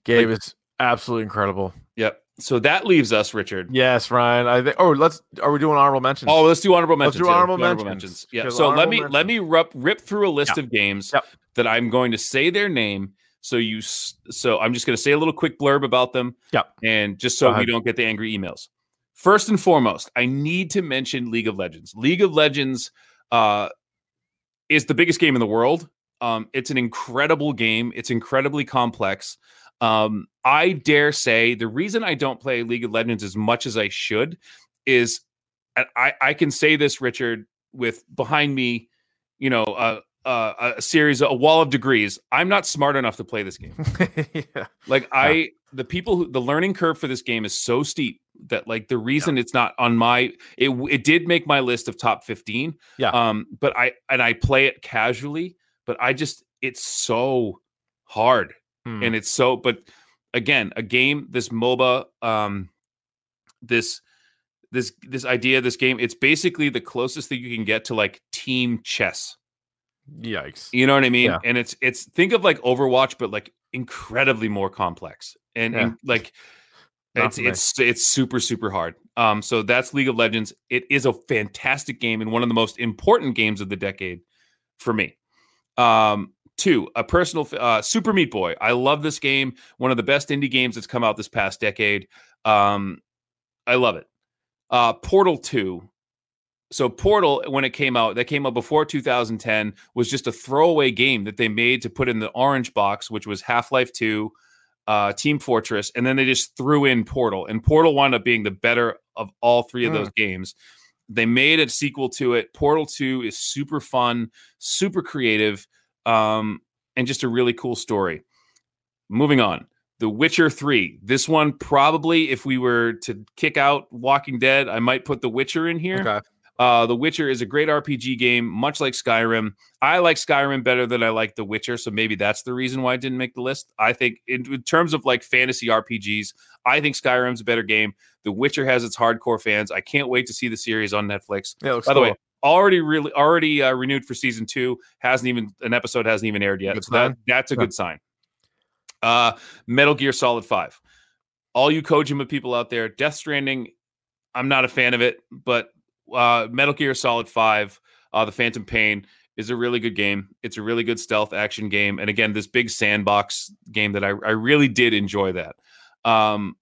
[SPEAKER 3] Gabe is absolutely incredible.
[SPEAKER 4] Yep. So that leaves us, Richard.
[SPEAKER 3] Yes, Ryan. I think. Oh, let's. Are we doing honorable mentions?
[SPEAKER 4] Oh, let's do honorable
[SPEAKER 3] Let's
[SPEAKER 4] mentions.
[SPEAKER 3] do
[SPEAKER 4] yeah,
[SPEAKER 3] honorable mentions,
[SPEAKER 4] Yeah.
[SPEAKER 3] because
[SPEAKER 4] So let
[SPEAKER 3] honorable
[SPEAKER 4] me let me rip, rip through a list
[SPEAKER 3] Yeah.
[SPEAKER 4] of games
[SPEAKER 3] Yep.
[SPEAKER 4] that I'm going to say their name. So you s- so I'm just going to say a little quick blurb about them.
[SPEAKER 3] Yep.
[SPEAKER 4] And just
[SPEAKER 3] Go
[SPEAKER 4] so we
[SPEAKER 3] ahead.
[SPEAKER 4] don't get the angry emails. First and foremost, I need to mention League of Legends. League of Legends uh, is the biggest game in the world. Um, it's an incredible game. It's incredibly complex. Um, I dare say the reason I don't play League of Legends as much as I should is, and I, I can say this, Richard, with behind me, you know, a, a uh, a series, a wall of degrees. I'm not smart enough to play this game.
[SPEAKER 3] yeah.
[SPEAKER 4] Like I, the people, who, the learning curve for this game is so steep that like the reason it's not on my, it w- it did make my list of top fifteen.
[SPEAKER 3] Yeah.
[SPEAKER 4] Um, but I and I play it casually, but I just it's so hard
[SPEAKER 3] Hmm.
[SPEAKER 4] and it's so. But again, a game, this MOBA, um, this this this idea, this game, it's basically the closest that you can get to like team chess.
[SPEAKER 3] Yikes.
[SPEAKER 4] You know what I mean?
[SPEAKER 3] Yeah.
[SPEAKER 4] And it's it's think of like Overwatch, but like incredibly more complex and,
[SPEAKER 3] Yeah.
[SPEAKER 4] and, like
[SPEAKER 3] Not
[SPEAKER 4] it's
[SPEAKER 3] for me.
[SPEAKER 4] it's it's super super hard. Um, so that's League of Legends. It is a fantastic game and one of the most important games of the decade for me. Um, two, a personal f- uh, Super Meat Boy. I love this game. One of the best indie games that's come out this past decade. Um, I love it. Uh, Portal Two. So Portal, when it came out, that came out before 2010, was just a throwaway game that they made to put in the orange box, which was Half Life Two, uh, Team Fortress, and then they just threw in Portal, and Portal wound up being the better of all three of those games. They made a sequel to it. Portal Two is super fun, super creative, um, and just a really cool story. Moving on. The Witcher 3. This one probably if we were to kick out Walking Dead, I might put The Witcher in here.
[SPEAKER 3] Okay.
[SPEAKER 4] Uh, the Witcher is a great RPG game, much like Skyrim. I like Skyrim better than I like The Witcher, so maybe that's the reason why I didn't make the list. I think, in, in terms of like fantasy RPGs, I think Skyrim's a better game. The Witcher has its hardcore fans. I can't wait to see the series on Netflix.
[SPEAKER 3] Yeah, it looks
[SPEAKER 4] By the
[SPEAKER 3] cool.
[SPEAKER 4] way, already really already uh, renewed for season two. Hasn't even an episode hasn't even aired yet.
[SPEAKER 3] Good
[SPEAKER 4] so that-
[SPEAKER 3] sign.
[SPEAKER 4] that's a
[SPEAKER 3] Yeah.
[SPEAKER 4] good sign. Uh, Metal Gear Solid Five. All you Kojima people out there, Death Stranding. I'm not a fan of it, but uh, Metal Gear Solid Five, uh, The Phantom Pain is a really good game. It's a really good stealth action game, and again, this big sandbox game that I, I really did enjoy that. Um,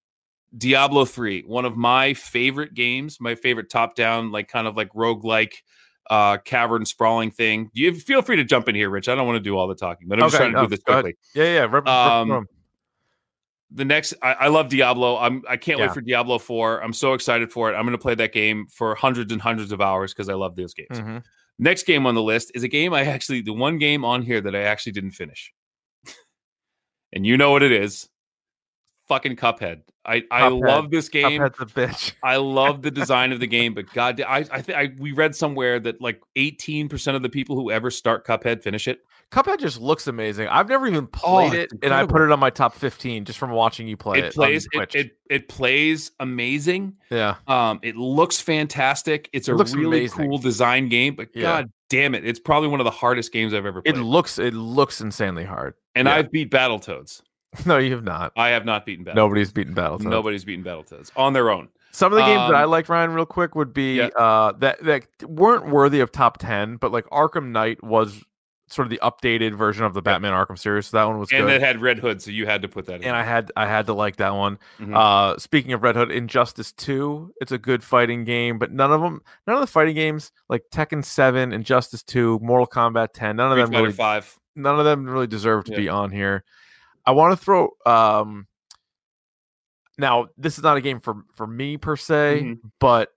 [SPEAKER 4] Diablo 3, one of my favorite games, my favorite top down, like kind of like roguelike uh cavern sprawling thing. You feel free to jump in here, Rich. I don't want to do all the talking, but I'm just
[SPEAKER 3] Okay,
[SPEAKER 4] trying to
[SPEAKER 3] no,
[SPEAKER 4] do this
[SPEAKER 3] go ahead.
[SPEAKER 4] quickly.
[SPEAKER 3] yeah, yeah. Rip, rip
[SPEAKER 4] Um,
[SPEAKER 3] from.
[SPEAKER 4] The next I, I love Diablo. I'm I can't
[SPEAKER 3] Yeah.
[SPEAKER 4] wait for Diablo 4. I'm so excited for it. I'm gonna play that game for hundreds and hundreds of hours because I love those games.
[SPEAKER 3] Mhm.
[SPEAKER 4] Next game on the list is a game I actually the one game on here that I actually didn't finish. and you know what it is. Fucking Cuphead. I, I
[SPEAKER 3] Cuphead.
[SPEAKER 4] love this game.
[SPEAKER 3] Cuphead's a bitch.
[SPEAKER 4] I love the design of the game, but god, I I think I, we read somewhere that like eighteen percent of the people who ever start Cuphead finish it.
[SPEAKER 3] Cuphead just looks amazing. I've never even played it,
[SPEAKER 4] Oh, it's
[SPEAKER 3] and I put
[SPEAKER 4] incredible.
[SPEAKER 3] it on my top 15 just from watching you play it.
[SPEAKER 4] It plays
[SPEAKER 3] on
[SPEAKER 4] it,
[SPEAKER 3] Twitch.
[SPEAKER 4] it it plays amazing.
[SPEAKER 3] yeah.
[SPEAKER 4] Um, it looks fantastic. It's
[SPEAKER 3] It
[SPEAKER 4] a
[SPEAKER 3] looks
[SPEAKER 4] really
[SPEAKER 3] amazing.
[SPEAKER 4] cool design game, but
[SPEAKER 3] Yeah.
[SPEAKER 4] god damn it, it's probably one of the hardest games I've ever
[SPEAKER 3] It
[SPEAKER 4] played.
[SPEAKER 3] looks it looks insanely hard.
[SPEAKER 4] and
[SPEAKER 3] yeah.
[SPEAKER 4] I've beat Battletoads.
[SPEAKER 3] No, you have not.
[SPEAKER 4] I have not beaten Battletoads.
[SPEAKER 3] Nobody's beaten Battletoads.
[SPEAKER 4] Nobody's beaten Battletoads on their own.
[SPEAKER 3] Some of the games that I
[SPEAKER 4] Um,
[SPEAKER 3] like, Ryan, real quick, would be
[SPEAKER 4] yeah.
[SPEAKER 3] uh, that that weren't worthy of top ten, but like Arkham Knight was sort of the updated version of the Batman Arkham series. So that one was
[SPEAKER 4] And
[SPEAKER 3] good,
[SPEAKER 4] it had Red Hood, so you had to put that in.
[SPEAKER 3] and I had I had to like that one.
[SPEAKER 4] Mhm.
[SPEAKER 3] Uh, speaking of Red Hood, Injustice Two, it's a good fighting game, but none of them, none of the fighting games like Tekken Seven, Injustice Two, Mortal Kombat Ten, none of
[SPEAKER 4] Street
[SPEAKER 3] them
[SPEAKER 4] Fighter
[SPEAKER 3] really
[SPEAKER 4] Five.
[SPEAKER 3] none of them really deserve to
[SPEAKER 4] Yeah.
[SPEAKER 3] be on here. I want to throw um now this is not a game for for me per se,
[SPEAKER 4] Mhm.
[SPEAKER 3] but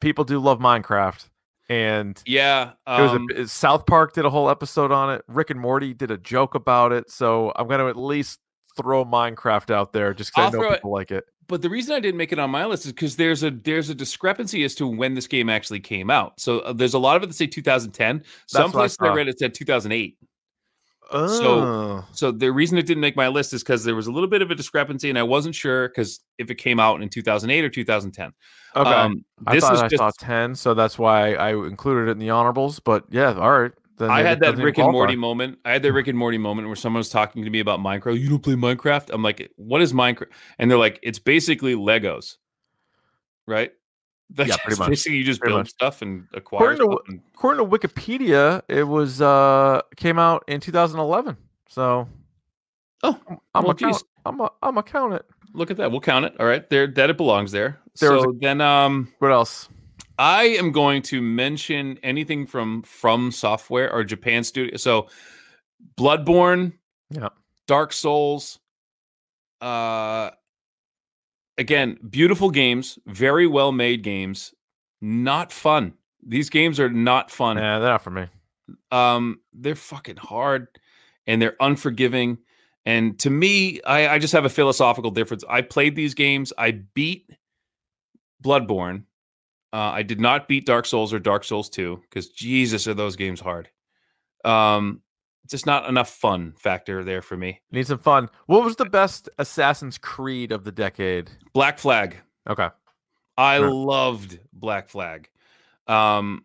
[SPEAKER 3] people do love Minecraft and
[SPEAKER 4] Yeah.
[SPEAKER 3] it was a
[SPEAKER 4] um,
[SPEAKER 3] b- South Park did a whole episode on it. Rick and Morty did a joke about it, so I'm going to at least throw Minecraft out there just
[SPEAKER 4] I'll
[SPEAKER 3] because I know
[SPEAKER 4] throw it-
[SPEAKER 3] people like it.
[SPEAKER 4] but the reason I didn't make it on my list is because there's a there's a discrepancy as to when this game actually came out. So uh, there's a lot of it that say 2010. Some
[SPEAKER 3] what I
[SPEAKER 4] places I
[SPEAKER 3] thought.
[SPEAKER 4] read it said 2008.
[SPEAKER 3] Oh.
[SPEAKER 4] So the reason it didn't make my list is because there was a little bit of a discrepancy, and I wasn't sure because if it came out in 2008 or 2010.
[SPEAKER 3] okay.
[SPEAKER 4] Um,
[SPEAKER 3] I
[SPEAKER 4] this
[SPEAKER 3] thought
[SPEAKER 4] is
[SPEAKER 3] I
[SPEAKER 4] just
[SPEAKER 3] saw 10, so that's why I included it in the honorables, but yeah, all right. Then
[SPEAKER 4] I
[SPEAKER 3] maybe
[SPEAKER 4] had
[SPEAKER 3] it
[SPEAKER 4] that
[SPEAKER 3] doesn't even
[SPEAKER 4] Rick and
[SPEAKER 3] qualify.
[SPEAKER 4] Morty moment. I had that Rick and Morty moment where someone was talking to me about Minecraft. You don't play Minecraft? I'm like, what is Minecraft? And they're like, it's basically Legos, right? Like,
[SPEAKER 3] Yeah, pretty
[SPEAKER 4] it's
[SPEAKER 3] much.
[SPEAKER 4] Basically, you just
[SPEAKER 3] Pretty
[SPEAKER 4] build
[SPEAKER 3] much.
[SPEAKER 4] stuff and acquire.
[SPEAKER 3] to
[SPEAKER 4] Stuff
[SPEAKER 3] wh-
[SPEAKER 4] and-
[SPEAKER 3] according to Wikipedia, it was uh came out in 2011. So
[SPEAKER 4] oh,
[SPEAKER 3] I'm
[SPEAKER 4] Well,
[SPEAKER 3] a count,
[SPEAKER 4] geez.
[SPEAKER 3] I'm a I'm a count it.
[SPEAKER 4] look at that. We'll count it. All right, there that it belongs there.
[SPEAKER 3] There was
[SPEAKER 4] so then, um,
[SPEAKER 3] What else?
[SPEAKER 4] I am going to mention anything from from software or Japan Studio. So, Bloodborne,
[SPEAKER 3] Yeah.
[SPEAKER 4] Dark Souls. Uh, again, beautiful games, very well made games. Not fun. These games are not fun.
[SPEAKER 3] Yeah, they're not for me.
[SPEAKER 4] um, they're fucking hard and they're unforgiving. And to me, I, I just have a philosophical difference. I played these games. I beat Bloodborne. Uh, I did not beat Dark Souls or Dark Souls 2 because Jesus, are those games hard. Um, just not enough fun factor there for me.
[SPEAKER 3] Need some fun. What was the best Assassin's Creed of the decade?
[SPEAKER 4] Black Flag.
[SPEAKER 3] Okay.
[SPEAKER 4] I
[SPEAKER 3] Sure.
[SPEAKER 4] loved Black Flag. Um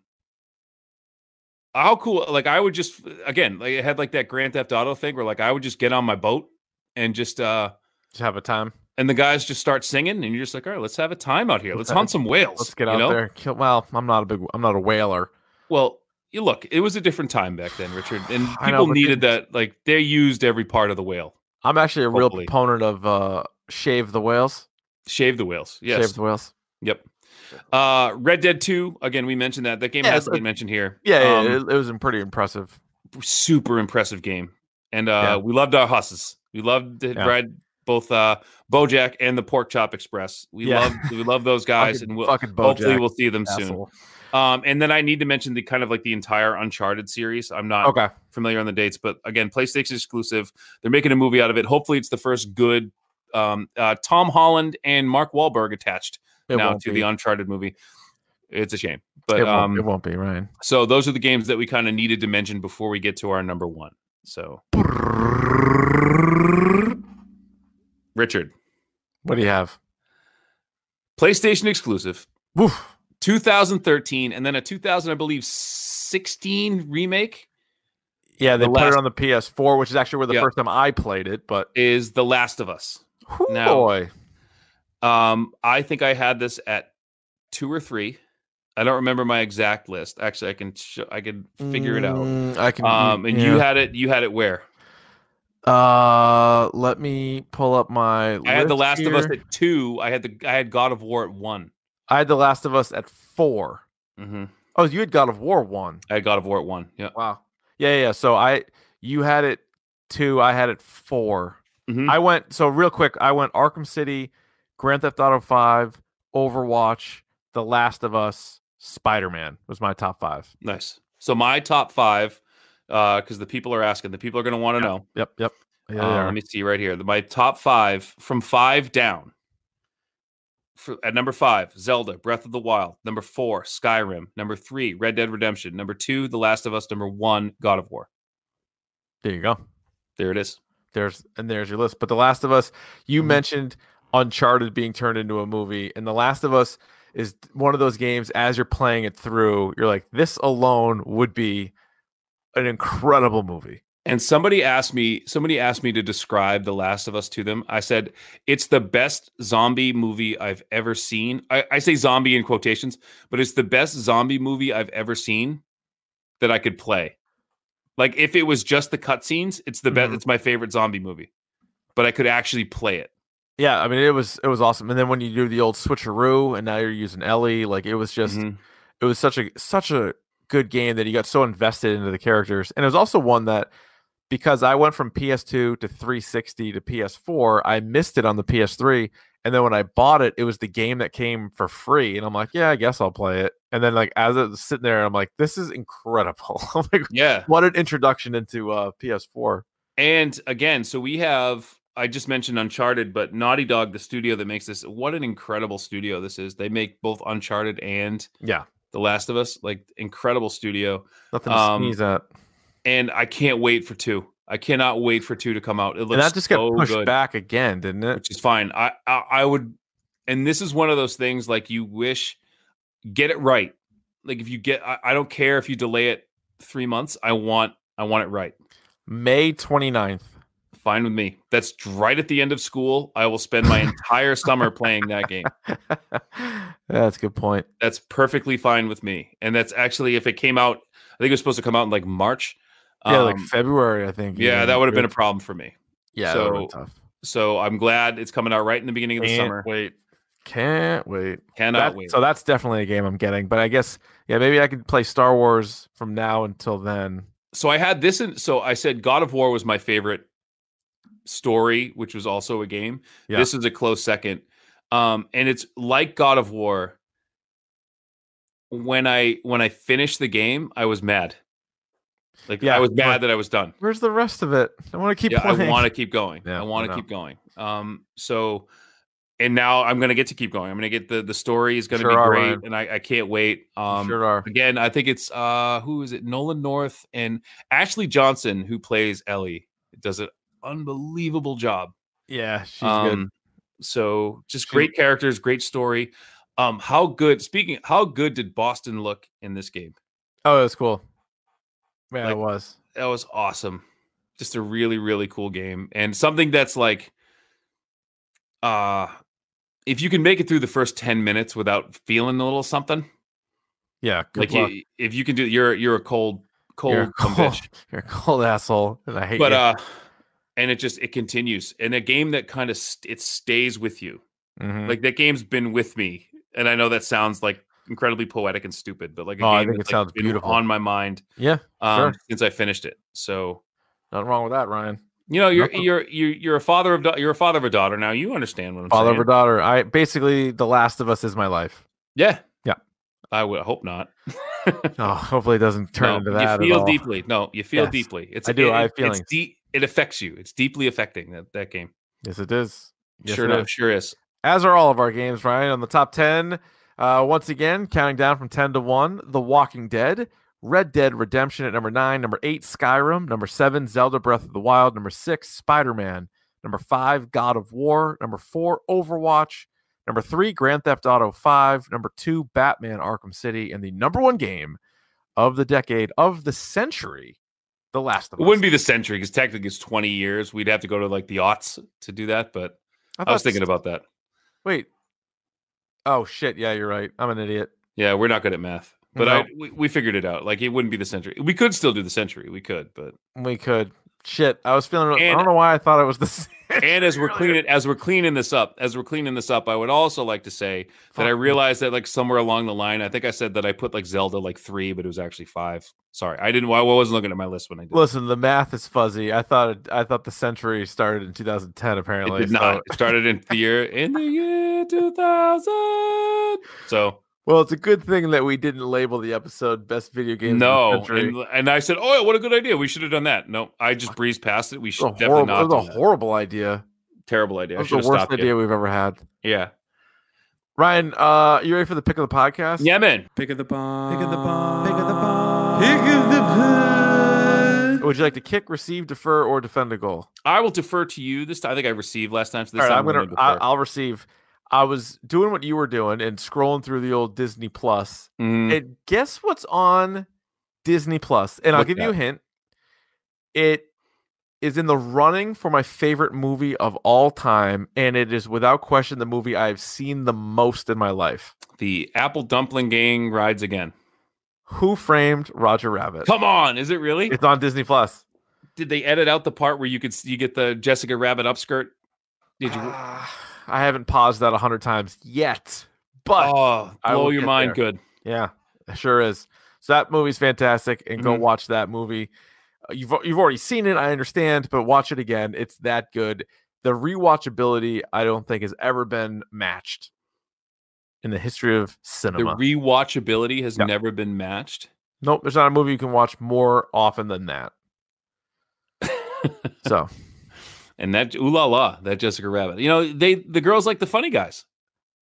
[SPEAKER 4] how cool like I would just uh, again, like it had like that Grand Theft Auto thing where like I would just get on my boat and just uh
[SPEAKER 3] Just have a time.
[SPEAKER 4] and the guys just start singing and you're just like, "All right, let's have a time out here. Let's
[SPEAKER 3] Okay.
[SPEAKER 4] hunt some whales."
[SPEAKER 3] Let's get
[SPEAKER 4] you
[SPEAKER 3] out
[SPEAKER 4] know?
[SPEAKER 3] there. Kill, well, I'm not a big. I'm not a whaler.
[SPEAKER 4] Well, you look, it was a different time back then, Richard, and
[SPEAKER 3] I know,
[SPEAKER 4] people
[SPEAKER 3] but
[SPEAKER 4] needed that like they used every part of the whale.
[SPEAKER 3] I'm actually a real
[SPEAKER 4] Hopefully.
[SPEAKER 3] proponent of uh, shave the whales.
[SPEAKER 4] Shave the whales. Yes.
[SPEAKER 3] Shave the whales.
[SPEAKER 4] Yep. Uh Red Dead 2, again, we mentioned that. That game
[SPEAKER 3] Yeah,
[SPEAKER 4] hasn't
[SPEAKER 3] uh,
[SPEAKER 4] been mentioned here.
[SPEAKER 3] Yeah, yeah,
[SPEAKER 4] Um,
[SPEAKER 3] yeah, it, it was pretty impressive.
[SPEAKER 4] super impressive game. And uh,
[SPEAKER 3] Yeah.
[SPEAKER 4] we loved our husses. We loved to
[SPEAKER 3] Yeah.
[SPEAKER 4] ride both uh, BoJack and the Pork Chop Express. We
[SPEAKER 3] Yeah.
[SPEAKER 4] love we love those guys,
[SPEAKER 3] fucking,
[SPEAKER 4] and we'll,
[SPEAKER 3] fucking
[SPEAKER 4] hopefully
[SPEAKER 3] Bojack,
[SPEAKER 4] we'll see them
[SPEAKER 3] asshole.
[SPEAKER 4] soon. Um, and then I need to mention the kind of like the entire Uncharted series. I'm not
[SPEAKER 3] Okay.
[SPEAKER 4] familiar on the dates, but again, PlayStation exclusive. They're making a movie out of it. Hopefully, it's the first good. Um, uh, Tom Holland and Mark Wahlberg attached
[SPEAKER 3] It
[SPEAKER 4] now
[SPEAKER 3] won't
[SPEAKER 4] to
[SPEAKER 3] be.
[SPEAKER 4] the Uncharted movie. It's a shame,
[SPEAKER 3] it,
[SPEAKER 4] but
[SPEAKER 3] won't,
[SPEAKER 4] um,
[SPEAKER 3] it won't be Ryan.
[SPEAKER 4] so those are the games that we kind of needed to mention before we get to our number one. So, Richard,
[SPEAKER 3] What do you have?
[SPEAKER 4] PlayStation exclusive,
[SPEAKER 3] Woof.
[SPEAKER 4] 2013, and then a 2000, I believe, 16 remake
[SPEAKER 3] Yeah, they
[SPEAKER 4] The
[SPEAKER 3] put
[SPEAKER 4] last-
[SPEAKER 3] it on the PS4, which is actually where the
[SPEAKER 4] Yeah.
[SPEAKER 3] first time I played it. But
[SPEAKER 4] is The Last of Us.
[SPEAKER 3] Whew,
[SPEAKER 4] Now-
[SPEAKER 3] boy,
[SPEAKER 4] Um, I think I had this at two or three. I don't remember my exact list. Actually, I can show, I can figure it out.
[SPEAKER 3] Mm, I can.
[SPEAKER 4] Um, and you
[SPEAKER 3] yeah.
[SPEAKER 4] had it. You had it where?
[SPEAKER 3] Uh, let me pull up my.
[SPEAKER 4] I had The
[SPEAKER 3] list
[SPEAKER 4] Last of Us
[SPEAKER 3] here.
[SPEAKER 4] at two. I had the I had God of War at one.
[SPEAKER 3] I had The Last of Us at four.
[SPEAKER 4] Mm-hmm.
[SPEAKER 3] Oh, you had God of War one.
[SPEAKER 4] I had God of War at one. Yeah.
[SPEAKER 3] Wow. Yeah, yeah. yeah. So I, you had it two. I had it 4
[SPEAKER 4] Mhm.
[SPEAKER 3] I went so real quick. I went Arkham City, Grand Theft Auto Five, Overwatch, The Last of Us, Spider Man was my top five.
[SPEAKER 4] Nice. So my top five, because the people are asking, the people are going to want to know.
[SPEAKER 3] Yep, yep. Yeah,
[SPEAKER 4] Uh,
[SPEAKER 3] they are.
[SPEAKER 4] let me see right here. My top five from five down. For, at number five, Zelda: Breath of the Wild. Number four, Skyrim. Number three, Red Dead Redemption. Number two, The Last of Us. Number one, God of War.
[SPEAKER 3] there you go.
[SPEAKER 4] There it is.
[SPEAKER 3] There's and there's your list. But The Last of Us, you
[SPEAKER 4] Mhm.
[SPEAKER 3] mentioned Uncharted being turned into a movie, and The Last of Us is t- one of those games as you're playing it through, you're like, this alone would be an incredible movie.
[SPEAKER 4] And somebody asked me. Somebody asked me to describe The Last of Us to them. I said it's the best zombie movie I've ever seen. I, I say zombie in quotations, but it's the best zombie movie I've ever seen that I could play. Like if it was just the cutscenes, it's the best.
[SPEAKER 3] Mhm.
[SPEAKER 4] It's my favorite zombie movie, but I could actually play it.
[SPEAKER 3] Yeah, I mean it was it was awesome. And then when you do the old switcheroo and now you're using Ellie, like it was just
[SPEAKER 4] Mhm.
[SPEAKER 3] it was such a such a good game that you got so invested into the characters. And it was also one that because I went from PS2 to 360 to PS4, I missed it on the PS3. And then when I bought it, it was the game that came for free. And I'm like, yeah, I guess I'll play it. And then like as I was sitting there, I'm like, this is incredible. I'm like,
[SPEAKER 4] yeah.
[SPEAKER 3] what an introduction into uh PS4.
[SPEAKER 4] And again, so we have I just mentioned Uncharted, but Naughty Dog, the studio that makes this, what an incredible studio this is. They make both Uncharted and
[SPEAKER 3] Yeah.
[SPEAKER 4] The Last of Us, like incredible studio.
[SPEAKER 3] Nothing to
[SPEAKER 4] Um,
[SPEAKER 3] sneeze at.
[SPEAKER 4] And I can't wait for two. I cannot wait for two to come out. It looks
[SPEAKER 3] And that just got
[SPEAKER 4] so
[SPEAKER 3] pushed
[SPEAKER 4] good,
[SPEAKER 3] back again, didn't it?
[SPEAKER 4] which is fine. I, I I would, and this is one of those things like you wish get it right. Like if you get, I, I don't care if you delay it three months. I want I want it right.
[SPEAKER 3] May 29th.
[SPEAKER 4] Fine with me. That's right at the end of school. I will spend my entire summer playing that game.
[SPEAKER 3] That's a good point.
[SPEAKER 4] That's perfectly fine with me. And that's actually if it came out, I think it was supposed to come out in like March.
[SPEAKER 3] Yeah, like
[SPEAKER 4] Um,
[SPEAKER 3] February, I think.
[SPEAKER 4] yeah, that would have been a problem for me.
[SPEAKER 3] yeah, that would've been
[SPEAKER 4] so-
[SPEAKER 3] tough.
[SPEAKER 4] So I'm glad it's coming out right in the beginning of the
[SPEAKER 3] Can't
[SPEAKER 4] summer.
[SPEAKER 3] wait, can't wait.
[SPEAKER 4] Cannot
[SPEAKER 3] That-
[SPEAKER 4] wait.
[SPEAKER 3] So that's definitely a game I'm getting. But I guess yeah, maybe I could play Star Wars from now until then.
[SPEAKER 4] so I had this in so I said God of War was my favorite story, which was also a game.
[SPEAKER 3] Yeah.
[SPEAKER 4] This is a close second. Um, and it's like God of War. When I when I finished the game, I was mad. Like
[SPEAKER 3] Yeah,
[SPEAKER 4] I was
[SPEAKER 3] but-
[SPEAKER 4] mad that I was done.
[SPEAKER 3] Where's the rest of it? I want to keep
[SPEAKER 4] yeah,
[SPEAKER 3] playing.
[SPEAKER 4] I want to keep going.
[SPEAKER 3] Yeah,
[SPEAKER 4] I
[SPEAKER 3] I
[SPEAKER 4] want
[SPEAKER 3] know.
[SPEAKER 4] to keep going. Um, so and now I'm gonna get to keep going. I'm gonna get the the story is gonna
[SPEAKER 3] Sure
[SPEAKER 4] be
[SPEAKER 3] are,
[SPEAKER 4] great,
[SPEAKER 3] Ryan.
[SPEAKER 4] and I, I can't wait. Um,
[SPEAKER 3] sure are.
[SPEAKER 4] again, I think it's uh, who is it? Nolan North and Ashley Johnson who plays Ellie. Does an unbelievable job.
[SPEAKER 3] Yeah, she's
[SPEAKER 4] Um, So just great characters, great story. Um, how good? Speaking, how good did Boston look in this game?
[SPEAKER 3] Oh, it was cool. Yeah,
[SPEAKER 4] like-
[SPEAKER 3] it was.
[SPEAKER 4] that was awesome. Just a really, really cool game. And something that's like uh if you can make it through the first 10 minutes without feeling a little something,
[SPEAKER 3] Yeah, good
[SPEAKER 4] like
[SPEAKER 3] luck.
[SPEAKER 4] you, if you can do you're you're a cold, cold,
[SPEAKER 3] You're a
[SPEAKER 4] cum
[SPEAKER 3] cold-
[SPEAKER 4] bitch.
[SPEAKER 3] You're a cold asshole, and I hate
[SPEAKER 4] But
[SPEAKER 3] you.
[SPEAKER 4] uh and it just it continues. And a game that kind of st- it stays with you.
[SPEAKER 3] Mhm.
[SPEAKER 4] Like that game's been with me. And I know that sounds like incredibly poetic and stupid, but like a
[SPEAKER 3] Oh, I
[SPEAKER 4] game
[SPEAKER 3] think
[SPEAKER 4] that's,
[SPEAKER 3] it
[SPEAKER 4] like,
[SPEAKER 3] sounds
[SPEAKER 4] been
[SPEAKER 3] beautiful.
[SPEAKER 4] on my mind
[SPEAKER 3] yeah,
[SPEAKER 4] um
[SPEAKER 3] Sure.
[SPEAKER 4] since I finished it. So
[SPEAKER 3] nothing wrong with that, Ryan.
[SPEAKER 4] You know, you're
[SPEAKER 3] Nothing.
[SPEAKER 4] you're you're you're a father of da- you're a father of a daughter now. You understand what I'm
[SPEAKER 3] Father
[SPEAKER 4] saying?
[SPEAKER 3] of a daughter. I basically, The Last of Us is my life.
[SPEAKER 4] yeah,
[SPEAKER 3] Yeah.
[SPEAKER 4] I would hope not.
[SPEAKER 3] Oh, hopefully it doesn't turn
[SPEAKER 4] No,
[SPEAKER 3] into that.
[SPEAKER 4] You feel
[SPEAKER 3] at all.
[SPEAKER 4] deeply. No, you feel
[SPEAKER 3] Yes,
[SPEAKER 4] deeply. It's
[SPEAKER 3] I do.
[SPEAKER 4] It,
[SPEAKER 3] I have
[SPEAKER 4] it-
[SPEAKER 3] feelings.
[SPEAKER 4] It's deep. It affects you. It's deeply affecting that that game.
[SPEAKER 3] Yes, it is. Yes,
[SPEAKER 4] sure
[SPEAKER 3] it
[SPEAKER 4] enough,
[SPEAKER 3] is.
[SPEAKER 4] sure is.
[SPEAKER 3] As are all of our games, Ryan. On the top ten, uh, once again, counting down from ten to one, The Walking Dead, Red Dead Redemption at number nine, number eight, Skyrim, number seven, Zelda Breath of the Wild, number six, Spider Man, number five, God of War, number four, Overwatch, number three, Grand Theft Auto Five, number two, Batman Arkham City, and the number one game of the decade of the century, The Last of
[SPEAKER 4] It
[SPEAKER 3] Us.
[SPEAKER 4] wouldn't be the century because technically it's 20 years. We'd have to go to like the aughts to do that. But I, was
[SPEAKER 3] thought-
[SPEAKER 4] thinking about that.
[SPEAKER 3] Wait. Oh shit! Yeah, you're right. I'm an idiot.
[SPEAKER 4] Yeah, we're not good at math, but I
[SPEAKER 3] No.
[SPEAKER 4] we, we figured it out. Like it wouldn't be the century. We could still do the century. We could, but
[SPEAKER 3] We could. Shit, I was feeling. I
[SPEAKER 4] And-
[SPEAKER 3] don't know why I thought it was the same.
[SPEAKER 4] and as we're
[SPEAKER 3] Really?
[SPEAKER 4] cleaning as we're cleaning this up as we're cleaning this up i would also like to say that i
[SPEAKER 3] Fuck.
[SPEAKER 4] realized that like somewhere along the line i think i said that i put like zelda like three but it was actually five sorry i didn't i wasn't looking at my list when i did that.
[SPEAKER 3] Listen, the math is fuzzy. I thought. It, I thought the century started in 2010. Apparently,
[SPEAKER 4] it did
[SPEAKER 3] so-
[SPEAKER 4] not it started in the year in the year 2000 so
[SPEAKER 3] Well, it's a good thing that we didn't label the episode "Best Video Games." of the
[SPEAKER 4] no
[SPEAKER 3] Century."
[SPEAKER 4] and, and i said oh what a good idea we should have done that no i just breezed past it we
[SPEAKER 3] It was
[SPEAKER 4] should
[SPEAKER 3] a
[SPEAKER 4] definitely
[SPEAKER 3] horrible,
[SPEAKER 4] not
[SPEAKER 3] it was
[SPEAKER 4] do
[SPEAKER 3] a
[SPEAKER 4] that.
[SPEAKER 3] horrible idea.
[SPEAKER 4] terrible idea
[SPEAKER 3] It
[SPEAKER 4] i
[SPEAKER 3] was
[SPEAKER 4] should
[SPEAKER 3] the
[SPEAKER 4] have
[SPEAKER 3] worst
[SPEAKER 4] stopped
[SPEAKER 3] idea
[SPEAKER 4] you.
[SPEAKER 3] we've ever had.
[SPEAKER 4] yeah
[SPEAKER 3] Ryan, uh, you ready for the pick of the podcast?
[SPEAKER 4] yeah man
[SPEAKER 5] Pick of the bomb. Pick of the bomb. Pick of the
[SPEAKER 3] Would you like to kick, receive, defer, or defend a goal?
[SPEAKER 4] i will defer to you this time i think i received last time so this
[SPEAKER 3] All right,
[SPEAKER 4] time
[SPEAKER 3] I'm gonna.
[SPEAKER 4] defer.
[SPEAKER 3] I, I'll receive. I was doing what you were doing and scrolling through the old Disney Plus,
[SPEAKER 4] Mhm.
[SPEAKER 3] and guess what's on Disney Plus? And I'll
[SPEAKER 4] What's
[SPEAKER 3] give you a hint. It is in the running for my favorite movie of all time, and it is without question the movie I've seen the most in my life.
[SPEAKER 4] The Apple Dumpling Gang rides again.
[SPEAKER 3] Who framed Roger Rabbit?
[SPEAKER 4] Come on, is it really?
[SPEAKER 3] It's on Disney Plus.
[SPEAKER 4] Did they edit out the part where you could s- you get the Jessica Rabbit upskirt? Did you?
[SPEAKER 3] Ah, I haven't paused that a hundred times yet, but
[SPEAKER 4] Oh,
[SPEAKER 3] Ah, I
[SPEAKER 4] blow
[SPEAKER 3] will
[SPEAKER 4] your
[SPEAKER 3] get
[SPEAKER 4] mind.
[SPEAKER 3] there.
[SPEAKER 4] Good.
[SPEAKER 3] Yeah, it sure is. So that movie's fantastic, and go
[SPEAKER 4] Mhm.
[SPEAKER 3] watch that movie. Uh, You've al- you've already seen it, I understand, but watch it again. It's that good. The rewatchability, I don't think, has ever been matched in the history of
[SPEAKER 4] The
[SPEAKER 3] cinema.
[SPEAKER 4] rewatchability has
[SPEAKER 3] Yeah.
[SPEAKER 4] never been matched.
[SPEAKER 3] nope, there's not a movie you can watch more often than that. so
[SPEAKER 4] And that ooh la la, that Jessica Rabbit. You know, they the girls like the funny guys.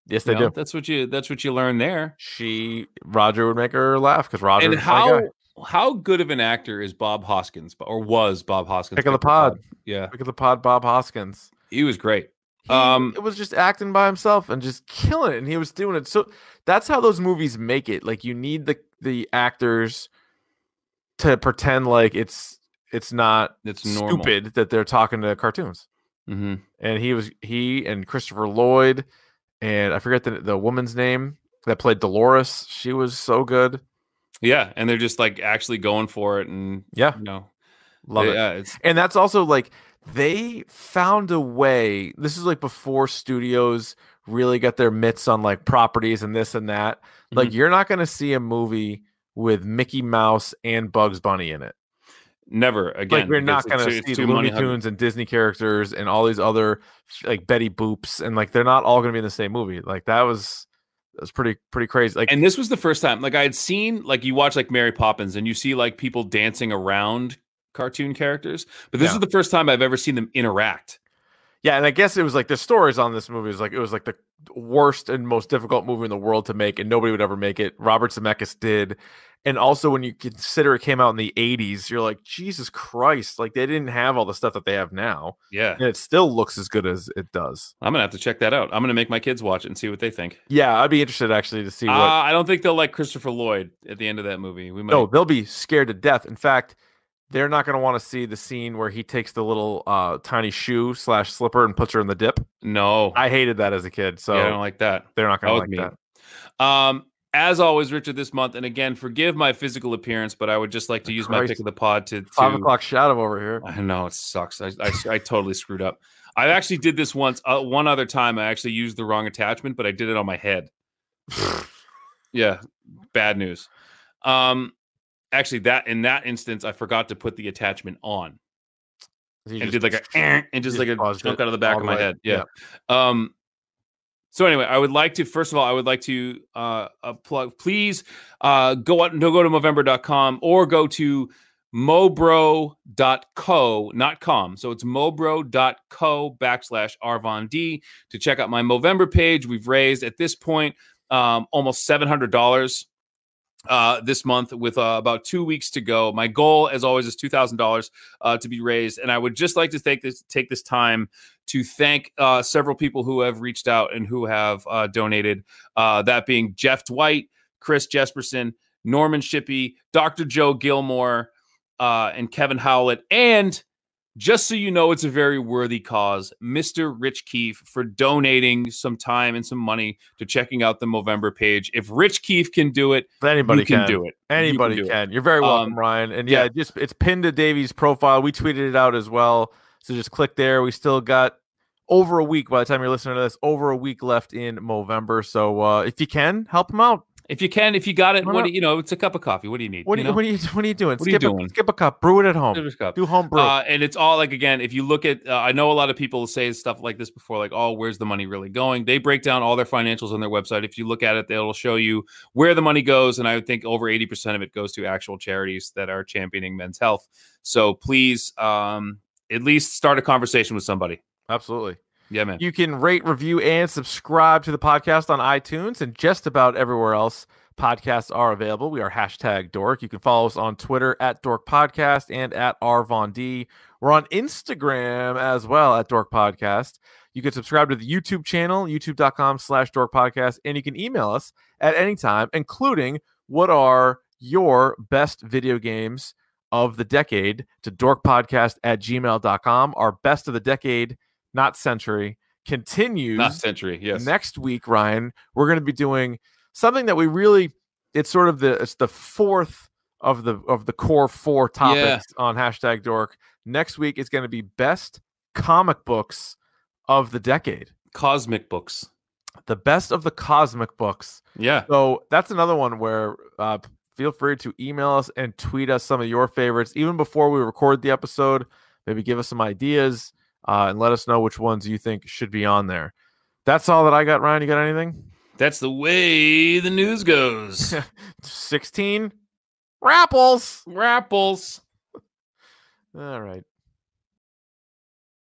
[SPEAKER 3] yes,
[SPEAKER 4] you
[SPEAKER 3] they
[SPEAKER 4] know?
[SPEAKER 3] do.
[SPEAKER 4] That's what you that's what you learn there.
[SPEAKER 3] She Roger would make her laugh because Roger.
[SPEAKER 4] and
[SPEAKER 3] is a funny
[SPEAKER 4] how
[SPEAKER 3] guy.
[SPEAKER 4] how good of an actor is Bob Hoskins or was Bob Hoskins?
[SPEAKER 3] Pick of the pod.
[SPEAKER 4] Yeah,
[SPEAKER 3] Look at the pod, Bob Hoskins.
[SPEAKER 4] he was great.
[SPEAKER 3] He
[SPEAKER 4] Um,
[SPEAKER 3] it was just acting by himself and just killing it and he was doing it so that's how those movies make it like you need the the actors to pretend like it's it's not
[SPEAKER 4] It's normal.
[SPEAKER 3] stupid that they're talking to cartoons
[SPEAKER 4] hmm
[SPEAKER 3] and he was he and Christopher Lloyd and I forget the the woman's name that played Dolores she was so good
[SPEAKER 4] Yeah, and they're just like actually going for it, and
[SPEAKER 3] Yeah.
[SPEAKER 4] you know,
[SPEAKER 3] love it
[SPEAKER 4] yeah, it's
[SPEAKER 3] And that's also like they found a way. This is like before studios really got their mitts on like properties and this and that.
[SPEAKER 4] Mm-hmm.
[SPEAKER 3] Like you're not going to see a movie with Mickey Mouse and Bugs Bunny in it.
[SPEAKER 4] never again.
[SPEAKER 3] like we're not
[SPEAKER 4] because
[SPEAKER 3] going
[SPEAKER 4] it's-
[SPEAKER 3] to
[SPEAKER 4] it's
[SPEAKER 3] see
[SPEAKER 4] too
[SPEAKER 3] Looney
[SPEAKER 4] money hungry.
[SPEAKER 3] Tunes and Disney characters and all these other like Betty Boops and like they're not all going to be in the same movie. Like that was It was pretty pretty crazy. Like
[SPEAKER 4] and this was the first time like i had seen like you watch like mary poppins and you see like people dancing around cartoon characters but this
[SPEAKER 3] Yeah.
[SPEAKER 4] is the first time i've ever seen them interact
[SPEAKER 3] yeah, and I guess it was like the stories on this movie is like it was like the worst and most difficult movie in the world to make, and nobody would ever make it. Robert Zemeckis did. And also, when you consider it came out in the 80s, you're like, Jesus Christ, like they didn't have all the stuff that they have now.
[SPEAKER 4] yeah
[SPEAKER 3] And it still looks as good as it does.
[SPEAKER 4] i'm gonna have to check that out i'm gonna make my kids watch it and see what they think
[SPEAKER 3] Yeah, I'd be interested actually to see
[SPEAKER 4] uh,
[SPEAKER 3] what.
[SPEAKER 4] i don't think they'll like christopher lloyd at the end of that movie we might
[SPEAKER 3] Ah, No, they'll be scared to death. In fact, they're not going to want to see the scene where he takes the little uh, tiny shoe slash slipper and puts her in the dip.
[SPEAKER 4] no
[SPEAKER 3] I hated that as a kid, so
[SPEAKER 4] yeah, i don't like that
[SPEAKER 3] they're not going to
[SPEAKER 4] That
[SPEAKER 3] like
[SPEAKER 4] was
[SPEAKER 3] that.
[SPEAKER 4] mean. Um, as always, Richard, this month, and again, forgive my physical appearance, but I would just like to use my
[SPEAKER 3] Oh, Christ.
[SPEAKER 4] pick of the pod to, to
[SPEAKER 3] Five o'clock shadow over here.
[SPEAKER 4] I know it sucks. I, I, I totally screwed up. I actually did this once. Uh, one other time, I actually used the wrong attachment, but I did it on my head. yeah, bad news. Um, actually, that in that instance, I forgot to put the attachment on
[SPEAKER 3] You
[SPEAKER 4] and
[SPEAKER 3] just-
[SPEAKER 4] did like a "Eh," and just
[SPEAKER 3] just
[SPEAKER 4] like a
[SPEAKER 3] paused
[SPEAKER 4] chunk
[SPEAKER 3] it
[SPEAKER 4] out of the back
[SPEAKER 3] all
[SPEAKER 4] of
[SPEAKER 3] the
[SPEAKER 4] my
[SPEAKER 3] way.
[SPEAKER 4] head. Yeah. Um. So anyway, I would like to first of all, I would like to uh, uh plug. Please uh go out no go to Movember.com or go to mobro.co not com so it's mobro.co backslash arvon d to check out my movember page we've raised at this point um, almost $700 uh, this month with uh, about two weeks to go my goal as always is $2000 uh, to be raised and i would just like to take this take this time to thank uh, several people who have reached out and who have uh, donated uh, that being jeff dwight chris jesperson norman shippey dr joe gilmore uh, and kevin howlett and just so you know it's a very worthy cause mr rich keefe for donating some time and some money to checking out the movember page if rich keefe can do it
[SPEAKER 3] But
[SPEAKER 4] anybody
[SPEAKER 3] anybody
[SPEAKER 4] can,
[SPEAKER 3] can.
[SPEAKER 4] do it
[SPEAKER 3] Anybody
[SPEAKER 4] do
[SPEAKER 3] can.
[SPEAKER 4] it.
[SPEAKER 3] You're very welcome,
[SPEAKER 4] Um,
[SPEAKER 3] Ryan. And yeah,
[SPEAKER 4] yeah.
[SPEAKER 3] just it's pinned to Davey's profile. We tweeted it out as well. So just click there. We still got over a week by the time you're listening to this, over a week left in Movember. So uh, if you can, help him out.
[SPEAKER 4] if you can if you got it
[SPEAKER 3] Why
[SPEAKER 4] what
[SPEAKER 3] not?
[SPEAKER 4] do you know it's a cup of coffee what do you need
[SPEAKER 3] What are
[SPEAKER 4] you
[SPEAKER 3] you,
[SPEAKER 4] know?
[SPEAKER 3] what are you what are you doing?
[SPEAKER 4] What are you
[SPEAKER 3] skip
[SPEAKER 4] doing?
[SPEAKER 3] A, skip a cup, brew it at home.
[SPEAKER 4] Service cup.
[SPEAKER 3] Do home brew.
[SPEAKER 4] Uh, and it's all like again, if you look at, uh, I know a lot of people say stuff like this before, like, "Oh, where's the money really going?" They break down all their financials on their website. If you look at it, they'll show you where the money goes, and I would think over eighty percent of it goes to actual charities that are championing men's health. So please, um, at least start a conversation with somebody.
[SPEAKER 3] Absolutely.
[SPEAKER 4] Yeah, man.
[SPEAKER 3] You can rate, review, and subscribe to the podcast on iTunes and just about everywhere else podcasts are available. We are hashtag dork. You can follow us on Twitter at dork podcast and at rvond. We're on Instagram as well at dork podcast. You can subscribe to the YouTube channel, youtube.com slash dork podcast, and you can email us at any time, including what are your best video games of the decade to dorkpodcast at gmail.com. Our best of the decade, not century, continues
[SPEAKER 4] Not century. Yes.
[SPEAKER 3] next week ryan we're going to be doing something that we really it's sort of the it's the fourth of the of the core four topics
[SPEAKER 4] Yeah.
[SPEAKER 3] on hashtag dork next week is going to be best comic books of the decade
[SPEAKER 4] Cosmic books.
[SPEAKER 3] the best of the cosmic books
[SPEAKER 4] Yeah.
[SPEAKER 3] so that's another one where uh, feel free to email us and tweet us some of your favorites even before we record the episode. Maybe give us some ideas uh, and let us know which ones you think should be on there. That's all that I got, Ryan. You got anything?
[SPEAKER 4] That's the way the news goes.
[SPEAKER 3] 16 Rapples.
[SPEAKER 4] Rapples.
[SPEAKER 3] All right.